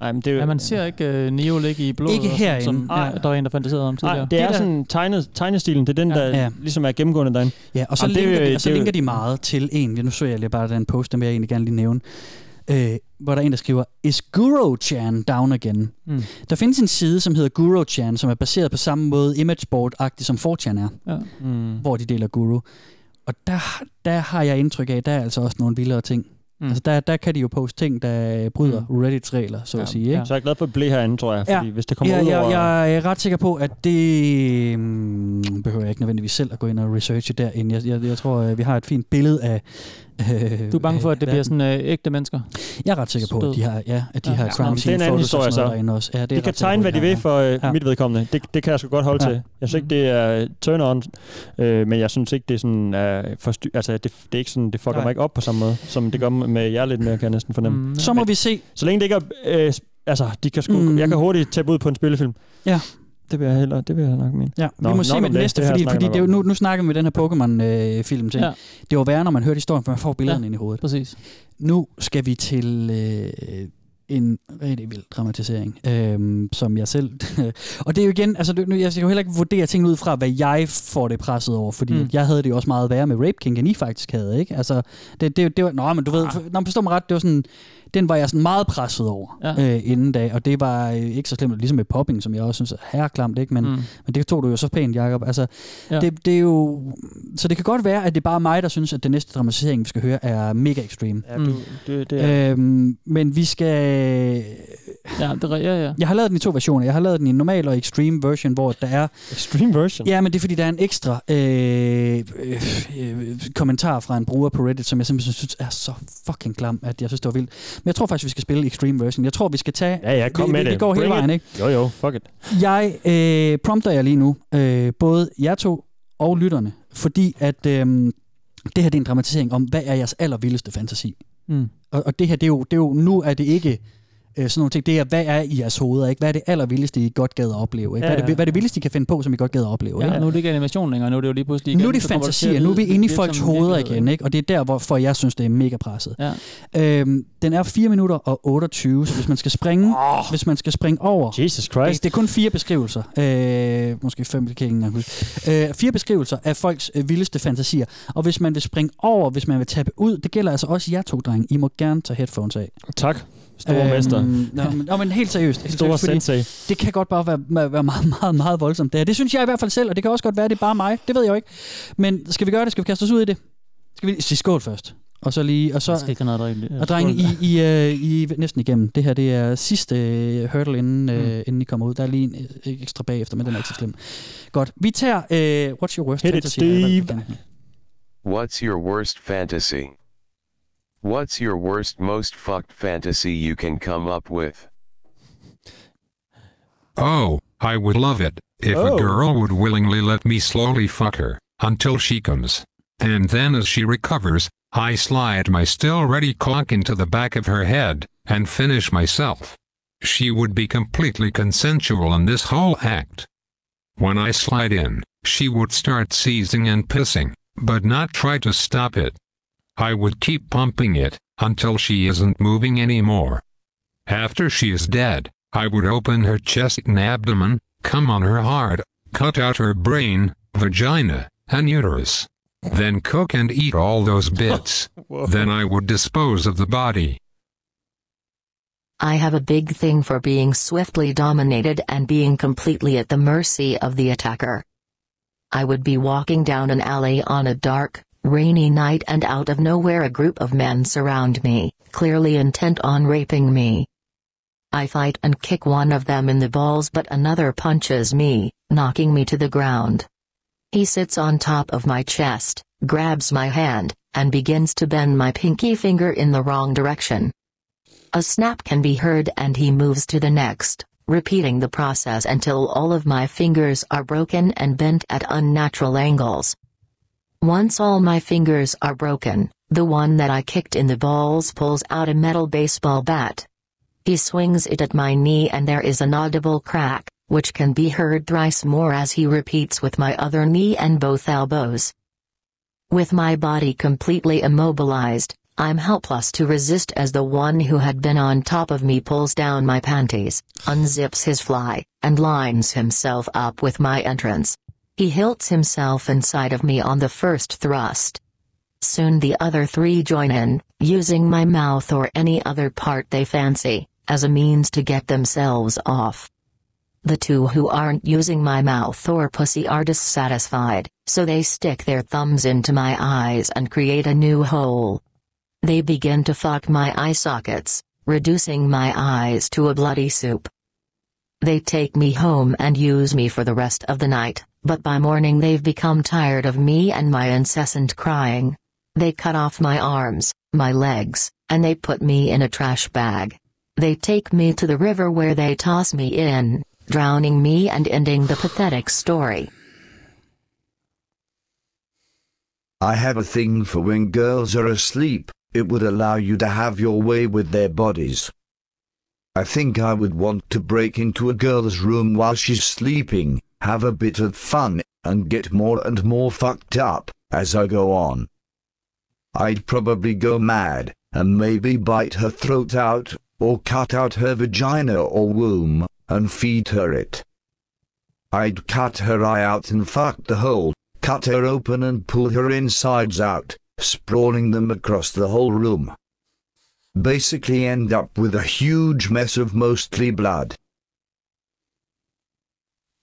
Nej, men det er jo, Ja, man ser ikke øh, uh, Neo ligge i blodet. Ikke og sådan, herinde. Som, Nej. ja, der var en, der fantaserede om tidligere. Nej, det er sådan tegnet, tegnestilen, det er den, der Ja. ja. ligesom er gennemgående derinde. Ja, og så, Jamen, Jamen, linker, jo- de, og så jo- linker de meget til en, nu så jeg lige bare den post, den vil jeg egentlig gerne lige nævne, øh, hvor der er en, der skriver, Is Guro-chan down again? Mm. Mm. Der findes en side, som hedder Guro-chan, som er baseret på samme måde imageboard-agtig, som 4chan er, Ja. mm. hvor de deler Guru. Og der, der har jeg indtryk af, at der er altså også nogle vildere ting. Mm. Mm. Altså der, der kan de jo poste ting, der bryder mm. Reddits regler, så ja, at sige. Ikke? Så jeg er glad for at blive herinde, tror jeg, fordi hvis det kommer ja, ud over... Jeg, jeg er ret sikker på, at det mm, behøver jeg ikke nødvendigvis selv at gå ind og researche derinde. Jeg, jeg, jeg tror, øh, vi har et fint billede af... Øh, Du er bange for, at det af bliver verden. sådan øh, ægte mennesker? Jeg er ret sikker på, at de har, ja, at de har crime det er en scene anden photos og historie sådan så. noget derinde også. Ja, det er de jeg kan ret sikker tegne, på, hvad de har, vil for øh, ja. mit vedkommende. Det, det kan jeg sgu godt holde Ja. til. Jeg synes ikke, det er turn on, øh, men jeg synes ikke, det er sådan... Øh, forstyr, altså, det, det, er ikke sådan, det fucker Nej. mig ikke op på samme måde, som det gør med jer lidt mere, kan jeg næsten fornemme. Mm, ja. Så må vi se. Så længe det ikke er... Øh, altså, de kan sgu, Mm. mm. jeg kan hurtigt tæppe ud på en spillefilm. Ja. Det vil jeg hellere, det vil jeg nok mene. Ja, Nå, vi må se nok med om den det. næste, Det her fordi, snakker fordi nok det er jo, om. nu, nu snakker vi med den her Pokémon-film til. Ja. Ja. Det var værre, når man hørte historien, for man får billederne Ja, ja, ind i hovedet. Præcis. Nu skal vi til øh, en rigtig vild dramatisering, øh, som jeg selv... og det er jo igen, altså det- nu, jeg skal jo heller ikke vurdere tingene ud fra, hvad jeg får det presset over, fordi Mm. mm. jeg havde det jo også meget værre med Rape King, end I faktisk havde, ikke? Altså, det, det, det var... Nå, men du ved, for, når man forstår mig ret, det var sådan... Den var jeg sådan meget presset over Ja. ja. øh, inden da, og det var øh, ikke så slemt, ligesom med popping, som jeg også synes er herreklamt, ikke? Men, Mm. mm. men det tog du jo så pænt, Jacob. Altså, Ja. ja. det, det er jo... Så det kan godt være, at det er bare mig, der synes, at den næste dramatisering, vi skal høre, er mega ekstrem. Ja, du, Mm. det, det er... Øhm, men vi skal... Ja, det, ja, ja. Jeg har lavet den i to versioner. Jeg har lavet den i en normal og extreme version, hvor der er... Extreme version? Ja, men det er fordi, der er en ekstra øh, øh, øh, kommentar fra en bruger på Reddit, som jeg simpelthen synes er så fucking glam, at jeg synes, det var vildt. Men jeg tror faktisk, vi skal spille extreme version. Jeg tror, vi skal tage... Ja, ja, kom vi, med vi, det. Vi går hele Bring vejen, it. ikke? Jo, jo, fuck it. Jeg øh, prompter jer lige nu, øh, både jer to og lytterne, fordi at øh, det her det er en dramatisering om, hvad er jeres allervildeste fantasi? Mm. Og, og det her, det er, jo, det er jo, nu er det ikke øh, sådan nogle ting, det er, hvad er i jeres hoveder, ikke? Hvad er det allervildeste, I godt gad at opleve? Ikke? Ja, Hvad, er ja. det, hvad er det vildeste, I kan finde på, som I godt gad at opleve? Ja, ikke? nu er det ikke animation længere, nu er det jo lige pludselig igen. nu er det så kommer til at fantasier, nu er vi lyde inde i lidt folks som hoveder virkelighed, igen, ikke? og det er der, hvor for jeg synes, det er mega presset. Ja. Øhm, den er 4 minutter og 28, så hvis man skal springe, oh, hvis man skal springe over... Altså, Jesus Christ. Det er kun fire beskrivelser. Øh, måske fem, det kan jeg ikke engang huske. Øh, fire beskrivelser af folks øh, vildeste fantasier. Og hvis man vil springe over, hvis man vil tappe ud, det gælder altså også jer to, drenge. I må gerne tage headphones af. Tak, store mester. Øhm, Nå, men, nå, men helt seriøst. Helt Store seriøst, fordi sensei. Det kan godt bare være, være, være meget, meget, meget voldsomt. Det, her. det synes jeg i hvert fald selv, og det kan også godt være, det er bare mig. Det ved jeg jo ikke. Men skal vi gøre det? Skal vi kaste os ud i det? Skal vi sige skål først? Og så lige... Og så, Jeg skal ikke have noget at drikke. og drenge, I, I, øh, I er næsten igennem. Det her det er sidste øh, hurdle, inden, Mm. øh, inden I kommer ud. Der er lige en øh, ekstra bagefter, men den er ikke så slem. Godt. Vi tager øh, What's Your Worst Hit it, Fantasy, har jeg valgt Steve. igen. What's your worst fantasy? What's your worst, most fucked fantasy you can come up with? Oh, I would love it if Oh. a girl would willingly let me slowly fuck her until she comes. And then as she recovers, I slide my still ready cock into the back of her head and finish myself. She would be completely consensual in this whole act. When I slide in, she would start seizing and pissing, but not try to stop it. I would keep pumping it until she isn't moving anymore. After she is dead, I would open her chest and abdomen, come on her hard, cut out her brain, vagina, and uterus. Then cook and eat all those bits. then I would dispose of the body. I have a big thing for being swiftly dominated and being completely at the mercy of the attacker. I would be walking down an alley on a dark, rainy night and out of nowhere a group of men surround me, clearly intent on raping me. I fight and kick one of them in the balls but another punches me, knocking me to the ground. He sits on top of my chest, grabs my hand, and begins to bend my pinky finger in the wrong direction. A snap can be heard and he moves to the next, repeating the process until all of my fingers are broken and bent at unnatural angles. Once all my fingers are broken, the one that I kicked in the balls pulls out a metal baseball bat. He swings it at my knee and there is an audible crack, which can be heard thrice more as he repeats with my other knee and both elbows. With my body completely immobilized, I'm helpless to resist as the one who had been on top of me pulls down my panties, unzips his fly, and lines himself up with my entrance. He hilts himself inside of me on the first thrust. Soon the other three join in, using my mouth or any other part they fancy, as a means to get themselves off. The two who aren't using my mouth or pussy are dissatisfied, so they stick their thumbs into my eyes and create a new hole. They begin to fuck my eye sockets, reducing my eyes to a bloody soup. They take me home and use me for the rest of the night, but by morning they've become tired of me and my incessant crying. They cut off my arms, my legs, and they put me in a trash bag. They take me to the river where they toss me in, drowning me and ending the pathetic story. I have a thing for when girls are asleep, it would allow you to have your way with their bodies. I think I would want to break into a girl's room while she's sleeping, have a bit of fun, and get more and more fucked up as I go on. I'd probably go mad, and maybe bite her throat out, or cut out her vagina or womb, and feed her it. I'd cut her eye out and fuck the hole, cut her open and pull her insides out, sprawling them across the whole room. Basically, end up with a huge mess of mostly blood.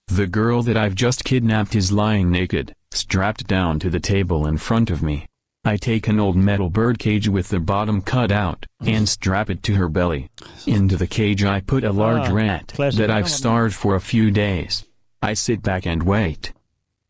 The girl that I've just kidnapped is lying naked, strapped down to the table in front of me. I take an old metal bird cage with the bottom cut out and strap it to her belly. Into the cage I put a large Ah, rat classic. that I've starved for a few days. I sit back and wait.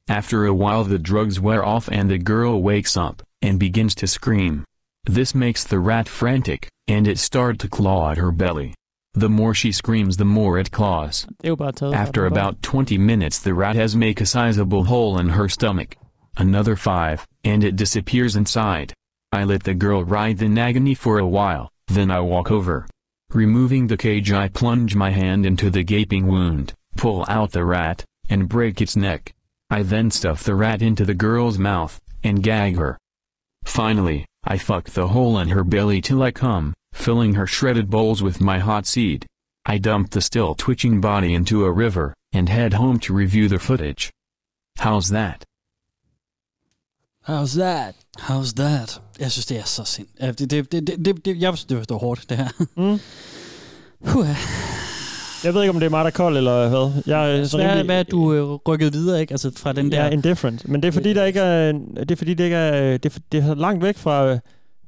After a while the drugs wear off and the girl wakes up and begins to scream. This makes the rat frantic and it starts to claw at her belly. The more she screams the more it claws. Det er jo bare taget. fra After den bare. about 20 minutes the rat has make a sizable hole in her stomach. Another five, and it disappears inside. I let the girl writhe in agony for a while, then I walk over. Removing the cage I plunge my hand into the gaping wound, pull out the rat, and break its neck. I then stuff the rat into the girl's mouth, and gag her. Finally, I fuck the hole in her belly till I come, filling her shredded bowls with my hot seed. I dump the still twitching body into a river, and head home to review the footage. How's that? How's that? How's that? Jeg synes, det er så sind. Ja, Det, det, det, det, det, det, jeg synes, det var hårdt, det her. Mm. Jeg ved ikke, om det er mig, der er kold, eller hvad. Jeg er Så hvad, hvad er du øh, rykket videre, ikke? Altså fra den der... Ja, indifferent. Men det er fordi, der ikke er, det er fordi, det ikke er, det er, for- det er langt væk fra øh,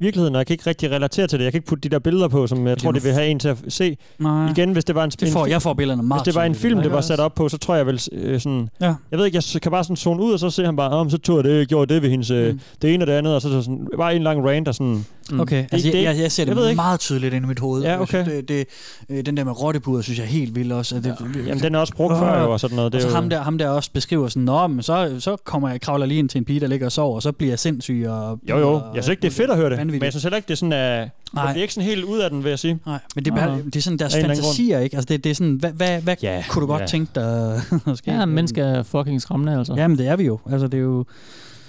virkeligheden, og jeg kan ikke rigtig relatere til det. Jeg kan ikke putte de der billeder på, som jeg tror, det vil have en til at se. Nej. Igen, hvis det var en, Det får- en fi- jeg får billederne meget Hvis det var en tydeligt. film, det Jeg var også. sat op på, så tror jeg vel øh, sådan... Ja. Jeg ved ikke, jeg s- kan bare sådan zone ud, og så ser han bare, om så tog jeg det, gjorde det ved hendes øh, det ene og det andet, og så, så sådan, bare en lang rant og sådan... Mm. Mm. Okay, Det- altså det- jeg, jeg, jeg ser det, ved ikke. meget tydeligt inde i mit hoved. Ja, Jeg synes, okay. det, det, øh, den der med rottepuder, synes jeg er helt vild også. at Det, Jamen, den er også brugt før jo, og sådan noget. Det og er så jo- ham der, ham der også beskriver sådan, Nå, men så, så kommer jeg, kravler lige ind til en pige, der ligger og sover, og så bliver jeg sindssyg. Og, Jo, jo. og- Jeg synes ikke, det er fedt at høre det. Vanvittigt. Men jeg synes heller ikke, det er sådan, at... Nej. Jeg bliver ikke sådan helt ud af den, vil jeg sige. Nej, Men det, er bare, det er sådan deres fantasier, ikke? Altså det, det er sådan, hvad, hvad, hvad yeah, kunne du godt ja. yeah. tænke dig? måske? Ja, mennesker er fucking skræmmende, altså. Jamen, det er vi jo. Altså, det er jo...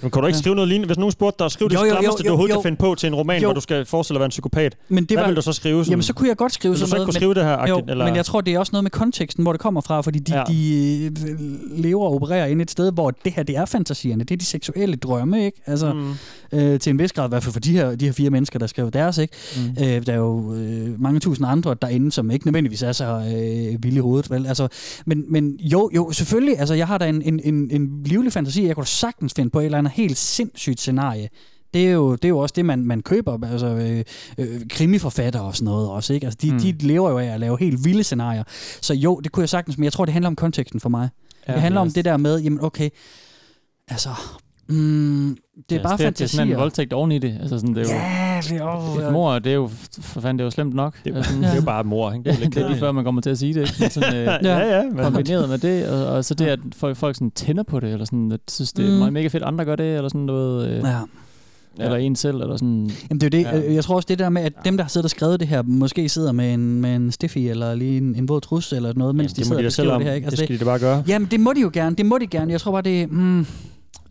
Men kan du ikke skrive noget lignende? Hvis nogen spurgte dig, skriv det Jo, jo, jo, skræmmeste, du jo, overhovedet jo. kan finde på til en roman, Jo. hvor du skal forestille dig at være en psykopat. Men det Hvad var, vil du så skrive? Sådan? Jamen, så kunne jeg godt skrive Vil du sådan så noget. ikke kunne skrive det her? jo, agtigt, eller? men jeg tror, det er også noget med konteksten, hvor det kommer fra, fordi de, ja. de øh, lever og opererer inde et sted, hvor det her, det er fantasierne, det er de seksuelle drømme, ikke? Altså, mm. øh, til en vis grad, i hvert fald for de her, de her fire mennesker, der skrev deres, ikke? Mm. Øh, der er jo øh, mange tusind andre derinde, som ikke nødvendigvis er så øh, vilde i hovedet, vel? Altså, men, men jo, jo, selvfølgelig, altså, jeg har da en, en, en, en livlig fantasi, jeg kunne da sagtens finde på et eller andet helt sindssygt scenarie, det er jo, det er jo også det, man, man køber, altså øh, øh, krimiforfattere og sådan noget også, ikke? Altså, de, mm. de lever jo af at lave helt vilde scenarier. Så jo, det kunne jeg sagtens, men jeg tror, det handler om konteksten for mig. Ja, Ja, det handler om yes. det der med, jamen okay, altså, Mm, det er bare altså, det, Det er sådan fantasier. en voldtægt oven i det. Altså sådan, det er jo, Ja, det er jo- Et mor, det er jo, for fanden, det er jo slemt nok. Det- Altså sådan- det er jo bare et mor, ikke? Det er lidt det er lige kedeligt. før, man kommer til at sige det. ikke? Men Sådan, øh, Ja, ja, men- Men... Kombineret med det, og, og så det, at folk, folk sådan tænder på det, eller sådan, at synes, det er Mm. meget mega fedt, andre gør det, eller sådan noget. Øh, Ja. Eller en selv, eller sådan. Jamen det øh, er jo det. Ja. Ja. Jeg tror også det der med, at dem, der har siddet og skrevet det her, måske sidder med en, med en stiffy eller lige en, en våd trus eller noget, mens det de må sidder de og jo selv beskriver om. det her. Ikke? Altså, Det skal de da bare gøre. Jamen det må de jo gerne. Det må de gerne. Jeg tror bare, det mm,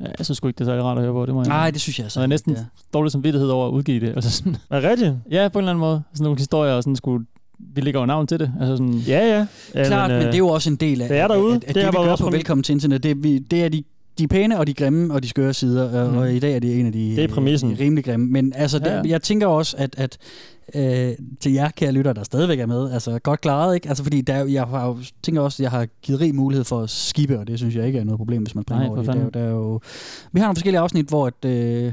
Ja, jeg synes sgu ikke, det er særlig rart at høre på. Det må jeg Nej, det synes jeg altså Jeg er ikke, næsten det er. dårlig som vidtighed over at udgive det. Altså sådan, er det rigtigt? Ja, på en eller anden måde. Sådan nogle historier, og sådan skulle, vi lægger jo navn til det. Altså sådan, ja, ja. klart, men øh, det er jo også en del af, Det er derude. at, at det, det vi har gør på Velkommen til Internet. Det, er vi, det er de, de pæne og de grimme og de skøre sider, og, mm. og i dag er det en af de, Mhm. Det er præmissen. de rimelig grimme. Men altså, det, Ja, ja. ja. jeg tænker også, at, at øh, til jer, kære lytter, der stadigvæk er med, altså godt klaret, ikke? Altså, fordi der, er jo- jeg har, jo- tænker også, at jeg har givet rig mulighed for at skippe, og det synes jeg ikke er noget problem, hvis man springer Nej, over for det. Der, fanden. er jo- der er jo, vi har nogle forskellige afsnit, hvor at, øh,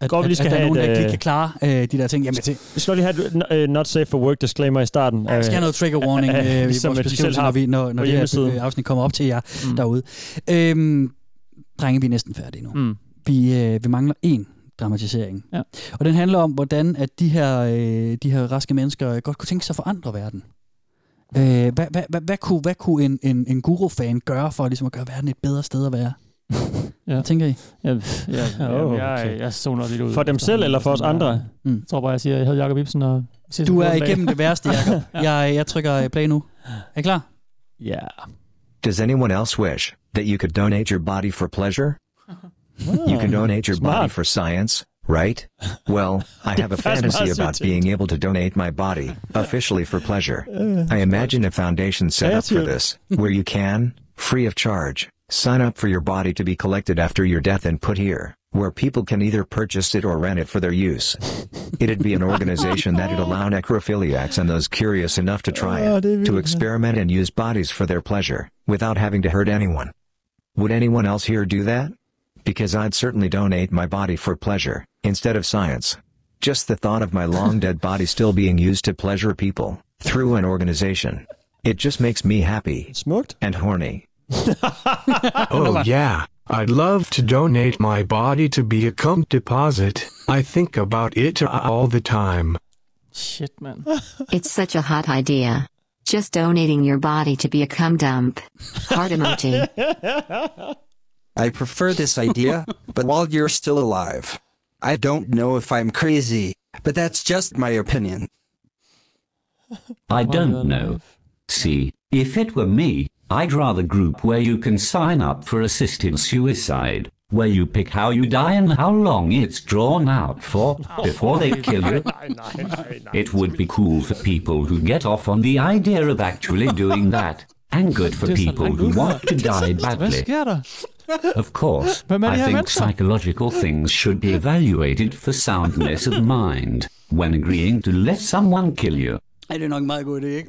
at, Godt, vi at, lige at skal der er have nogen, et, der ikke lige øh, kan klare øh, de der ting. Jamen, til, Vi skal lige have et n- øh, not safe for work disclaimer i starten. Ja, vi skal have noget trigger warning øh, i vores ligesom at de selv beskrivelse, har når, vi, når, på når det her hjemmesiden. øh, afsnit kommer op til jer mm. derude. Øhm, drenge, vi er næsten færdige nu. Mm. Vi, øh, vi mangler én dramatisering. Ja. Og den handler om, hvordan at de her, øh, de her raske mennesker øh, godt kunne tænke sig at forandre verden. Øh, hvad, hvad, hvad, hvad, kunne, hvad kunne en, en, en guru-fan gøre for ligesom at gøre verden et bedre sted at være? Ja. Tænker I? Ja, pff, ja, ja, Åh, oh, jeg, okay. jeg, jeg zoner lidt ud. For dem selv eller for os andre? Mm. Jeg tror bare, jeg siger, jeg hedder Jacob Ibsen. Og Du er igennem det værste, Jacob. Jeg, jeg trykker øh, play nu. Er I klar? Yeah. Does anyone else wish that you could donate your body for pleasure? You can donate your body for science, right? Well, I have a That's my fantasy about suggestion. being able to donate my body officially for pleasure. Uh, I imagine a foundation set up for Creative. this, where you can, free of charge, sign up for your body to be collected after your death and put here, where people can either purchase it or rent it for their use. It'd be an organization that'd allow necrophiliacs and those curious enough to try Oh, it, det er to vildt, experiment and use bodies for their pleasure, without having to hurt anyone. Would anyone else here do that? Because I'd certainly donate my body for pleasure, instead of science. Just the thought of my long dead body still being used to pleasure people, through an organization. It just makes me happy. Smoked? And horny. Oh yeah, I'd love to donate my body to be a cum deposit. I think about it all the time. Shit, man. It's such a hot idea. Just donating your body to be a cum dump. Heart emoji. I prefer this idea, but while you're still alive. I don't know if I'm crazy, but that's just my opinion. I don't know. See, if it were me, I'd rather group where you can sign up for assisted suicide, where you pick how you die and how long it's drawn out for Oh, before they kill you. It would be cool for people who get off on the idea of actually doing that, and good for people who want to die Hvad badly. sker der? Of course, Hvem er det I her think mennesker? psychological things should be evaluated for soundness of mind when agreeing to let someone kill you. Ej, det er nok en meget god idé, ikke?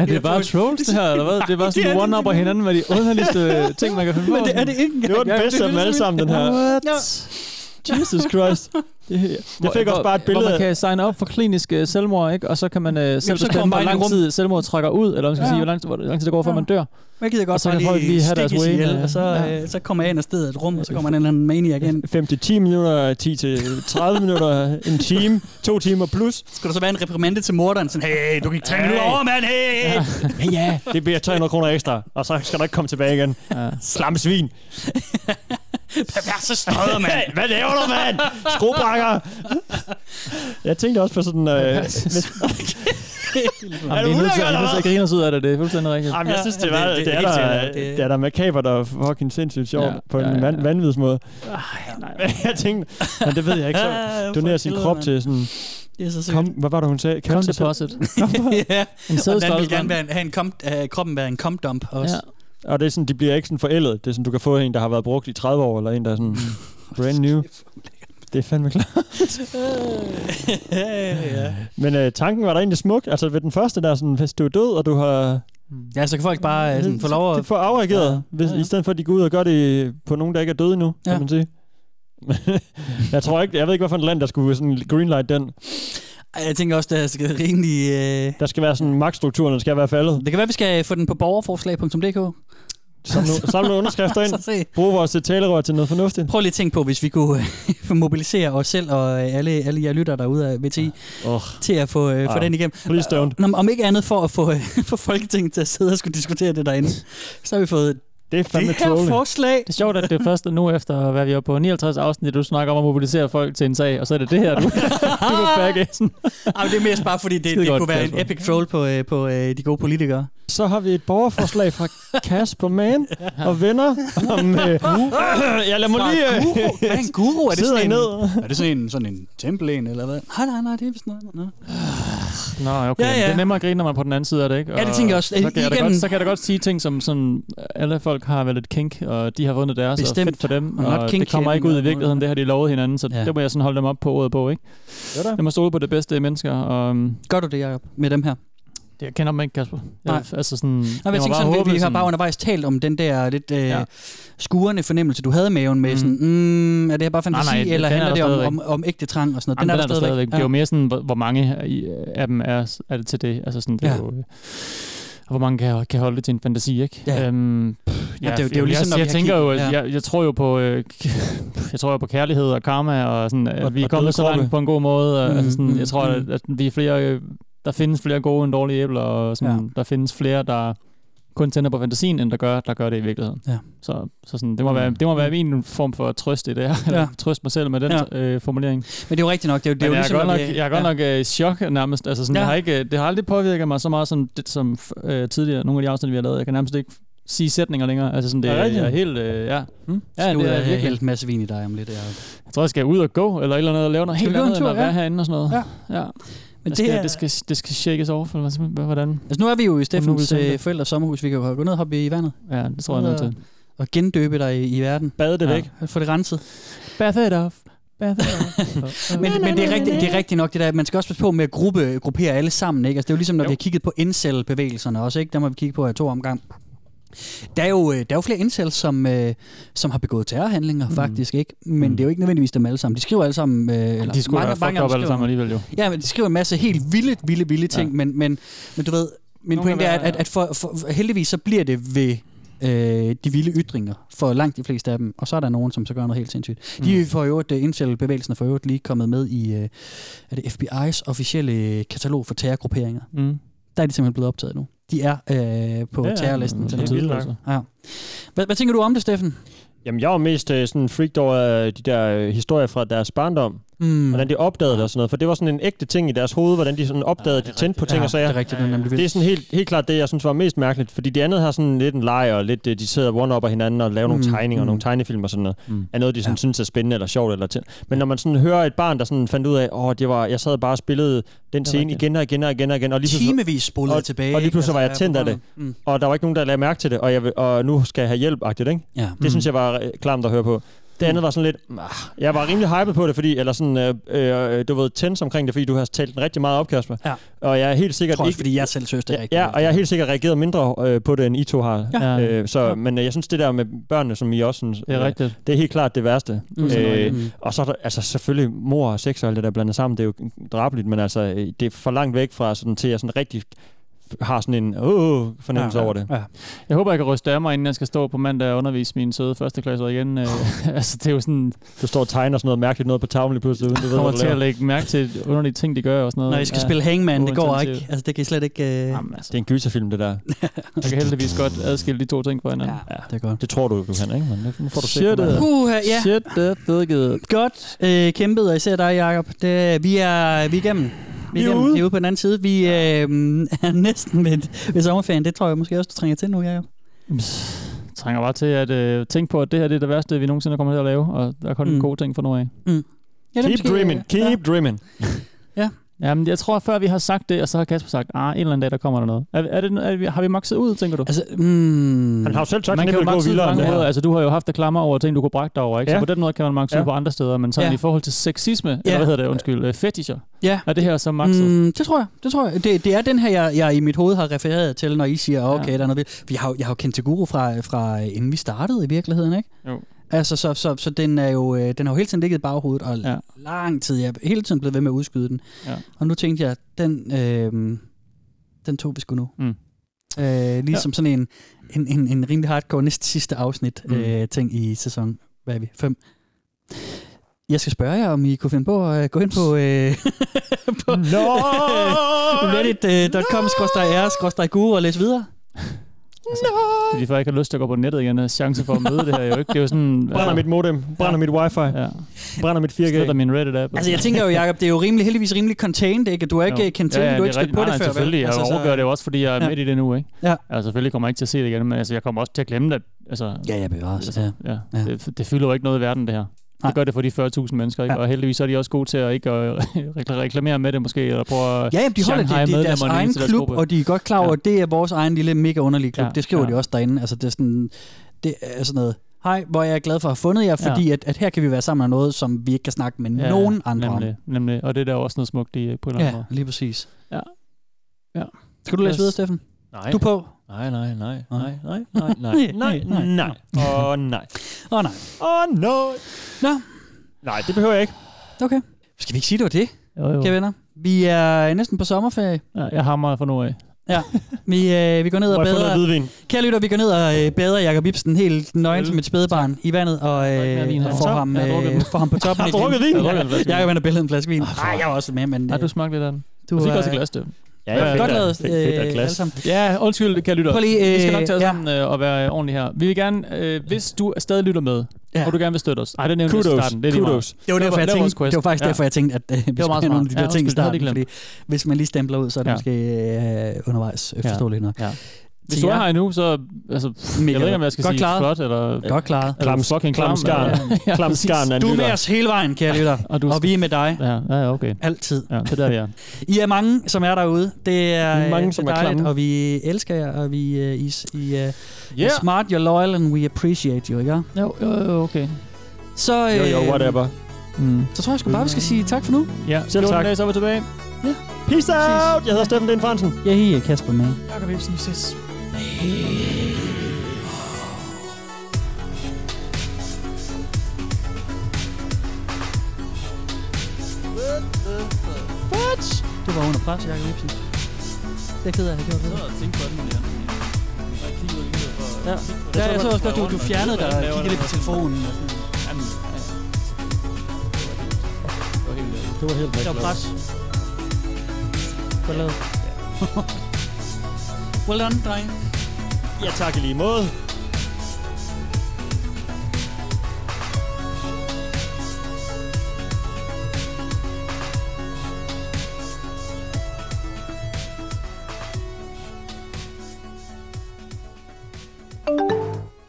Er det bare trolls, det her, eller hvad? Det er bare sådan, one upper hinanden med de underligste øh, ting, man kan finde på. Men det er det ikke engang. Det var den Ja, bedste af det dem er ligesom alle sammen, den her. vildt. Ja. Jesus Christ. Det, Jeg fik også bare et billede Hvor man af- kan signe op for klinisk øh, selvmord, ikke? Og så kan man øh, selv så bestemme, kommer hvor man lang rum. tid selvmord trækker ud, eller man skal Ja. sige, hvor lang, hvor lang tid det går, før man dør. Jeg gider godt og så kan bare folk lige have deres stikkes way. ihjel, med- og så, Ja. øh, så kommer jeg ind af stedet et rum, og så kommer en eller anden maniac ind. 5 til 10 minutter, 10 til 30 minutter, en time, to timer plus. Skal der så være en reprimande til morderen? Sådan, hey, du gik tre minutter over, mand, hey! Ja. Ja, ja, det bliver 300 kroner ekstra, og så skal du ikke komme tilbage igen. Ja. Slamsvin. Perverse støder, mand! Hvad laver du, mand? Skruebrækker! Jeg tænkte også på sådan... Øh, hvis, Jamen, vi er nødt til, vi er nødt til at grine os ud af det, det er fuldstændig rigtigt. Jamen, jeg synes, det, var, det, det, det, er, der, det er der makabert og fucking sindssygt sjovt ja, Ja, på en ja, ja. vanvittig måde. Ah, jeg tænkte, men det ved jeg ikke, Ah, så for donerer sin helvede, krop mand. til sådan... Det er så sygt. Kom, hvad var det, hun sagde? Kaldte sig selv- ja, en og den sædestørrelse, vil gerne være en, have en kom, uh, kroppen være en komdump også. Ja. Og det er sådan, de bliver ikke sådan forældet. Det er sådan, du kan få en, der har været brugt i 30 år, eller en, der er sådan Mm. brand new. Det er fandme klart. ja. Men øh, tanken var da egentlig smuk. Altså ved den første der, sådan, hvis du er død, og du har... ja, så kan folk bare øh, sådan, få lov at... Det får afreageret, ja, hvis, ja, ja. i stedet for at de går ud og gør det på nogen, der ikke er døde endnu, ja. Ja. kan man sige. jeg tror ikke, jeg ved ikke, hvad for et land, der skulle sådan greenlight den. Ej, jeg tænker også, der skal rimelig... Øh... Der skal være sådan, magtstrukturen skal være faldet. Det kan være, vi skal få den på borgerforslag.dk. Samle, samle underskrifter Så ind. Brug vores øh, talerør til noget fornuftigt. Prøv lige at tænke på, hvis vi kunne øh, mobilisere os selv og øh, alle, alle jer lytter derude af VTI oh. til at få, øh, få Ah, den igennem. please don't. Nå, men om ikke andet for at få, øh, få Folketinget til at sidde og skulle diskutere det derinde, så har vi fået det, er fandme det her trolling. forslag. Det er sjovt, at det er først nu efter, hvad vi er på 59 afsnit, du snakker om at mobilisere folk til en sag, og så er det det her, du, du vil baggassen. Ej, men det er mest bare, fordi det, Skide det godt, kunne være en Kasper. epic troll på, øh, på øh, de gode politikere. Så har vi et borgerforslag fra Kasper Mann og venner. Om, øh, jeg lader mig Fra lige... øh, Guru? Hvad er en guru? Er det sidder sådan en, ned. er det sådan en, sådan en tempel en, eller hvad? Nej, nej, nej, det er vist noget. andet. Nå. Nå, okay. Ja, Ja, ja. ja. Det er nemmere at grine, når man er på den anden side af det, ikke? Ja, det tænker jeg også. Så kan jeg, da Igen- godt, så kan jeg da godt sige ting, som sådan, alle folk har vel et kink, og de har vundet deres, Bestemt. og fedt for dem. Og Og, not og kink det kommer ikke ud i shaming. virkeligheden, det har de lovet hinanden, så Ja. ja. det må jeg sådan holde dem op på ordet på, ikke? Jo da. Jeg må stole på det bedste i mennesker. Og, Mm. Gør du det, Jacob, med dem her? Det jeg kender dem ikke, Kasper. Jeg, Nej. Altså sådan, Nå, men jeg må tænker bare sådan, håbe, vi, vi har sådan- bare undervejs talt om den der lidt øh, skurende fornemmelse, du havde i maven med sådan, mm, er det her bare Nej, nej, fantasi, den eller er handler der det om, stadigvæk. om, om ægte trang og sådan noget? Jamen, den, er der stadigvæk. Det er jo Ja. mere sådan, hvor, hvor mange af, i- af dem er, er det til det. Altså sådan, det Ja. er jo, øh, og hvor mange kan, kan holde det til en fantasi, ikke? Ja. Øhm, pff, Ja, det er jo- det er jo ligesom, når jeg, vi jeg har tænker kig- jo, ja. ja. jeg, jeg tror jo på, øh, jeg tror jo på kærlighed og karma, og sådan, at Og- vi er og kommet så døde kroppe. langt på en god måde. Og, Mhm, Mm, altså sådan, mm, jeg tror, at, mm. at vi er flere, øh, der findes flere gode end dårlige æbler, og sådan, Ja. ja. der findes flere, der kun tænder på fantasien, end der gør, der gør det i virkeligheden. Ja. Mm. Så, så sådan, det, må være, det må være min form for trøst i det her. Ja. Ja. trøst mig selv med den Ja. ja. øh, formulering. Men det er jo rigtigt nok, det er jo, det er Men jo jeg, ligesom... er godt når nok, vi- jeg er godt ja. nok øh, i chok nærmest. Altså sådan, Ja. ja. jeg har ikke, øh, det har aldrig påvirket mig så meget som, det, som øh, tidligere, nogle af de afsnit, vi har lavet. Jeg kan nærmest ikke sige sætninger længere. Altså sådan, det, Er det er, rigtigt? jeg er helt... Øh, ja. Hmm? ja, Skal du ud jeg og virkelig. hælde en masse vin i dig om lidt, Jacob? Jeg tror, jeg skal ud og gå, eller et eller andet, og lave noget Skal vi helt gå en andet, tur, end at være ja? herinde og sådan noget. Ja. ja. Men det, skal, det er- det, skal, det skal shakes off, eller hvad- hvad- hvordan? Altså nu er vi jo Hvordan i nu vil Steffens du tænke øh, det? forældres sommerhus. Vi kan jo gå ned og hoppe i vandet. Ja, det tror jeg, jeg er nødt til. Og gendøbe dig i, i verden. Bade det væk. Ja. Få det renset. Bath it off. Bath it off. Men, men det, er rigtigt, det er rigtigt nok det der, at man skal også passe på med at gruppe, gruppere alle sammen. Ikke? Altså, det er jo ligesom, når jo. vi har kigget på incel-bevægelserne også, ikke? der må vi kigge på af to omgang. Der er jo, øh, der er jo flere incels, som, øh, som har begået terrorhandlinger Mhm. mm. faktisk, ikke? men mm. det er jo ikke nødvendigvis dem alle sammen. De skriver alle sammen... Øh, eller De skulle mange- mange, mange fucked af dem up alle skriver- sammen alligevel jo. Ja, men de skriver en masse helt vilde, vilde, vilde ting, ja. men, men, men du ved, min Nogle pointe kan er, være- at, at for, for, for, heldigvis så bliver det ved øh, de vilde ytringer for langt de fleste af dem, og så er der nogen, som så gør noget helt sindssygt. De mm. for øvrigt, uh, Incel-bevægelsen er for øvrigt lige kommet med i øh, er det FBI's officielle katalog for terrorgrupperinger. Mm. Der er de simpelthen blevet optaget nu. De er øh, på Ja, ja, ja, terrorlisten. det til er noget. vildt altså. nok. Ja. Hvad, hvad tænker du om det, Steffen? Jamen, jeg var mest øh, sådan freaked over øh, de der øh, historier fra deres barndom. Mm. Hvordan de opdagede det og sådan noget. For det var sådan en ægte ting i deres hoved, hvordan de sådan opdagede, ja, de tændte på ting Ja, og sager. det er rigtigt, det er nemlig vildt. Det er sådan helt, helt klart det, jeg synes var mest mærkeligt. Fordi det andet har sådan lidt en leg, og lidt, øh, de sidder one upper hinanden og laver nogle Mm, tegninger og mm. nogle tegnefilm og sådan noget. Mm. Er noget, de sådan, ja. synes er spændende eller sjovt. Eller til. Men når man sådan hører et barn, der sådan fandt ud af, åh, det var, jeg sad bare og spillede den scene igen og igen og igen og igen. Og lige pludselig- Timevis spolede og, tilbage, Og lige ikke? pludselig var jeg Altså, tændt af ja, det. mm. Og der var ikke nogen, der lagde mærke til det, og, jeg, vil- og nu skal jeg have hjælp, ikke? Ja. Mm. Det synes jeg var øh, klamt at høre på. Det andet var sådan lidt, "Ah." jeg var rimelig hyped på det, fordi, eller sådan, øh, øh, du ved, tens omkring det, fordi du har talt den rigtig meget op, Kasper. Ja. Og jeg er helt sikkert Tror også, ikke... fordi jeg selv synes, det er rigtig Ja, og jeg er helt sikkert reageret mindre øh, på det, end I to har. Ja. Øh, så, Men øh, jeg synes, det der med børnene, som I også synes, Det er øh, rigtigt. det er helt klart det værste. Mm. Øh, Mm. og så er der, altså, selvfølgelig mor og sex og alt det der blandet sammen, det er jo drabeligt, men altså, øh, det er for langt væk fra sådan, til jeg sådan rigtig har sådan en åh, fornemmelse Ja, ja, over det. Ja. Jeg håber, jeg kan ryste af mig, inden jeg skal stå på mandag og undervise mine søde førsteklasser igen. Øh, altså, det er jo sådan... Du står og tegner sådan noget mærkeligt noget på tavlen lige pludselig, uden du ved, kommer hvad du til at laver. lægge mærke til underlige ting, de gør og sådan noget. Når I skal spille Hangman, det går ikke. Uintensivt. Altså, det kan I slet ikke... Øh... Jamen, Det er en gyserfilm, det der. altså. Jeg kan heldigvis godt adskille de to ting fra hinanden. Ja, det er godt. Det tror du, du kan, ikke? Men nu får du Shit, se. hvordan- Puha, ja. Shit, det er Godt øh, kæmpet, og især dig, Jacob. Det, vi, er, vi er igennem. Vi er, igennem. Vi er ude på den anden side. Vi øh, er næsten ved, ved sommerferien. Det tror jeg måske også, du trænger til nu, Jacob. Jeg trænger bare til at øh, tænke på, at det her det er det værste, vi nogensinde kommer til at lave, og der er kun Mm. mm. gode ting for nu af. Mm. Ja, det er Keep måske- dreaming, keep dreaming. Jamen, jeg tror, før vi har sagt det, og så har Kasper sagt, ah, en eller anden dag, der kommer der noget. Er, er det, er, vi- har vi makset ud, tænker du? Altså, mm, Han har jo selv sagt, man at det kan ville jo gå makse ud på vildere end mange det her. måder. Altså, du har jo haft at klammer over ting, du kunne brække dig over, ikke? Ja. Ja. Så på den måde kan man makse ja. Ja. ud på andre steder, men sådan Ja. ja. i forhold til sexisme, ja. Ja. eller hvad hedder det, undskyld, øh, fetischer, Ja. er det her så makset? Mm, det tror jeg. Det, tror jeg. Det, det er den her, jeg, jeg i mit hoved har refereret til, når I siger, okay, ja. der er noget vildt. Vi har, jo- jeg har jo kendt til Guru fra, fra øh, inden vi startede i virkeligheden, ikke? Jo. Altså, så, så, så den, er jo, øh, den har jo hele tiden ligget i baghovedet, og ja. Ja. lang tid. Jeg er hele tiden blevet ved med at udskyde den. Ja. Og nu tænkte jeg, den, øh, den tog vi sgu nu. Mm. Øh, ligesom ja. sådan en, en, en, en rimelig hardcore næst sidste afsnit mm. øh, ting i sæson, hvad er vi, 5. Jeg skal spørge jer, om I kunne finde på at gå ind på, øh, på øh, reddit.com-r-guru og læse videre. Det er lige før jeg Altså, ikke har lyst til at gå på nettet igen, og chance for at møde det her jo ikke. Det er jo sådan... Altså- Brænder mit modem, brænder mit wifi, ja. brænder mit 4G. Sletter min Reddit-app. Altså jeg tænker jo, Jacob, det er jo rimelig, heldigvis rimelig contained, ikke? Du er ikke kendt til, det, du har ikke stødt på det nej, før. vel? selvfølgelig. Jeg Altså, altså, så- overgør det jo også, fordi jeg er Ja. midt i det nu, ikke? Ja. Altså, selvfølgelig kommer jeg ikke til at se det igen, men altså, jeg kommer også til at glemme det. Altså, ja, jeg bevarer altså, ja. ja. Det, det, fylder jo ikke noget i verden, det her. Det gør det for de 40.000 mennesker, ikke? Ja. og heldigvis er de også gode til at ikke at rekla- reklamere med det måske, eller prøve at Ja, jamen, de holder Shanghai det. Det er deres medlemmerne ind egen til klub, gruppe. og de er godt klar over, at det er vores egen lille mega underlige klub. Ja, Det skriver ja. de også derinde. Altså, det er sådan, det er sådan noget, hej, hvor jeg er glad for at have fundet jer, Ja. fordi at, at her kan vi være sammen om noget, som vi ikke kan snakke med nogen andre om. nemlig, nemlig. Og det er der jo også noget smukt i, på en eller anden Ja, måde. lige præcis. Ja. ja. Skal du læse videre, Steffen? Du er på? Ah. Nej, nej, nej, nej, nej, nej, nej, nej, nej, og nej. Åh nej. Åh nej. Nå. Nej, det behøver jeg ikke. Okay. Skal vi ikke sige, det var det, jo, jo. kære venner? Vi er næsten på sommerferie. Ja, jeg hammer for nu af. Ja, vi, øh, vi går ned Må og jeg få noget bedre. hvidvin? Kære lytter, vi går ned og øh, bader Jakob Ibsen helt nøgen som et spædebarn i vandet, og øh, her. får, Så, ham, jeg har drukket øh, den. får ham på toppen. Har i et drukket glas. vin? Ja, Jeg har drukket en flaske vin. Ah, Jakob han har billedet en flaske vin. Nej, jeg var også med, men... Har øh, du smagt lidt af den? Du Du fik er- også et glas, det. Ja, ja, Godt fedt, lavet, fedt, fedt, øh, fedt, et glas. alle sammen. Ja, undskyld, kan jeg lytte Prøv lige, Vi skal øh, nok tage os ja. sammen øh, og være øh, ordentlige her. Vi vil gerne, øh, hvis du stadig lytter med, Ja. og du gerne vil støtte os. Ej, det nævnte jeg i Kudos, starten. Det er lige kudos. meget. Det var, derfor, jeg Lav vores tænkte, quest. det var faktisk Ja. derfor, jeg tænkte, at øh, vi det var skulle meget have nogle af de smart. Ja, der ting i undskyld, det havde starten, jeg fordi hvis man lige stempler ud, så er det Ja. måske øh, undervejs øh, Ja. forståeligt nok. Ja. Hvis Til du er jer- her endnu, så altså, jeg ved ikke, om jeg skal Godt sige klaret. flot eller... Godt klaret. Eller fucking klam. eller- Ja, præcis. Du er med os hele vejen, kære lytter. og, du er- og vi er med dig. Ja, ja, okay. Altid. Ja, det er der, vi er. I er mange, som er derude. Det er øh, Mange, som det er dejligt, klamme. og vi elsker jer, og vi øh, I, I, yeah. Yeah. er smart, you're loyal, and we appreciate you, ikke? Jo, jo, jo, okay. Så, øh, Jo, jo, whatever. Mm. Så tror jeg sgu bare, vi skal sige tak for nu. Ja, Selv tak. dage, så er vi tilbage. Ja. Peace out! Jeg hedder Steffen Den Fransen. Jeg hedder Kasper Mann. Jakob Ibsen, vi ses. What? Du var under pres, Jacob Ibsen. Det er jeg ked af, at jeg gjorde det. Ja, ja jeg så også godt, du, du fjernede dig og kiggede lidt på telefonen. og sådan. Det var helt Det var pres. Godt lavet. well done, dreng. Ja, tak i lige måde.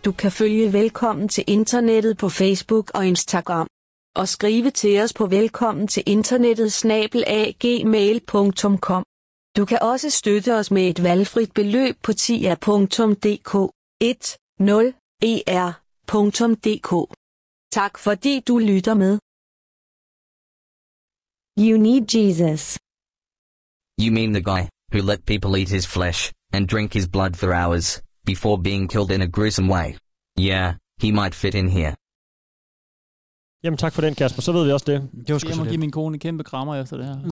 Du kan følge Velkommen til Internettet på Facebook og Instagram. Og skrive til os på velkommen til internettet snabelagmail.com. Du kan også støtte os med et valgfrit beløb på tia.dk E 10er.dk. Tak fordi du lytter med. You need Jesus. You mean the guy who let people eat his flesh and drink his blood for hours before being killed in a gruesome way? Yeah, he might fit in here. Jamen tak for den, Kasper. Så ved vi også det. Det var Jeg må give min kone en kæmpe krammer efter det her.